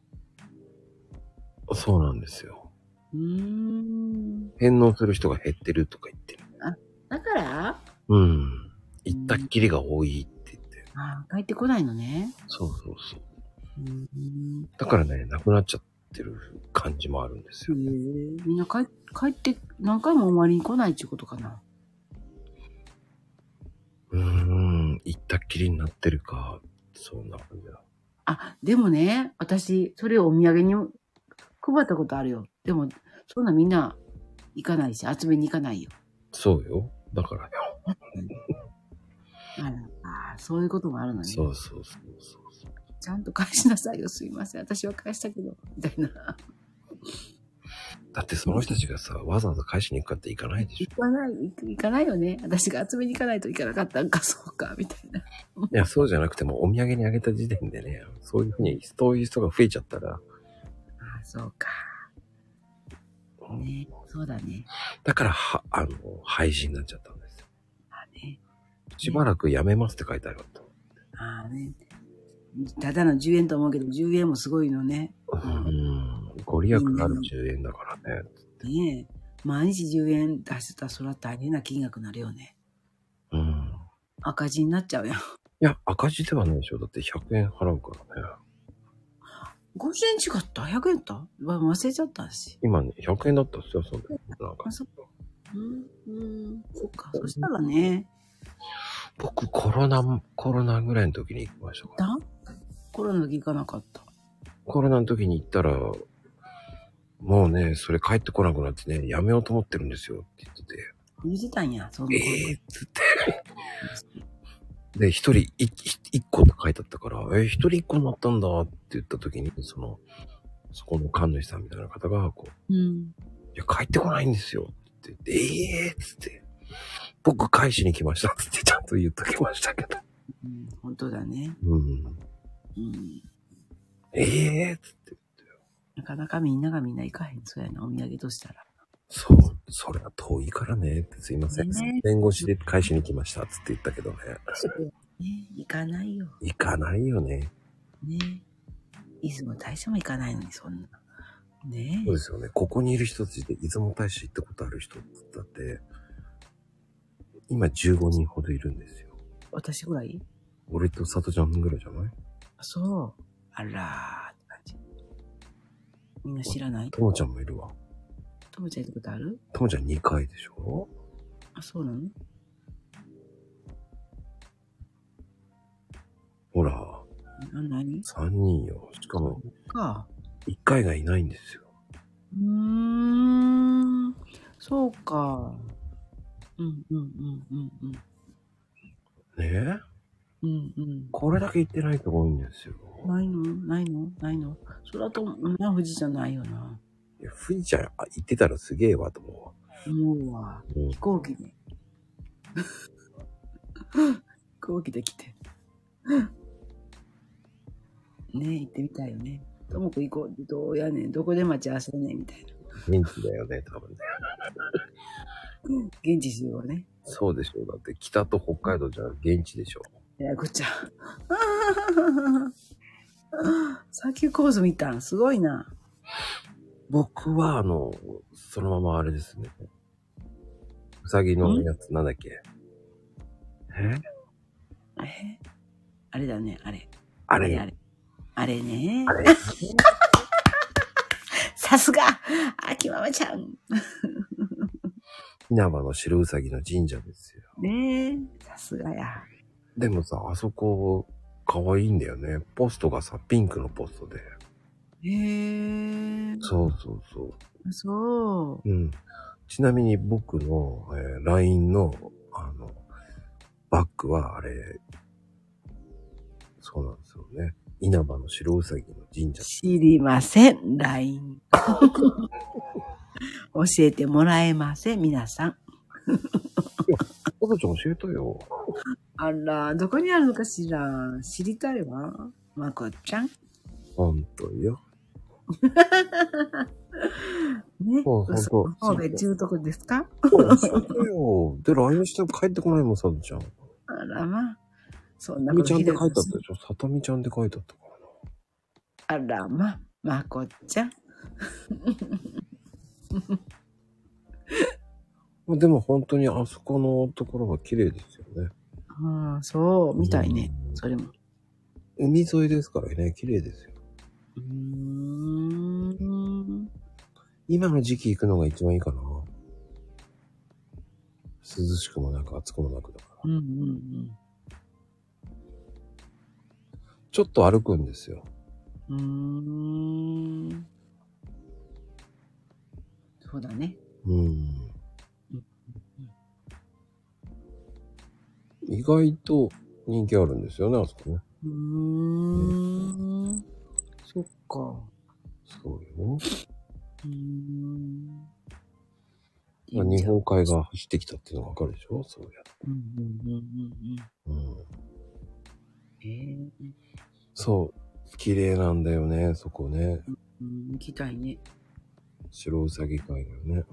A: そうなんですよ。
C: うーん。
A: 返納する人が減ってるとか言ってる。
C: だから
A: うん。行ったっきりが多いって言って。
C: あ帰ってこないのね。
A: そうそうそう。
C: うーん。
A: だからね、なくなっちゃってる感じもあるんです
C: へ
A: よ。
C: えみんな帰帰って何回もお参りに来ないっていうことかな。
A: うーん、行ったっきりになってるか、そんな感じだ。
C: あ、でもね、私、それをお土産に配ったことあるよ。でも、そんなみんな行かないし、集めに行かないよ。
A: そうよ。だからよ。
C: あらあーそういうこともあるのね。
A: そうそうそうそうそう。
C: ちゃんと返しなさいよ、すいません。私は返したけど、みたいな。
A: だってその人たちがさ、わざわざ返しに行くかって行かないでし
C: 行かない、行く行かないよね。私が集めに行かないといけなかったんか、そうか、みたいな。
A: ょ。いや、そうじゃなくても、お土産にあげた時点でね、そういうふうに、そういう人が増えちゃったら、
C: あーそうか。ね、そうだね。
A: だから、は、あの、廃止になっちゃったんですよ。
C: あーね。
A: しばらくやめますって書いてあるわと。
C: あーね。ただの10円と思うけど、10円もすごいのね。
A: うーん、ご利益ある10円だからね。
C: ねえ、毎日10円出してたらそれは大変な金額になるよね。
A: うん。
C: 赤字になっちゃうやん。
A: いや、赤字ではないでしょ。だって100円払うからね。
C: 50円違った ?100 円だったわ忘れちゃったし。
A: 今ね、100円だったっすよ、そんな。なんか
C: あ、そっか。うん、うん、そっか。そしたらね、
A: 僕、コロナ、コロナぐらいの時に行きましたから。
C: だコロナの時行かなかった。
A: コロナの時に行ったら、もうね、それ帰ってこなくなってね、やめようと思ってるんですよって言って
C: 言ってたんや、そんなこと。
A: て、えーっつって。で、一人一一個って書いてあったから、えー、一人一個になったんだって言った時に、その、そこの神主さんみたいな方が、こう、
C: うん。
A: いや、帰ってこないんですよ。って言って、ええー、っつって。僕、返しに来ました。つって、ちゃんと言っときましたけど。
C: うん、本当だね。
A: うん。
C: うん。
A: ええー、っつって。
C: なかなかみんながみんな行かへん。そうやな、お土産としたら。
A: そう、それは遠いからね。ってすいません。
C: ね
A: 弁護士で返しに来ました。つって言ったけどね。
C: ね行かないよ。
A: 行かないよね。
C: ね出雲大社も行かないのに、そんな。ね
A: そうですよね。ここにいる人たちで、出雲大社行ったことある人だって、今15人ほどいるんですよ。
C: 私ぐらい
A: 俺と里ちゃんぐらいじゃない
C: あそう。あらーって感じ。みんな知らない
A: ともちゃんもいるわ。
C: ともちゃん行ったことある
A: ともちゃん2回でしょ
C: あ、そうなの
A: ほら、
C: あ、何
A: 3人よ。しかも、
C: か。
A: 一回がいないんですよ。
C: うーん。そうか。うんうんうんうんうん。
A: ねえ
C: うんうん。
A: これだけ行ってないとこ多いんですよ。
C: ないのないのないのそれだと、な、富士じゃないよな。
A: いや、富士ちゃんあ行ってたらすげえわと思
C: 思うわ。
A: うわ。
C: 飛行機で。 [LAUGHS] 飛行機で来て。ねえ、行ってみたいよね。ともく行こう。どうやねん。どこで待ち合わせねんみたいな。
A: うん。現地だよね、多分ね。
C: 現地集合ね。
A: そうでしょう。だって北と北海道じゃ現地でしょ
C: えらこっ [LAUGHS] ちゃ。砂丘構図見たん。すごいな。
A: 僕は、あの、そのままあれですね。うさぎのやつなんだっけえ
C: えあれだね、あれ。
A: あ
C: あ
A: れ
C: あれ。あれね
A: あ。れ
C: さすが秋ママちゃん
A: 稲葉の白うさぎの神社ですよ。
C: ねえ、さすがや。
A: でもさ、あそこ、可愛いんだよね。ポストがさ、ピンクのポストで。
C: へえ。
A: そうそうそう。
C: そう。
A: うん。ちなみに僕の、えー LINE の、あの、バッグはあれ、そうなんですよね。稲葉の白うさぎの神社。
C: 知りません、LINE。教えてもらえません、皆さん。
A: おばちゃん教えたよ。
C: あら、どこにあるのかしら。知りたいわ。まこちゃん。
A: ほんとよ。
C: ね。
A: そう、本当
C: 神戸中毒ですか
A: [LAUGHS] そうそうよ。で、LINE して帰ってこないもん、さとちゃん。さ
C: あらまあ。そん
A: と
C: な
A: み
C: こ
A: ちゃ
C: と
A: んって
C: ひど
A: 書
C: い
A: いてあったでしょさとみちゃんって書いてあったからな。
C: あらまあ、まこちゃん。
A: まあ、でも本当にあそこのところが綺麗ですよね。
C: うん、そう、みたいね。それも。
A: 海沿いですからね、綺麗ですよ。
C: うーん。
A: 今の時期行くのが一番いいかな。涼しくもなく暑くもなくだから。
C: うんうんうん。
A: ちょっと歩くんですよ。
C: うーんそうだね。
A: うん。意外と人気あるんですよね、あそこね。
C: うーん。そっか。
A: そうよ。
C: うーん。
A: まあ、日本海が走ってきたっていうのがわかるでしょそうや。
C: うんうんうんうんうん。
A: うん。
C: えー、
A: そう。綺麗なんだよね、そこね。
C: うん、行きたいね。
A: 白うさぎ海岸ね。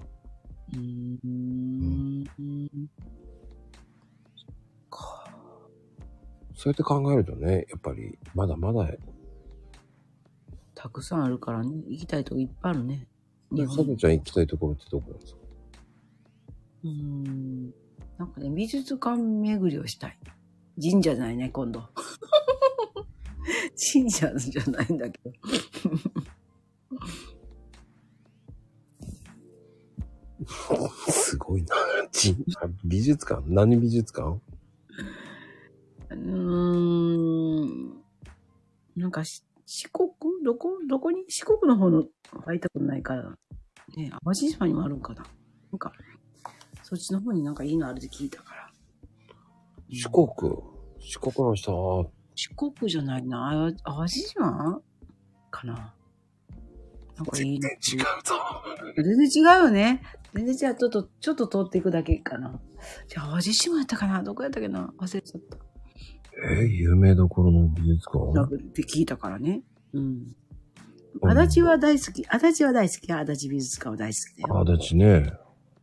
C: うーん。か。
A: そうやって考えるとね、やっぱり、まだまだ、
C: たくさんあるからね。行きたいとこいっぱいあるね。日
A: サ
C: 本。
A: ブちゃん行きたいところってどこなんですか
C: うーん。なんかね、美術館巡りをしたい。神社じゃないね、今度。神社じゃないんだけど。
A: すごいな。神社美術館何美術館
C: うーん。なんかし、四国どこどこに四国の方の入ったことないから。ね淡路島にもあるんかな。なんか、そっちの方になんかいいのあるって聞いたから。
A: 四国。四国の人、
C: 四国じゃないな。あ淡路島かな。なんかいいの。
A: 違うぞ。
C: 全然違うよね。全然違う。ちょっと、ちょっと通っていくだけかな。じゃあ、淡路島やったかなどこやったっけな忘れちゃった。
A: えー有名どころの美術
C: ラ
A: 館
C: ブって聞いたからね。うん。足立は大好き。足立は大好き。足立美術館は大好きだよ。
A: あだちね。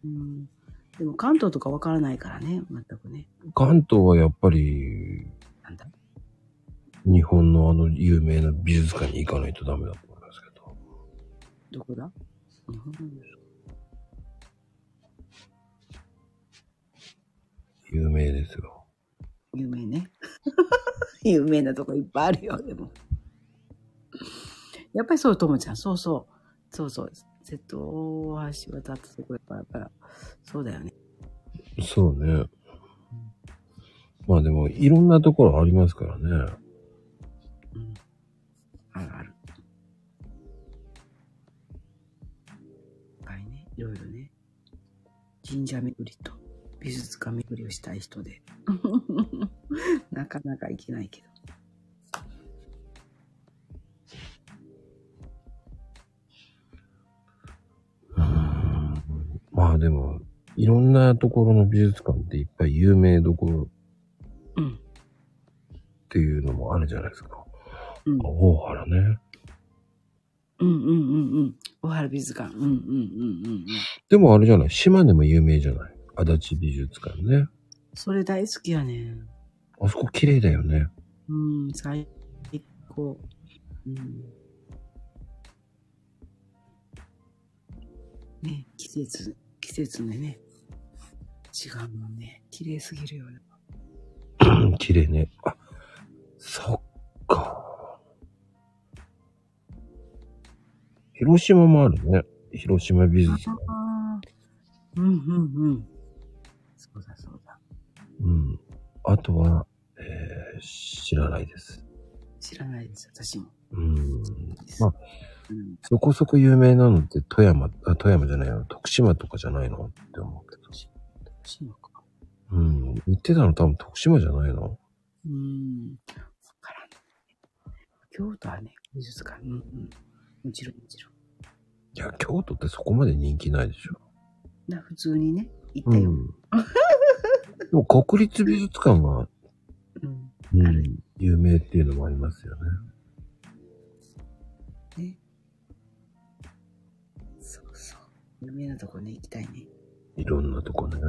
C: うん。でも関東とかわからないからね。全くね。
A: 関東はやっぱり、
C: なんだ
A: 日本のあの有名な美術館に行かないとダメだと思いますけど。
C: どこだ日本の美術
A: 有名ですよ。
C: 有名ね。 [LAUGHS] 有名なとこいっぱいあるよ、でも。やっぱりそう、ともちゃん。そうそう。そうそう。瀬戸大橋渡ったとこやっぱ、やっぱ、そうだよね。
A: そうね。まあでも、いろんなところありますからね。
C: うん。あるある。いっぱいね、いろいろね。神社巡りと美術館巡りをしたい人で。なかなか行けないけど。
A: うーんまあでも、いろんなところの美術館っていっぱい有名どころ
C: うん。
A: っていうのもあるじゃないですか。
C: うん
A: 大原ね。
C: うんうんうんうん。小原美術館。うんうんうんうんうん。
A: でもあれじゃない島根も有名じゃない足立美術館ね。
C: それ大好きやねん。
A: あそこ綺麗だよね。 [CLEARS THROAT]
C: うん、最高。うん。ね、季節、季節でね、違うもんね。綺麗すぎるよね。
A: うん綺麗ね。あ、そっか。広島もあるね。広島美術館。
C: ああ。うんうんうん。そうだそうだ。
A: うん。あとは、えー知らないです。
C: 知らないです、私も。
A: うん。まあ、
C: うん、
A: そこそこ有名なのって富山、あ、富山じゃないの徳島とかじゃないのって思うけど。
C: 私もか。
A: うん。言ってたの多分徳島じゃないの
C: うん。わからん。京都はね、美術館。うんうん。もちろんもちろ
A: い
C: ん。
A: や、京都ってそこまで人気ないでしょ。
C: な普通にね、行ったよ。
A: ん。 [LAUGHS] でも国立美術館が、
C: うん
A: う
C: ある
A: ん、有名っていうのもありますよね。
C: ね。そうそう。有名なとこね、行きたいね。
A: いろんなとこね。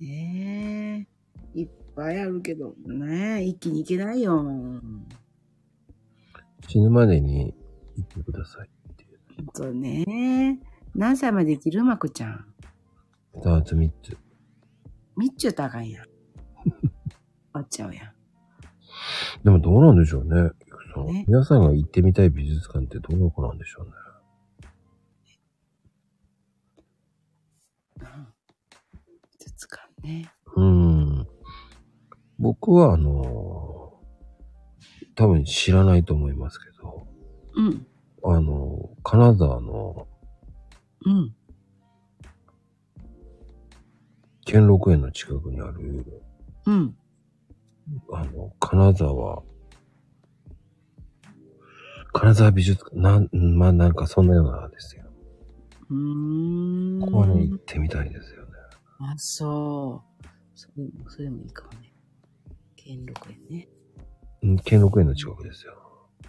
C: ねえ。いっぱいあるけど、ねえ、一気に行けないよ。本
A: 死ぬまでに行ってくださいっていう。
C: 当ね。何歳まで生きるうまくちゃん。
A: 二つ三つ。
C: みっちゅうとあかん [LAUGHS] やん。あっちゃうやん。
A: でもどうなんでしょうね。その
C: ね
A: 皆さんが行ってみたい美術館ってどういう子なんでしょうね。
C: うん。つつかんね。
A: うん。僕はあのー多分知らないと思いますけど、
C: うん。
A: あのー金沢の
C: うん。
A: 兼六園の近くにある、
C: うん。
A: あの、金沢、金沢美術館、なん、まあなんかそんなようなですよ。
C: うーん。
A: ここはね、行ってみたいですよね。
C: あ、そう。それも、それもいいかもね。兼六園ね。
A: うん兼六園の近くですよ。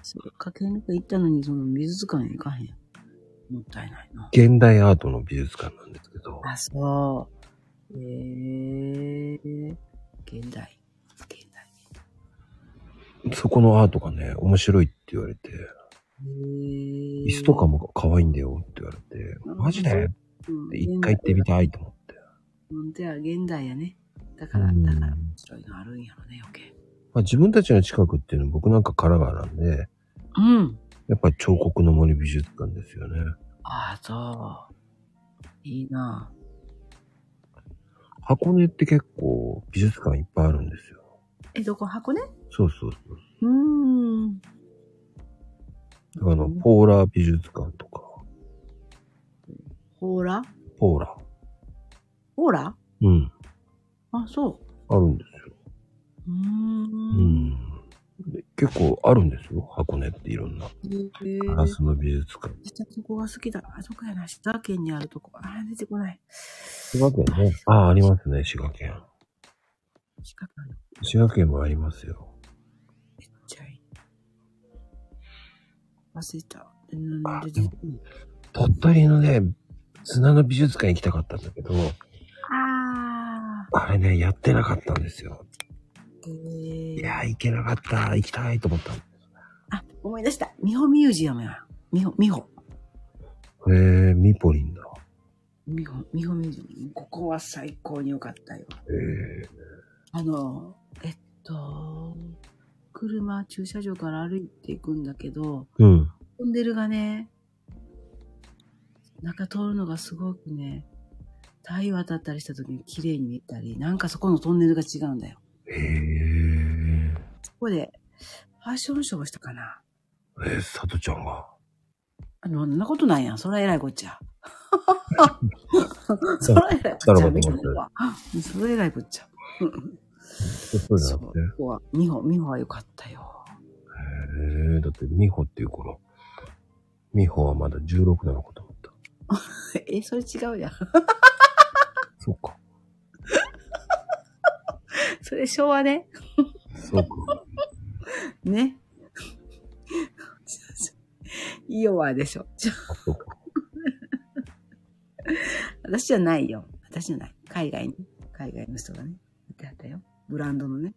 C: そうか、兼六園行ったのに、その美術館へ行かへん。もったいないな。
A: 現代アートの美術館なんですけど、
C: あ、そう。えー。現代。現代。
A: そこのアートがね、面白いって言われて、
C: えー
A: 椅子とかも可愛いんだよって言われて、
C: うん
A: マジで
C: うん
A: 一回行ってみたいと思って。
C: 本当や、現代やね。だから、
A: うん
C: だから、面白いのあるんやろね、余計。
A: まあ、自分たちの近くっていうのは僕なんか神奈川なんで、
C: うん。
A: やっぱり彫刻の森美術館ですよね。
C: ああ、そう。いいな
A: 箱根って結構美術館いっぱいあるんですよ。
C: ぁえ、どこ箱根
A: そうそうそう。
C: うーん。
A: だからあの、ポーラ美術館とか、
C: ほーら
A: ポーラ。
C: ほーら
A: うん。
C: あ、そ
A: あるんですよ。
C: う。う
A: う
C: ー。
A: んん。で結構あるんですよ。箱根っていろんな。
C: へえ
A: ガラスの美術館。
C: 私はそこが好きだ。あそこやな。滋賀県にあるとこ。あー、出てこない。
A: 滋賀県ね。ああ、ありますね、滋賀県。
C: 滋賀県。
A: 滋賀県もありますよ。
C: めっちゃいい。忘れた。うん
A: あ
C: 出てこない
A: 鳥取のね、砂の美術館行きたかったんだけど、
C: あ
A: あれね、やってなかったんですよ。
C: ー。
A: い
C: えー
A: や、行けなかった。行きたいと思ったの。
C: あ、思い出した。美穂ミュージアムや。美穂、美穂。
A: へえ、ミポリンだ。
C: 美穂、美穂ミュージアム。ここは最高に良かったよ。
A: へえ。
C: あの、えっと、車、駐車場から歩いていくんだけど、
A: うん。
C: トンネルがね、中通るのがすごくね、台渡ったりした時に綺麗に見えたり、なんかそこのトンネルが違うんだよ。
A: へえ。
C: そこで、ファッションショーをしたかな。
A: えー、さとちゃんが。
C: あの、そんなことないやん。そら偉いこっ
A: [LAUGHS]
C: ちゃ。そら偉いこっちゃ。みたいな。
A: [LAUGHS]
C: そら偉いこっちゃ。
A: そうじゃなくて。
C: ここは、美穂、美穂は良かったよ。 [LAUGHS]
A: へえ、だって、美穂っていう頃、美穂はまだ16なのかと思った。
C: え、それ違うやん。 [LAUGHS]
A: そうか。
C: それ昭和ね。
A: そうか。
C: ね。 [LAUGHS] イオワでしょ。ちょ
A: あそうか。
C: 私じゃないよ。私じゃない。海外に。海外の人がね。やってはったよ。ブランドのね。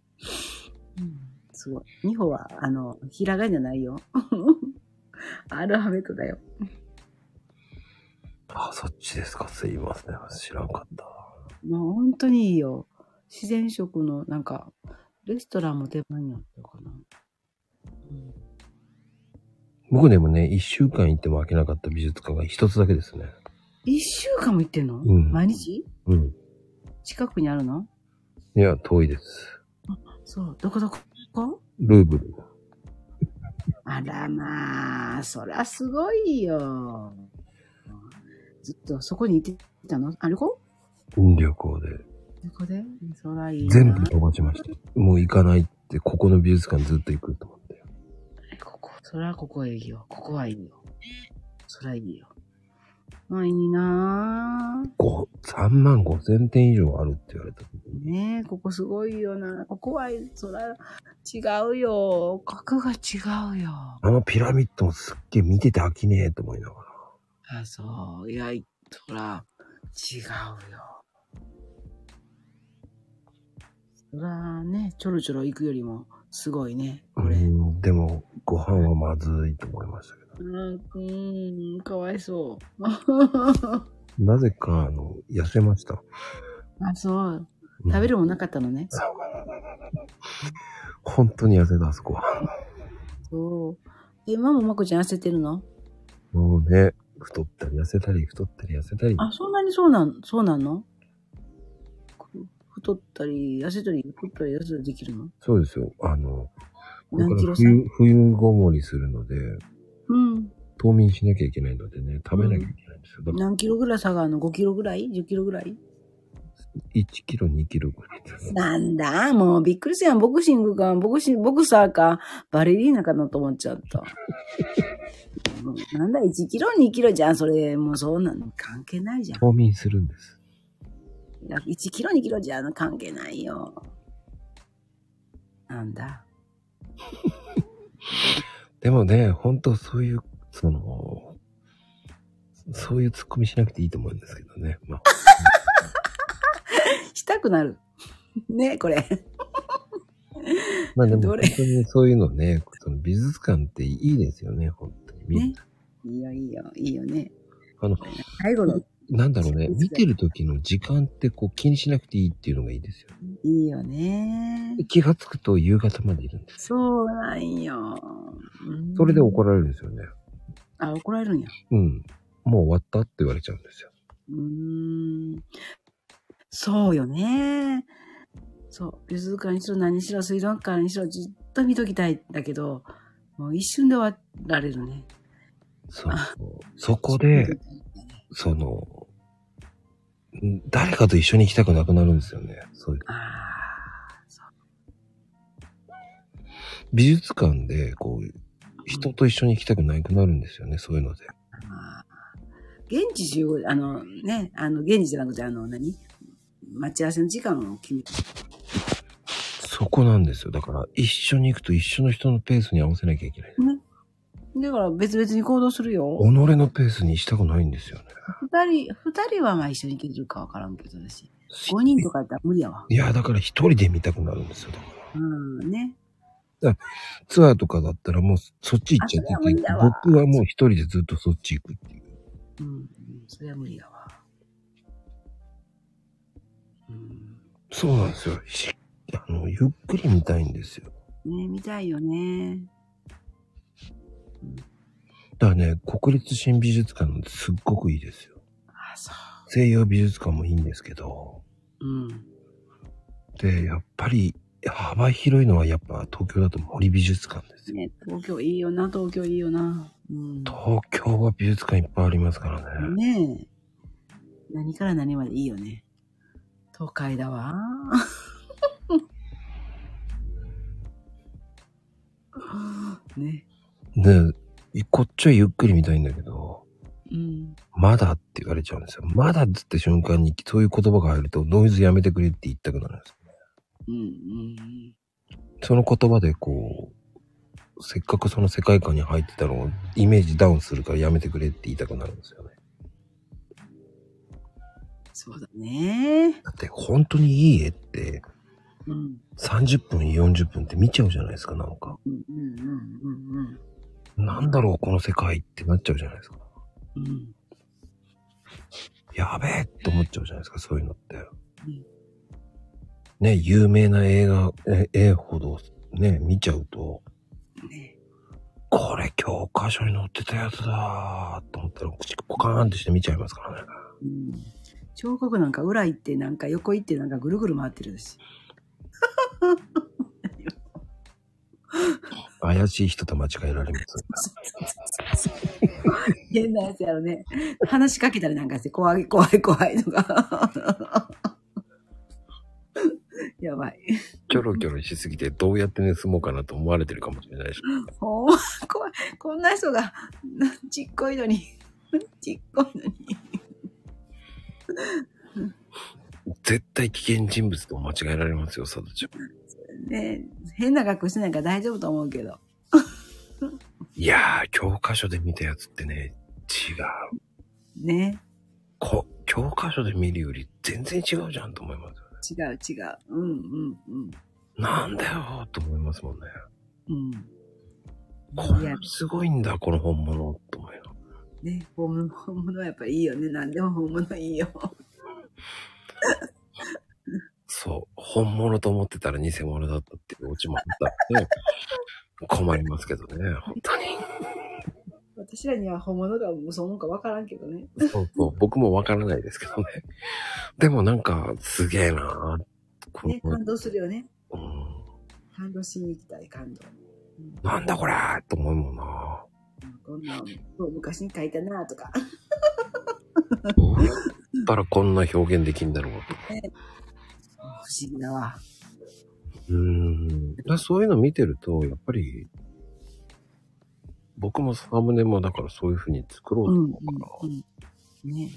C: うん、すごい。美穂は、あの、ひらがなじゃないよ。 [LAUGHS] アルファベットだよ。
A: あ、そっちですか。すいません。知らんかった。
C: もう本当にいいよ。自然食の、なんか、レストランも手前にあったかな。うん、
A: 僕でもね、一週間行っても飽きなかった美術館が一つだけですね。
C: 一週間も行ってんの、
A: うん
C: 毎日
A: うん。
C: 近くにあるの
A: いや、遠いです。
C: そう。どこどこここ
A: ルーブル。
C: あらまあ、そらすごいよ。ずっとそこにいてたのあれこ
A: 旅行で。
C: ここでそらいいな。
A: 全部飛ばしました。もう行かないって、ここの美術館ずっと行くと思って。
C: ここ、そらここいいよ。ここはいいよ。そらいいよ。あ、いいな
A: ご、3万5千点以上あるって言われた時
C: ぁ
A: に。
C: ねえ、ここすごいよな。ここは、そら、違うよ。格が違うよ。
A: あのピラミッドもすっげえ見てて飽きねえと思いながら。
C: あ、そう。いや、いそら、違うよ。そらね、ちょろちょろ行くよりも、すごいね、これ。
A: うんでも、ご飯はまずいと思いましたけど。
C: うん、うん、かわいそう。
A: なぜか、あの、痩せました。
C: あ、そう。
A: うん
C: 食べるもんなかったのね。
A: 本当に痩せた、あそこは。
C: そう。え、ママまこちゃん痩せてるの
A: もうね、太ったり痩せたり、太ったり痩せたり。
C: あ、そんなにそうなん、そうなんのく太ったり、痩せたり、太ったり、痩せたりできるの
A: そうですよ。あの、これ
C: 何
A: か
C: キ
A: ら
C: ロ差う
A: 冬、冬ごもりするので、
C: ん。
A: 冬眠しなきゃいけないのでね、食べなきゃいけないんですよ。だから
C: 何キロぐらい差があるの ?5 キロぐらい ?10 キロぐらい
A: 1キロ、2キロぐらいです。
C: なんだ、もうびっくりするやん。ボクシングか、ボクシング、ボクサーか、バレリーナかなと思っちゃった。もうなんだ、1キロ、2キロじゃん。それ、もうそうなの関係ないじゃん。
A: 冬眠するんです。
C: いや1キロ、2キロじゃん。関係ないよ。なんだ。
A: でもね、本当そういう、その、そういうツッコミしなくていいと思うんですけどね。 [LAUGHS] まあ、
C: したくなる。ね、これ。
A: まあでも
C: ど
A: 本
C: れ
A: 当にそういうのね、その美術館っていいですよね、本当に。みんな
C: ねいいよ、いいよ、いいよね。
A: あの、
C: 最後の、
A: なんだろうね、
C: そうですね
A: 見てる時の時間ってこう気にしなくていいっていうのがいいですよ。
C: いいよね。
A: 気がつくと夕方までいるんです。
C: そうなんよ。うん
A: それで怒られるんですよね。
C: あ、怒られるんや。
A: うん。もう終わったって言われちゃうんですよ。
C: うーんそうよね。そう。美術館にしろ何にしろ水道館にしろじっと見ときたいんだけど、もう一瞬で終わられるね。
A: そう。そこで、その、ん誰かと一緒に行きたくなくなるんですよね。そういう。
C: ああ、
A: 美術館で、こう、人と一緒に行きたくなくなるんですよね、そういうので。
C: まあ現地集合、あのね、あの、現地じゃなくて、あの、何待ち合わせの時間を決めて。
A: そこなんですよ。だから、一緒に行くと一緒の人のペースに合わせなきゃいけない。
C: だから別々に行動するよ。
A: 己のペースにしたくないんですよね。
C: 二人、二人はまあ一緒に行けるかわからんけどだし、五人とかやったら無理やわ。
A: いや、だから一人で見たくなるんですよ。だから
C: うん、ね。
A: ツアーとかだったらもうそっち行っちゃって
C: あそれは無理
A: て
C: だ、わ
A: 僕はもう一人でずっとそっち行くっていう。
C: うん、うんそれは無理やわ。うん。
A: そうなんですよ。しあの、ゆっくり見たいんですよ。
C: ね見たいよね。
A: だからね、国立新美術館なんてすっごくいいですよ。
C: あ、そ
A: 西洋美術館もいいんですけど、
C: う。うん。
A: で、やっぱり幅広いのはやっぱ東京だと森美術館ですよ。
C: ね、東京いいよな、東京いいよな。うん。
A: 東京は美術館いっぱいありますからね。
C: ねえ何から何までいいよね。東海だ [LAUGHS] わ。ね。
A: で、こっちはゆっくり見たいんだけど、
C: うん。
A: まだって言われちゃうんですよ。まだっつって瞬間にそういう言葉が入るとノイズやめてくれって言いたくなるんですよ。
C: うんうん
A: その言葉でこう、せっかくその世界観に入ってたのをイメージダウンするからやめてくれって言いたくなるんですよね。
C: そうだね。
A: だって本当にいい絵って
C: うん。
A: 30分、40分って見ちゃうじゃないですか、なんか。
C: うんうんうんうん
A: なんだろう、この世界ってなっちゃうじゃないですか。
C: うん。うん。
A: やべえって思っちゃうじゃないですか、そういうのって
C: ん。
A: ね、有名な映画、え絵ほどね、見ちゃうと、
C: ね。
A: これ教科書に載ってたやつだーと思ったら、口ポカーンってして見ちゃいますからね。
C: うん。彫刻なんか裏行ってなんか横行ってなんかぐるぐる回ってるし。
A: 怪しい人と間違えられます。
C: 変なやつやろね。話しかけたりなんかして、怖い、怖い、怖いとか。 [LAUGHS] やばい。
A: キョロキョロしすぎてどうやって盗もうかなと思われてるかもしれないし。
C: ほんま怖い。こんな人が、なちっこいのに、ちっこいのに。
A: 絶対危険人物と間違えられますよ、サドちゃん。
C: ね変な格好してないから大丈夫と思うけど。
A: いやー、教科書で見たやつってね、違う。
C: ね
A: こ教科書で見るより全然違うじゃんと思いますよね。
C: 違う違う。うんうんうん。
A: なんだよと思いますもんね。こ
C: うん。い
A: れ
C: や、
A: すごいんだ、この本物と思いながら
C: ね、本物本物はやっぱいいよね。何でも本物いいよ。
A: そう、本物と思ってたら偽物だったっていうオチもあったん
C: [LAUGHS]
A: で、困りますけどね、本当に。
C: 私らには本物がそのか分からんけどね。
A: そうそう、僕もわからないですけどね。でもなんか、すげえなこの
C: ね、感動するよね。
A: うん、
C: 感動しに行きたい、感動。うん
A: なんだこれと思うもんな
C: こんなの昔に書いたなとか。 [LAUGHS]
A: どうやったらこんな表現できんだろうと。
C: 不思議だわ。
A: うん。だからそういうの見てると、やっぱり、僕もサムネもだからそういう風に作ろうと思うから、
C: うん。ね、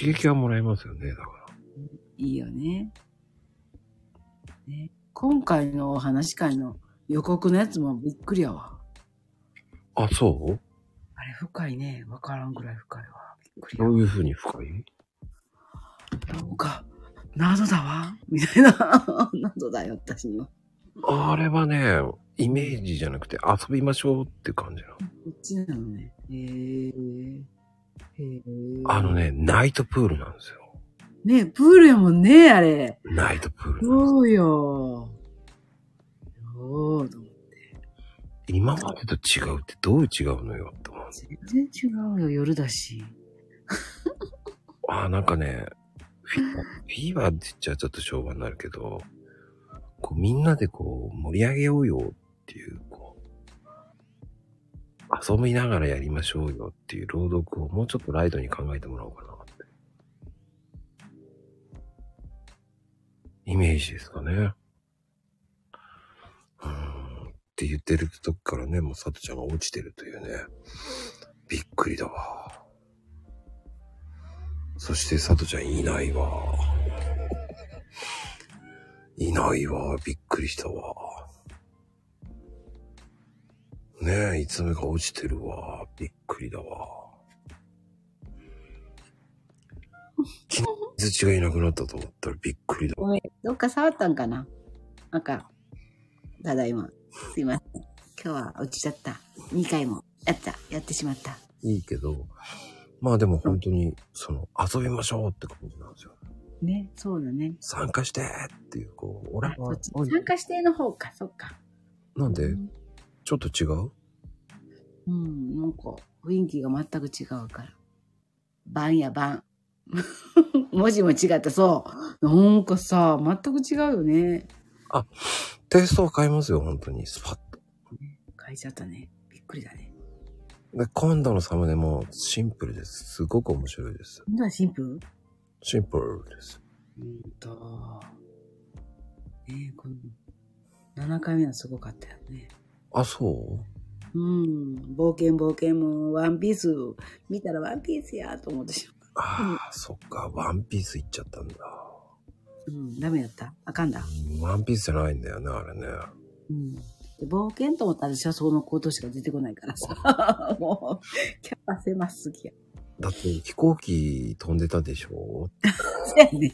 A: 刺激はもらえますよね、だから。
C: いいよね。ね、今回のお話し会の予告のやつもびっくりやわ。
A: あ、そう
C: あれ深いね。わからんぐらい深いわ。びっくりや
A: ど
C: わ。
A: ういう風に深い
C: なんか、謎だわ。みたいな。 [LAUGHS] 謎だよ、私には。
A: あれはね、イメージじゃなくて遊びましょうって感じなの。
C: こっちなのね。へえ。へえ。
A: あの。ね、ナイトプールなんですよ。
C: ねプールやもんね、あれ。
A: ナイトプールなんです。
C: そうよ。よーと思って
A: 今までと違うってどう違うのよって思うんです。
C: 全然違うよ、夜だし。
A: ああ、なんかね、フィフィーバーって言っちゃちょっと昭和になるけど、こうみんなでこう盛り上げようよっていう、こう、遊びながらやりましょうよっていう朗読をもうちょっとライトに考えてもらおうかなって。イメージですかね。うーん。って言ってる時からね、もうサトちゃんが落ちてるというね。びっくりだわ。そして、さとちゃんいないわ。いないわ。びっくりしたわ。ねえ、いつめが落ちてるわ。びっくりだわ。き水地がいなくなったと思ったらびっくりだわ。
C: ごめん、どっか触ったんかななんか、ただいま。すいません。今日は落ちちゃった。2回も。やった。やってしまった。
A: いいけど、まあでも本当に、その、遊びましょうって感じなんですよ。
C: ね、そうだね。
A: 参加してっていう、こう、俺
C: あ
A: は、
C: そっち
A: おい
C: 参加しての方か、そっか。
A: なんで、ちょっと違う
C: うん、なんか雰囲気が全く違うから。晩や晩。 [LAUGHS] 文字も違った、そう。なんかさ、全く違うよね。
A: テイストは変えますよ、本当に。スパッと。
C: 変えちゃったね。びっくりだね。
A: で、今度のサムネもシンプルです。すごく面白いです。
C: 今度はシンプル
A: シンプルです。
C: うんと、ねえ、この、7回目はすごかったよね。
A: あ、そう
C: うん、冒険冒険もワンピース見たらワンピースやと思ってしま
A: ああ、そっか。ワンピース行っちゃったんだ。
C: う。うん、ダメだったあかんだ。
A: うんワンピースじゃないんだよね、あれね。
C: うん。で、冒険と思ったら私はその行動しか出てこないからさ。 [LAUGHS] もう、キャパ狭すぎや。
A: だって飛行機飛んでたでしょ
C: そうやね。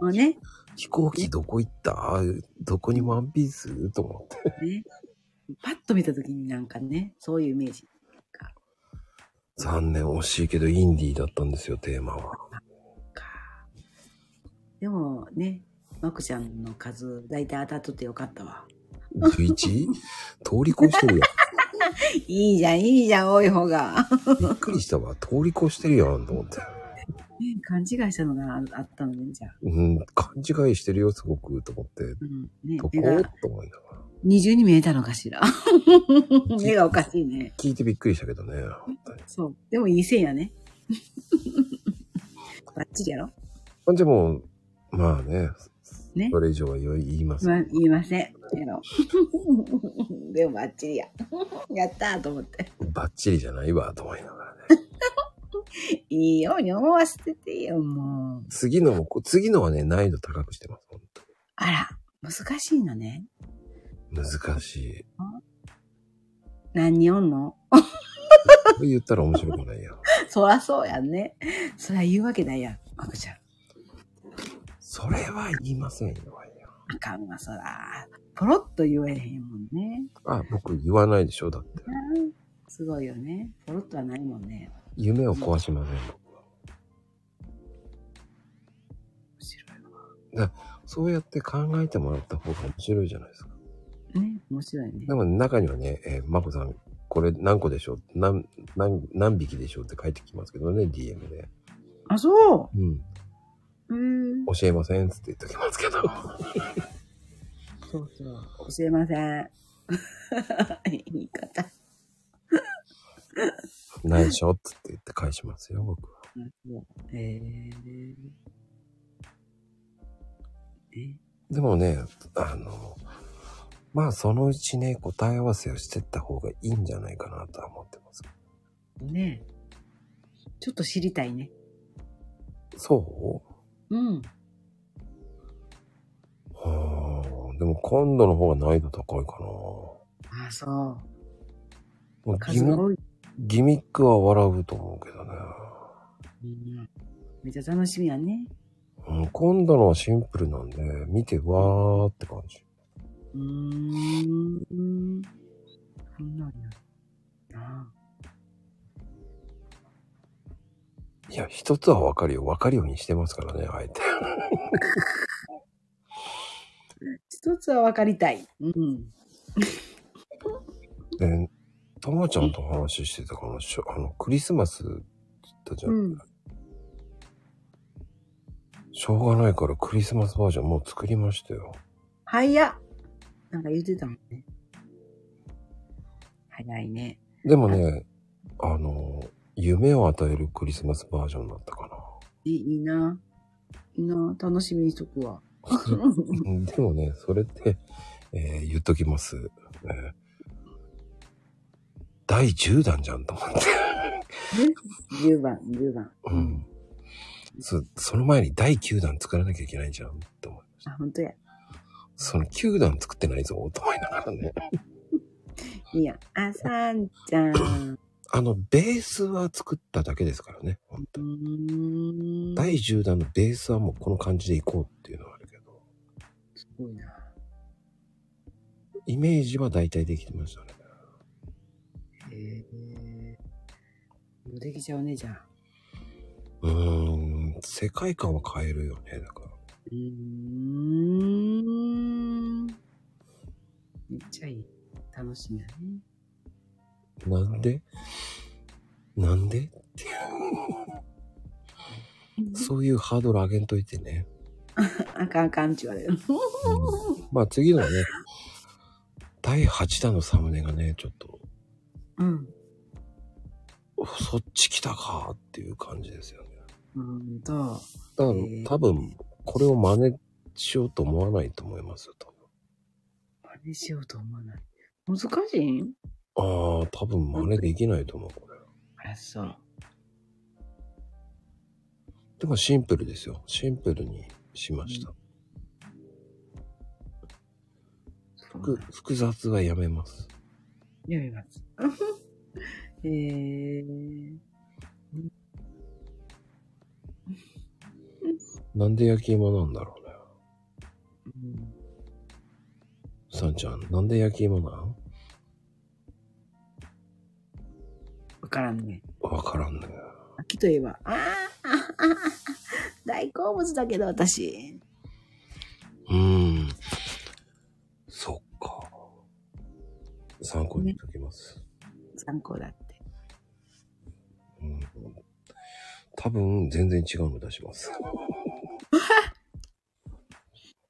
C: もうね、
A: 飛行機どこ行ったどこにワンピースと思って。
C: ね。パッと見た時になんかね、そういうイメージ。
A: 残念、惜しいけど、インディーだったんですよ、テーマは。
C: でもね、マクちゃんの数、だいたい当たっとってよかったわ。
A: 11?
C: [LAUGHS]
A: 通り越してるや
C: いいじゃん、いいじゃん、多い方が。
A: ん。びっくりしたわ。通り越してるやん、と思って。
C: ね勘違いしたのがああったのね、じゃあ。
A: うん、勘違いしてるよ、すごく、と思って。
C: うん。ね
A: どこ、
C: 目が
A: と思いながら。
C: 二重に見えたのかしら。 [LAUGHS] 目がおかしいね。
A: 聞いてびっくりしたけどね。本当に
C: そう。でもいい線やね。 [LAUGHS] バッチリやろ
A: まあでも、まあね、
C: ね
A: そ。れ以上は言います。
C: まあ、言いません。やろ。 [LAUGHS] でもバッチリや。やったーと思って。
A: バッチリじゃないわ、と思いながらね。
C: いいように思わせてていいよ、もう。
A: 次のも、こ次のはね、難易度高くしてます、本
C: あら、難しいのね。
A: 当に難しい。
C: 何におんの
A: これ言ったら面白くないや。
C: そらそうやんね。そら言うわけないやん、まこちゃん。
A: それは言いませんよ。
C: あかんわ、そら。ポロッと言えへんもんね。
A: あ、僕言わないでしょだって。
C: すごいよね。ポロッとはないもんね。
A: 夢を壊しません。
C: 面白
A: そうやって考えてもらった方が面白いじゃないですか。
C: い。ね、面白いね
A: で。も中にはね、えー、まこさん、これ何個でしょう何、何、何匹でしょうって書いてきますけどね、DM で。
C: あ、そ
A: うん。
C: う。うん。
A: 教えませんっつって言っときますけど。
C: そうそう。教えません。 [LAUGHS] 言い方。
A: ないでしょ [LAUGHS] っつって言って返しますよ、僕は。
C: えー、え、
A: でもね、あの、まあそのうちね、答え合わせをしてった方がいいんじゃないかなとは思ってます。
C: ねえちょっと知りたいね。
A: そ
C: うん。
A: うはあ、でも今度の方が難易度高いかな。も
C: あ、そうう。
A: ギ
C: 数
A: ミ
C: が多い。
A: ギミックは笑うと思うけどね。
C: うんめっちゃ楽しみやね。
A: うん、今度のはシンプルなんで、見てわーって感じ。
C: うーん。そんなんや。あ
A: いや、一つは分かるよ。分かるようにしてますからね、あえて。
C: あ一つは分かりたい。うん。
A: で、ともちゃんと話してたから、しょあの、クリスマスって言ったじゃん。
C: うん
A: しょうがないからクリスマスバージョンもう作りましたよ。
C: 早っなんか言ってたもんね。早いね。
A: でもね、あの、夢を与えるクリスマスバージョンだったか
C: え、いいな。いいな。楽しみにしとく [LAUGHS] わ。
A: な。うんでもね、それって、えー言っときます。えー第10弾じゃんと思って。
C: 10番、10番。
A: うん。そその前に第9弾作らなきゃいけないじゃんって思う。
C: あ、本当や。
A: その9弾作ってないぞと思いながらね。
C: いいや。あ、さんちゃん。う
A: あの、ベースは作っただけですからね。本当
C: ー
A: に
C: ん。
A: 第10弾のベースはもうこの感じでいこうっていうのはあるけど、
C: すごいな。
A: イメージは大体できてましたね。
C: へえ。もうできちゃうね、じゃあ。
A: うーん、世界観は変えるよね。だから、
C: うーん。めっちゃいい。楽しみだね。
A: なんでなんでっていう。そういうハードル上げんといてね。
C: あかんあかんって言われ
A: う
C: る。
A: んまあ次のね、第8弾のサムネがね、ちょっと、
C: うん。
A: おそっち来たかっていう感じですよね。
C: うんと。
A: だから
C: へー
A: 多分、これを真似しようと思わないと思いますよ、多
C: 真似しようと思わない。難しいん
A: 分。ああ、多分真似できないと思う、これ。
C: あら、そう。
A: でもシンプルですよ。シンプルにしました。
C: そう
A: 複複雑はやめます。
C: 読みます。 [LAUGHS] えー、
A: なんで焼き芋なんだろうね。
C: うん
A: さんちゃん、なんで焼き芋なん
C: わからんね。
A: わからんね。
C: 秋といえば、あーあああ大好物だけど私。
A: うーん。そっか。参考にしときます。
C: 参考だって。
A: うん。多分、全然違うの出します。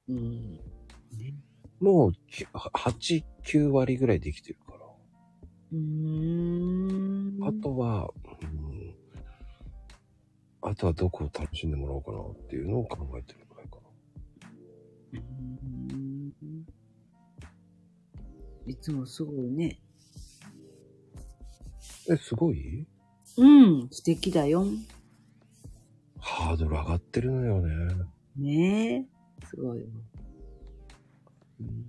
C: うん。ね。
A: もう、き8、9割ぐらいできてるから。
C: うーん。
A: あとは、うん、あとはどこを楽しんでもらおうかなっていうのを考えてるぐらいか
C: うーん。いつもすごいね。
A: な。え、すごい
C: うん。素敵だよ。
A: ハードル上がってるのよね。
C: ねえ。すごいよ。うん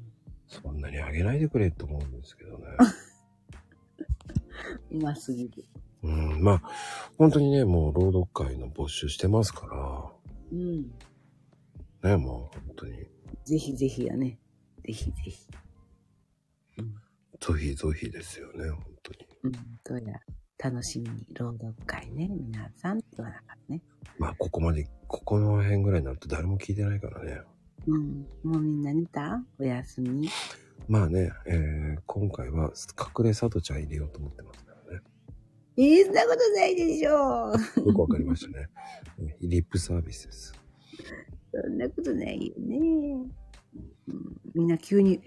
A: そんなに上げないでくれって思うんですけどね。
C: うますぎる。
A: [LAUGHS] うん、まあ、本当にね、もう朗読会の募集してますか
C: うん。
A: ら、ね、もう本当に、
C: ぜひぜひやね。ぜひぜひ。
A: ゾヒゾヒですよね、本当に。
C: うん。どうやら楽しみに朗読会ね、皆さんとはなかったね。
A: まあ、ここまで、ここの辺ぐらいになると誰も聞いてないからね。
C: うん。もうみんな寝たおやすみ。
A: まあね、えー今回は隠れさとちゃん入れようと思ってますからね。
C: えー、そんなことないでしょう。
A: よくわかりましたね。 [LAUGHS] えーリップサービスです。
C: そんなことないよね。うん、みんな急に、う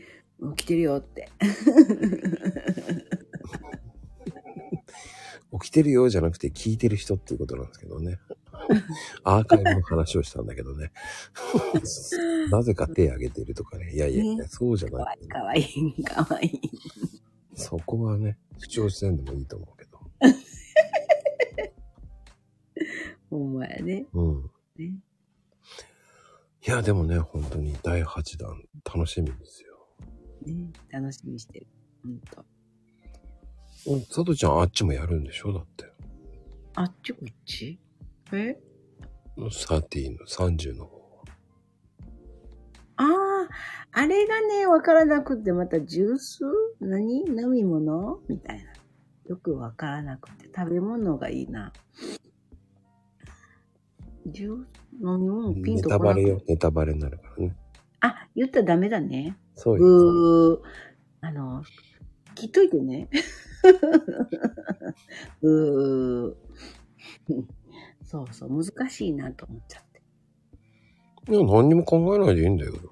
C: ん来てるよって。
A: 起きてるよじゃなくて聞いてる人っていうことなんですけど
C: [LAUGHS]
A: ね。アーカイブの話をしたんだけどね。なぜか手挙げてるとかね。いやいやいや、そうじゃ
C: かわ
A: ない
C: い、。かわいい、かわいい。
A: そこはね、主張してんでもいいと思うけど。
C: ほんまやね。
A: うん。
C: ね
A: いや、でもね、本当に第8弾、楽しみですよ。
C: ね楽しみにしてる。ほんと。
A: うん、さとちゃんあっちもやるんでしょだって。
C: あっちこっちえ
A: 30の、30の方。
C: ああ、あれがね、わからなくて、またジュース何飲み物みたいな。よくわからなくて、食べ物がいいな。ジュース、飲み物ピン
A: ネ
C: と
A: タ
C: こな
A: バ
C: く
A: レよ、ネタバレになるからね。
C: あ、言ったらダメだね。
A: そういう。
C: ブー。あの、聞いといてね。 [LAUGHS] ブー。そうそう、難しいなと思っちゃって。
A: いや、何にも考えないでいいんだよ。だって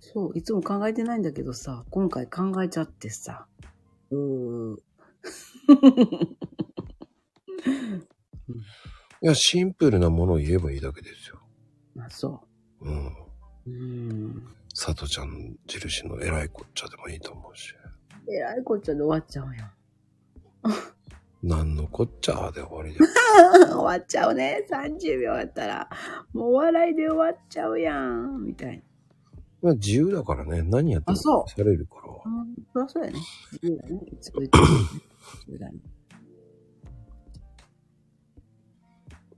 C: そう、いつも考えてないんだけどさ、今回考えちゃってさ。うー。
A: いや、シンプルなものを言えばいいだけですよ。
C: まあそ
A: うん。
C: う。うーん。
A: さとちゃん印の偉いこっちゃでもいいと思うし。
C: えらいこっちゃで終わっちゃうよ。
A: なんのこっちゃで終わりだよ。
C: [LAUGHS]
A: [LAUGHS]
C: 終わっちゃうね。30秒やったら。もう笑いで終わっちゃうやん。みたいな。
A: まあ自由だからね、何やって
C: あそ
A: も
C: う
A: されるから。
C: うん、そりゃそうやね。自由だね。いつも言ってるよね自由だね。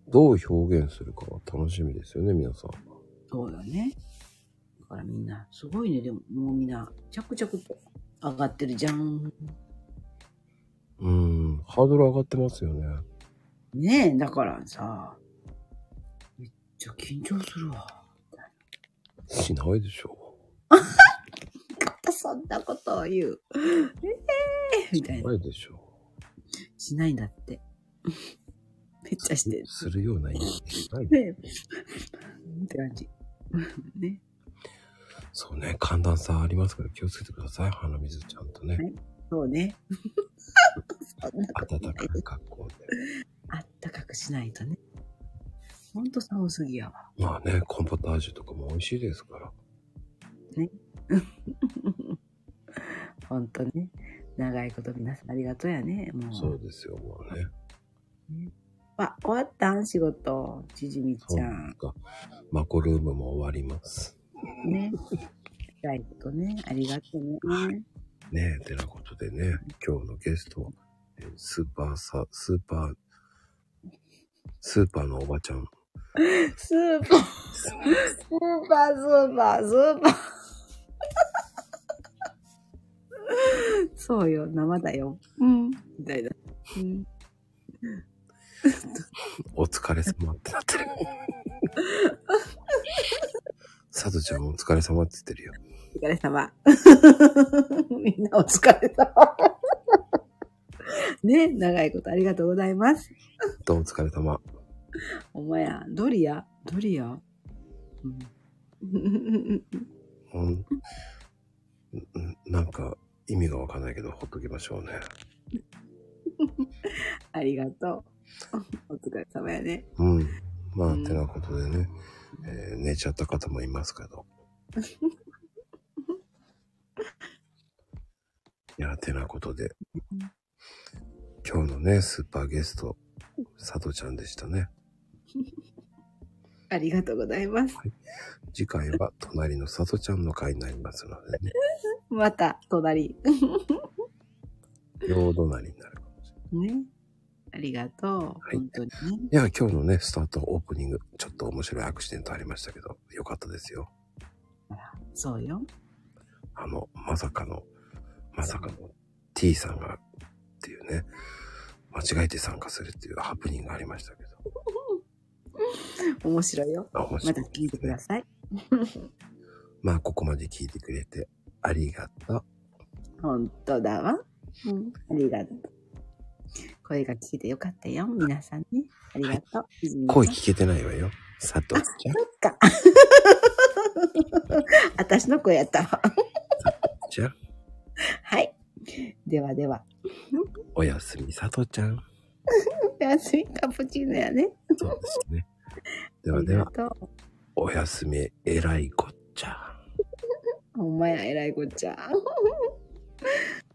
A: どう表現するかは楽しみですよね、皆さん。
C: そうだね。だからみんな、すごいね。でも、もうみんな、着々と上がってるじゃん。
A: うん、ハードル上がってますよね。
C: ねえ、だからさ、めっちゃ緊張するわ。
A: しないでしょ
C: そんなことを言う。ええー、みた
A: う。
C: い
A: し
C: な。
A: ないでしょ
C: しないんだって。めっちゃして
A: う。
C: る。
A: するような意味しないで。
C: ねえ。って感じ。ね。
A: そうね、寒暖差ありますから気をつけてください、鼻水ちゃんとね
C: は。いそうね。そんなこと
A: 暖
C: ない
A: かい格好
C: あったかくしないとね。ほんと寒すぎやわ。
A: で。まあね、コンポタージュとかも美味しいですから。
C: ほんとね。長いこと皆さんありがとうやね。もう。
A: そうですよ、もうね。
C: あ、終わったん仕事。ちじみ
A: そう
C: ちゃ
A: なんで
C: ん
A: す。か。マコルームも終わります。
C: ね。長いことね。ありがとうね。
A: ねえ、てなことでね、今日のゲストは、えースーパーサ、スーパー、スーパーのおばちゃん。
C: スーパー、スーパー、スーパー、スーパー。そうよ、生だよ。うん。みたいな。うん、
A: お疲れ様
C: [LAUGHS]
A: ってなってる。サトちゃんもお疲れ様って言ってるよ。
C: お疲れ様。 [LAUGHS] みんなお疲れ様。ね、長いことありがとうございます。
A: どうもお疲れ様。
C: お前や、ドリアドリアうん。
A: う
C: [LAUGHS]
A: ん、うんなんか意味がわかんないけど、ほっときましょうね。
C: ありがとう。お [LAUGHS] 疲れ様やね。
A: うん。まあ、
C: うん
A: てなことでね、えー寝ちゃった方もいますけ
C: [LAUGHS]
A: ど。いや、てなことで、今日のね、スーパーゲスト、さとちゃんでしたね。
C: ありがとうございます。
A: 次回は隣のさとちゃんの会になりますの
C: [LAUGHS]
A: でね、
C: また、隣。
A: 両隣になるかもしれない。
C: ね。ありがと
A: は
C: う。
A: い
C: 本当にね。
A: いや、今日のね、スタートオープニング、ちょっと面白いアクシデントありましたけど、よかったですよ。
C: そう
A: [LAUGHS]
C: よ。
A: あの、まさかの、まさかの T さんがっていうね、間違えて参加するっていうハプニングがありましたけど、
C: 面白いよ。
A: あ面
C: ま
A: 白
C: た
A: い
C: 聞いてください。
A: まあ、ここまで聞いてくれてありがとう。
C: 本当だわ。うん、ありがとう。声が聞いてよかったよ。皆さんね。ありがとう。泉
A: 声
C: さん
A: 聞けてないわよ。佐藤ちゃん、
C: そっか。私の声やったわ。 [LAUGHS]
A: ちゃん、
C: はい。ではでは。
A: おやすみ、佐藤ちゃん。
C: おやすみカプチーノやね。
A: そうです
C: [LAUGHS]
A: ね。ではで
C: あ
A: は
C: り、がと
A: おやすみ、えらいこっちゃ。
C: う。お前は偉いこっちゃ。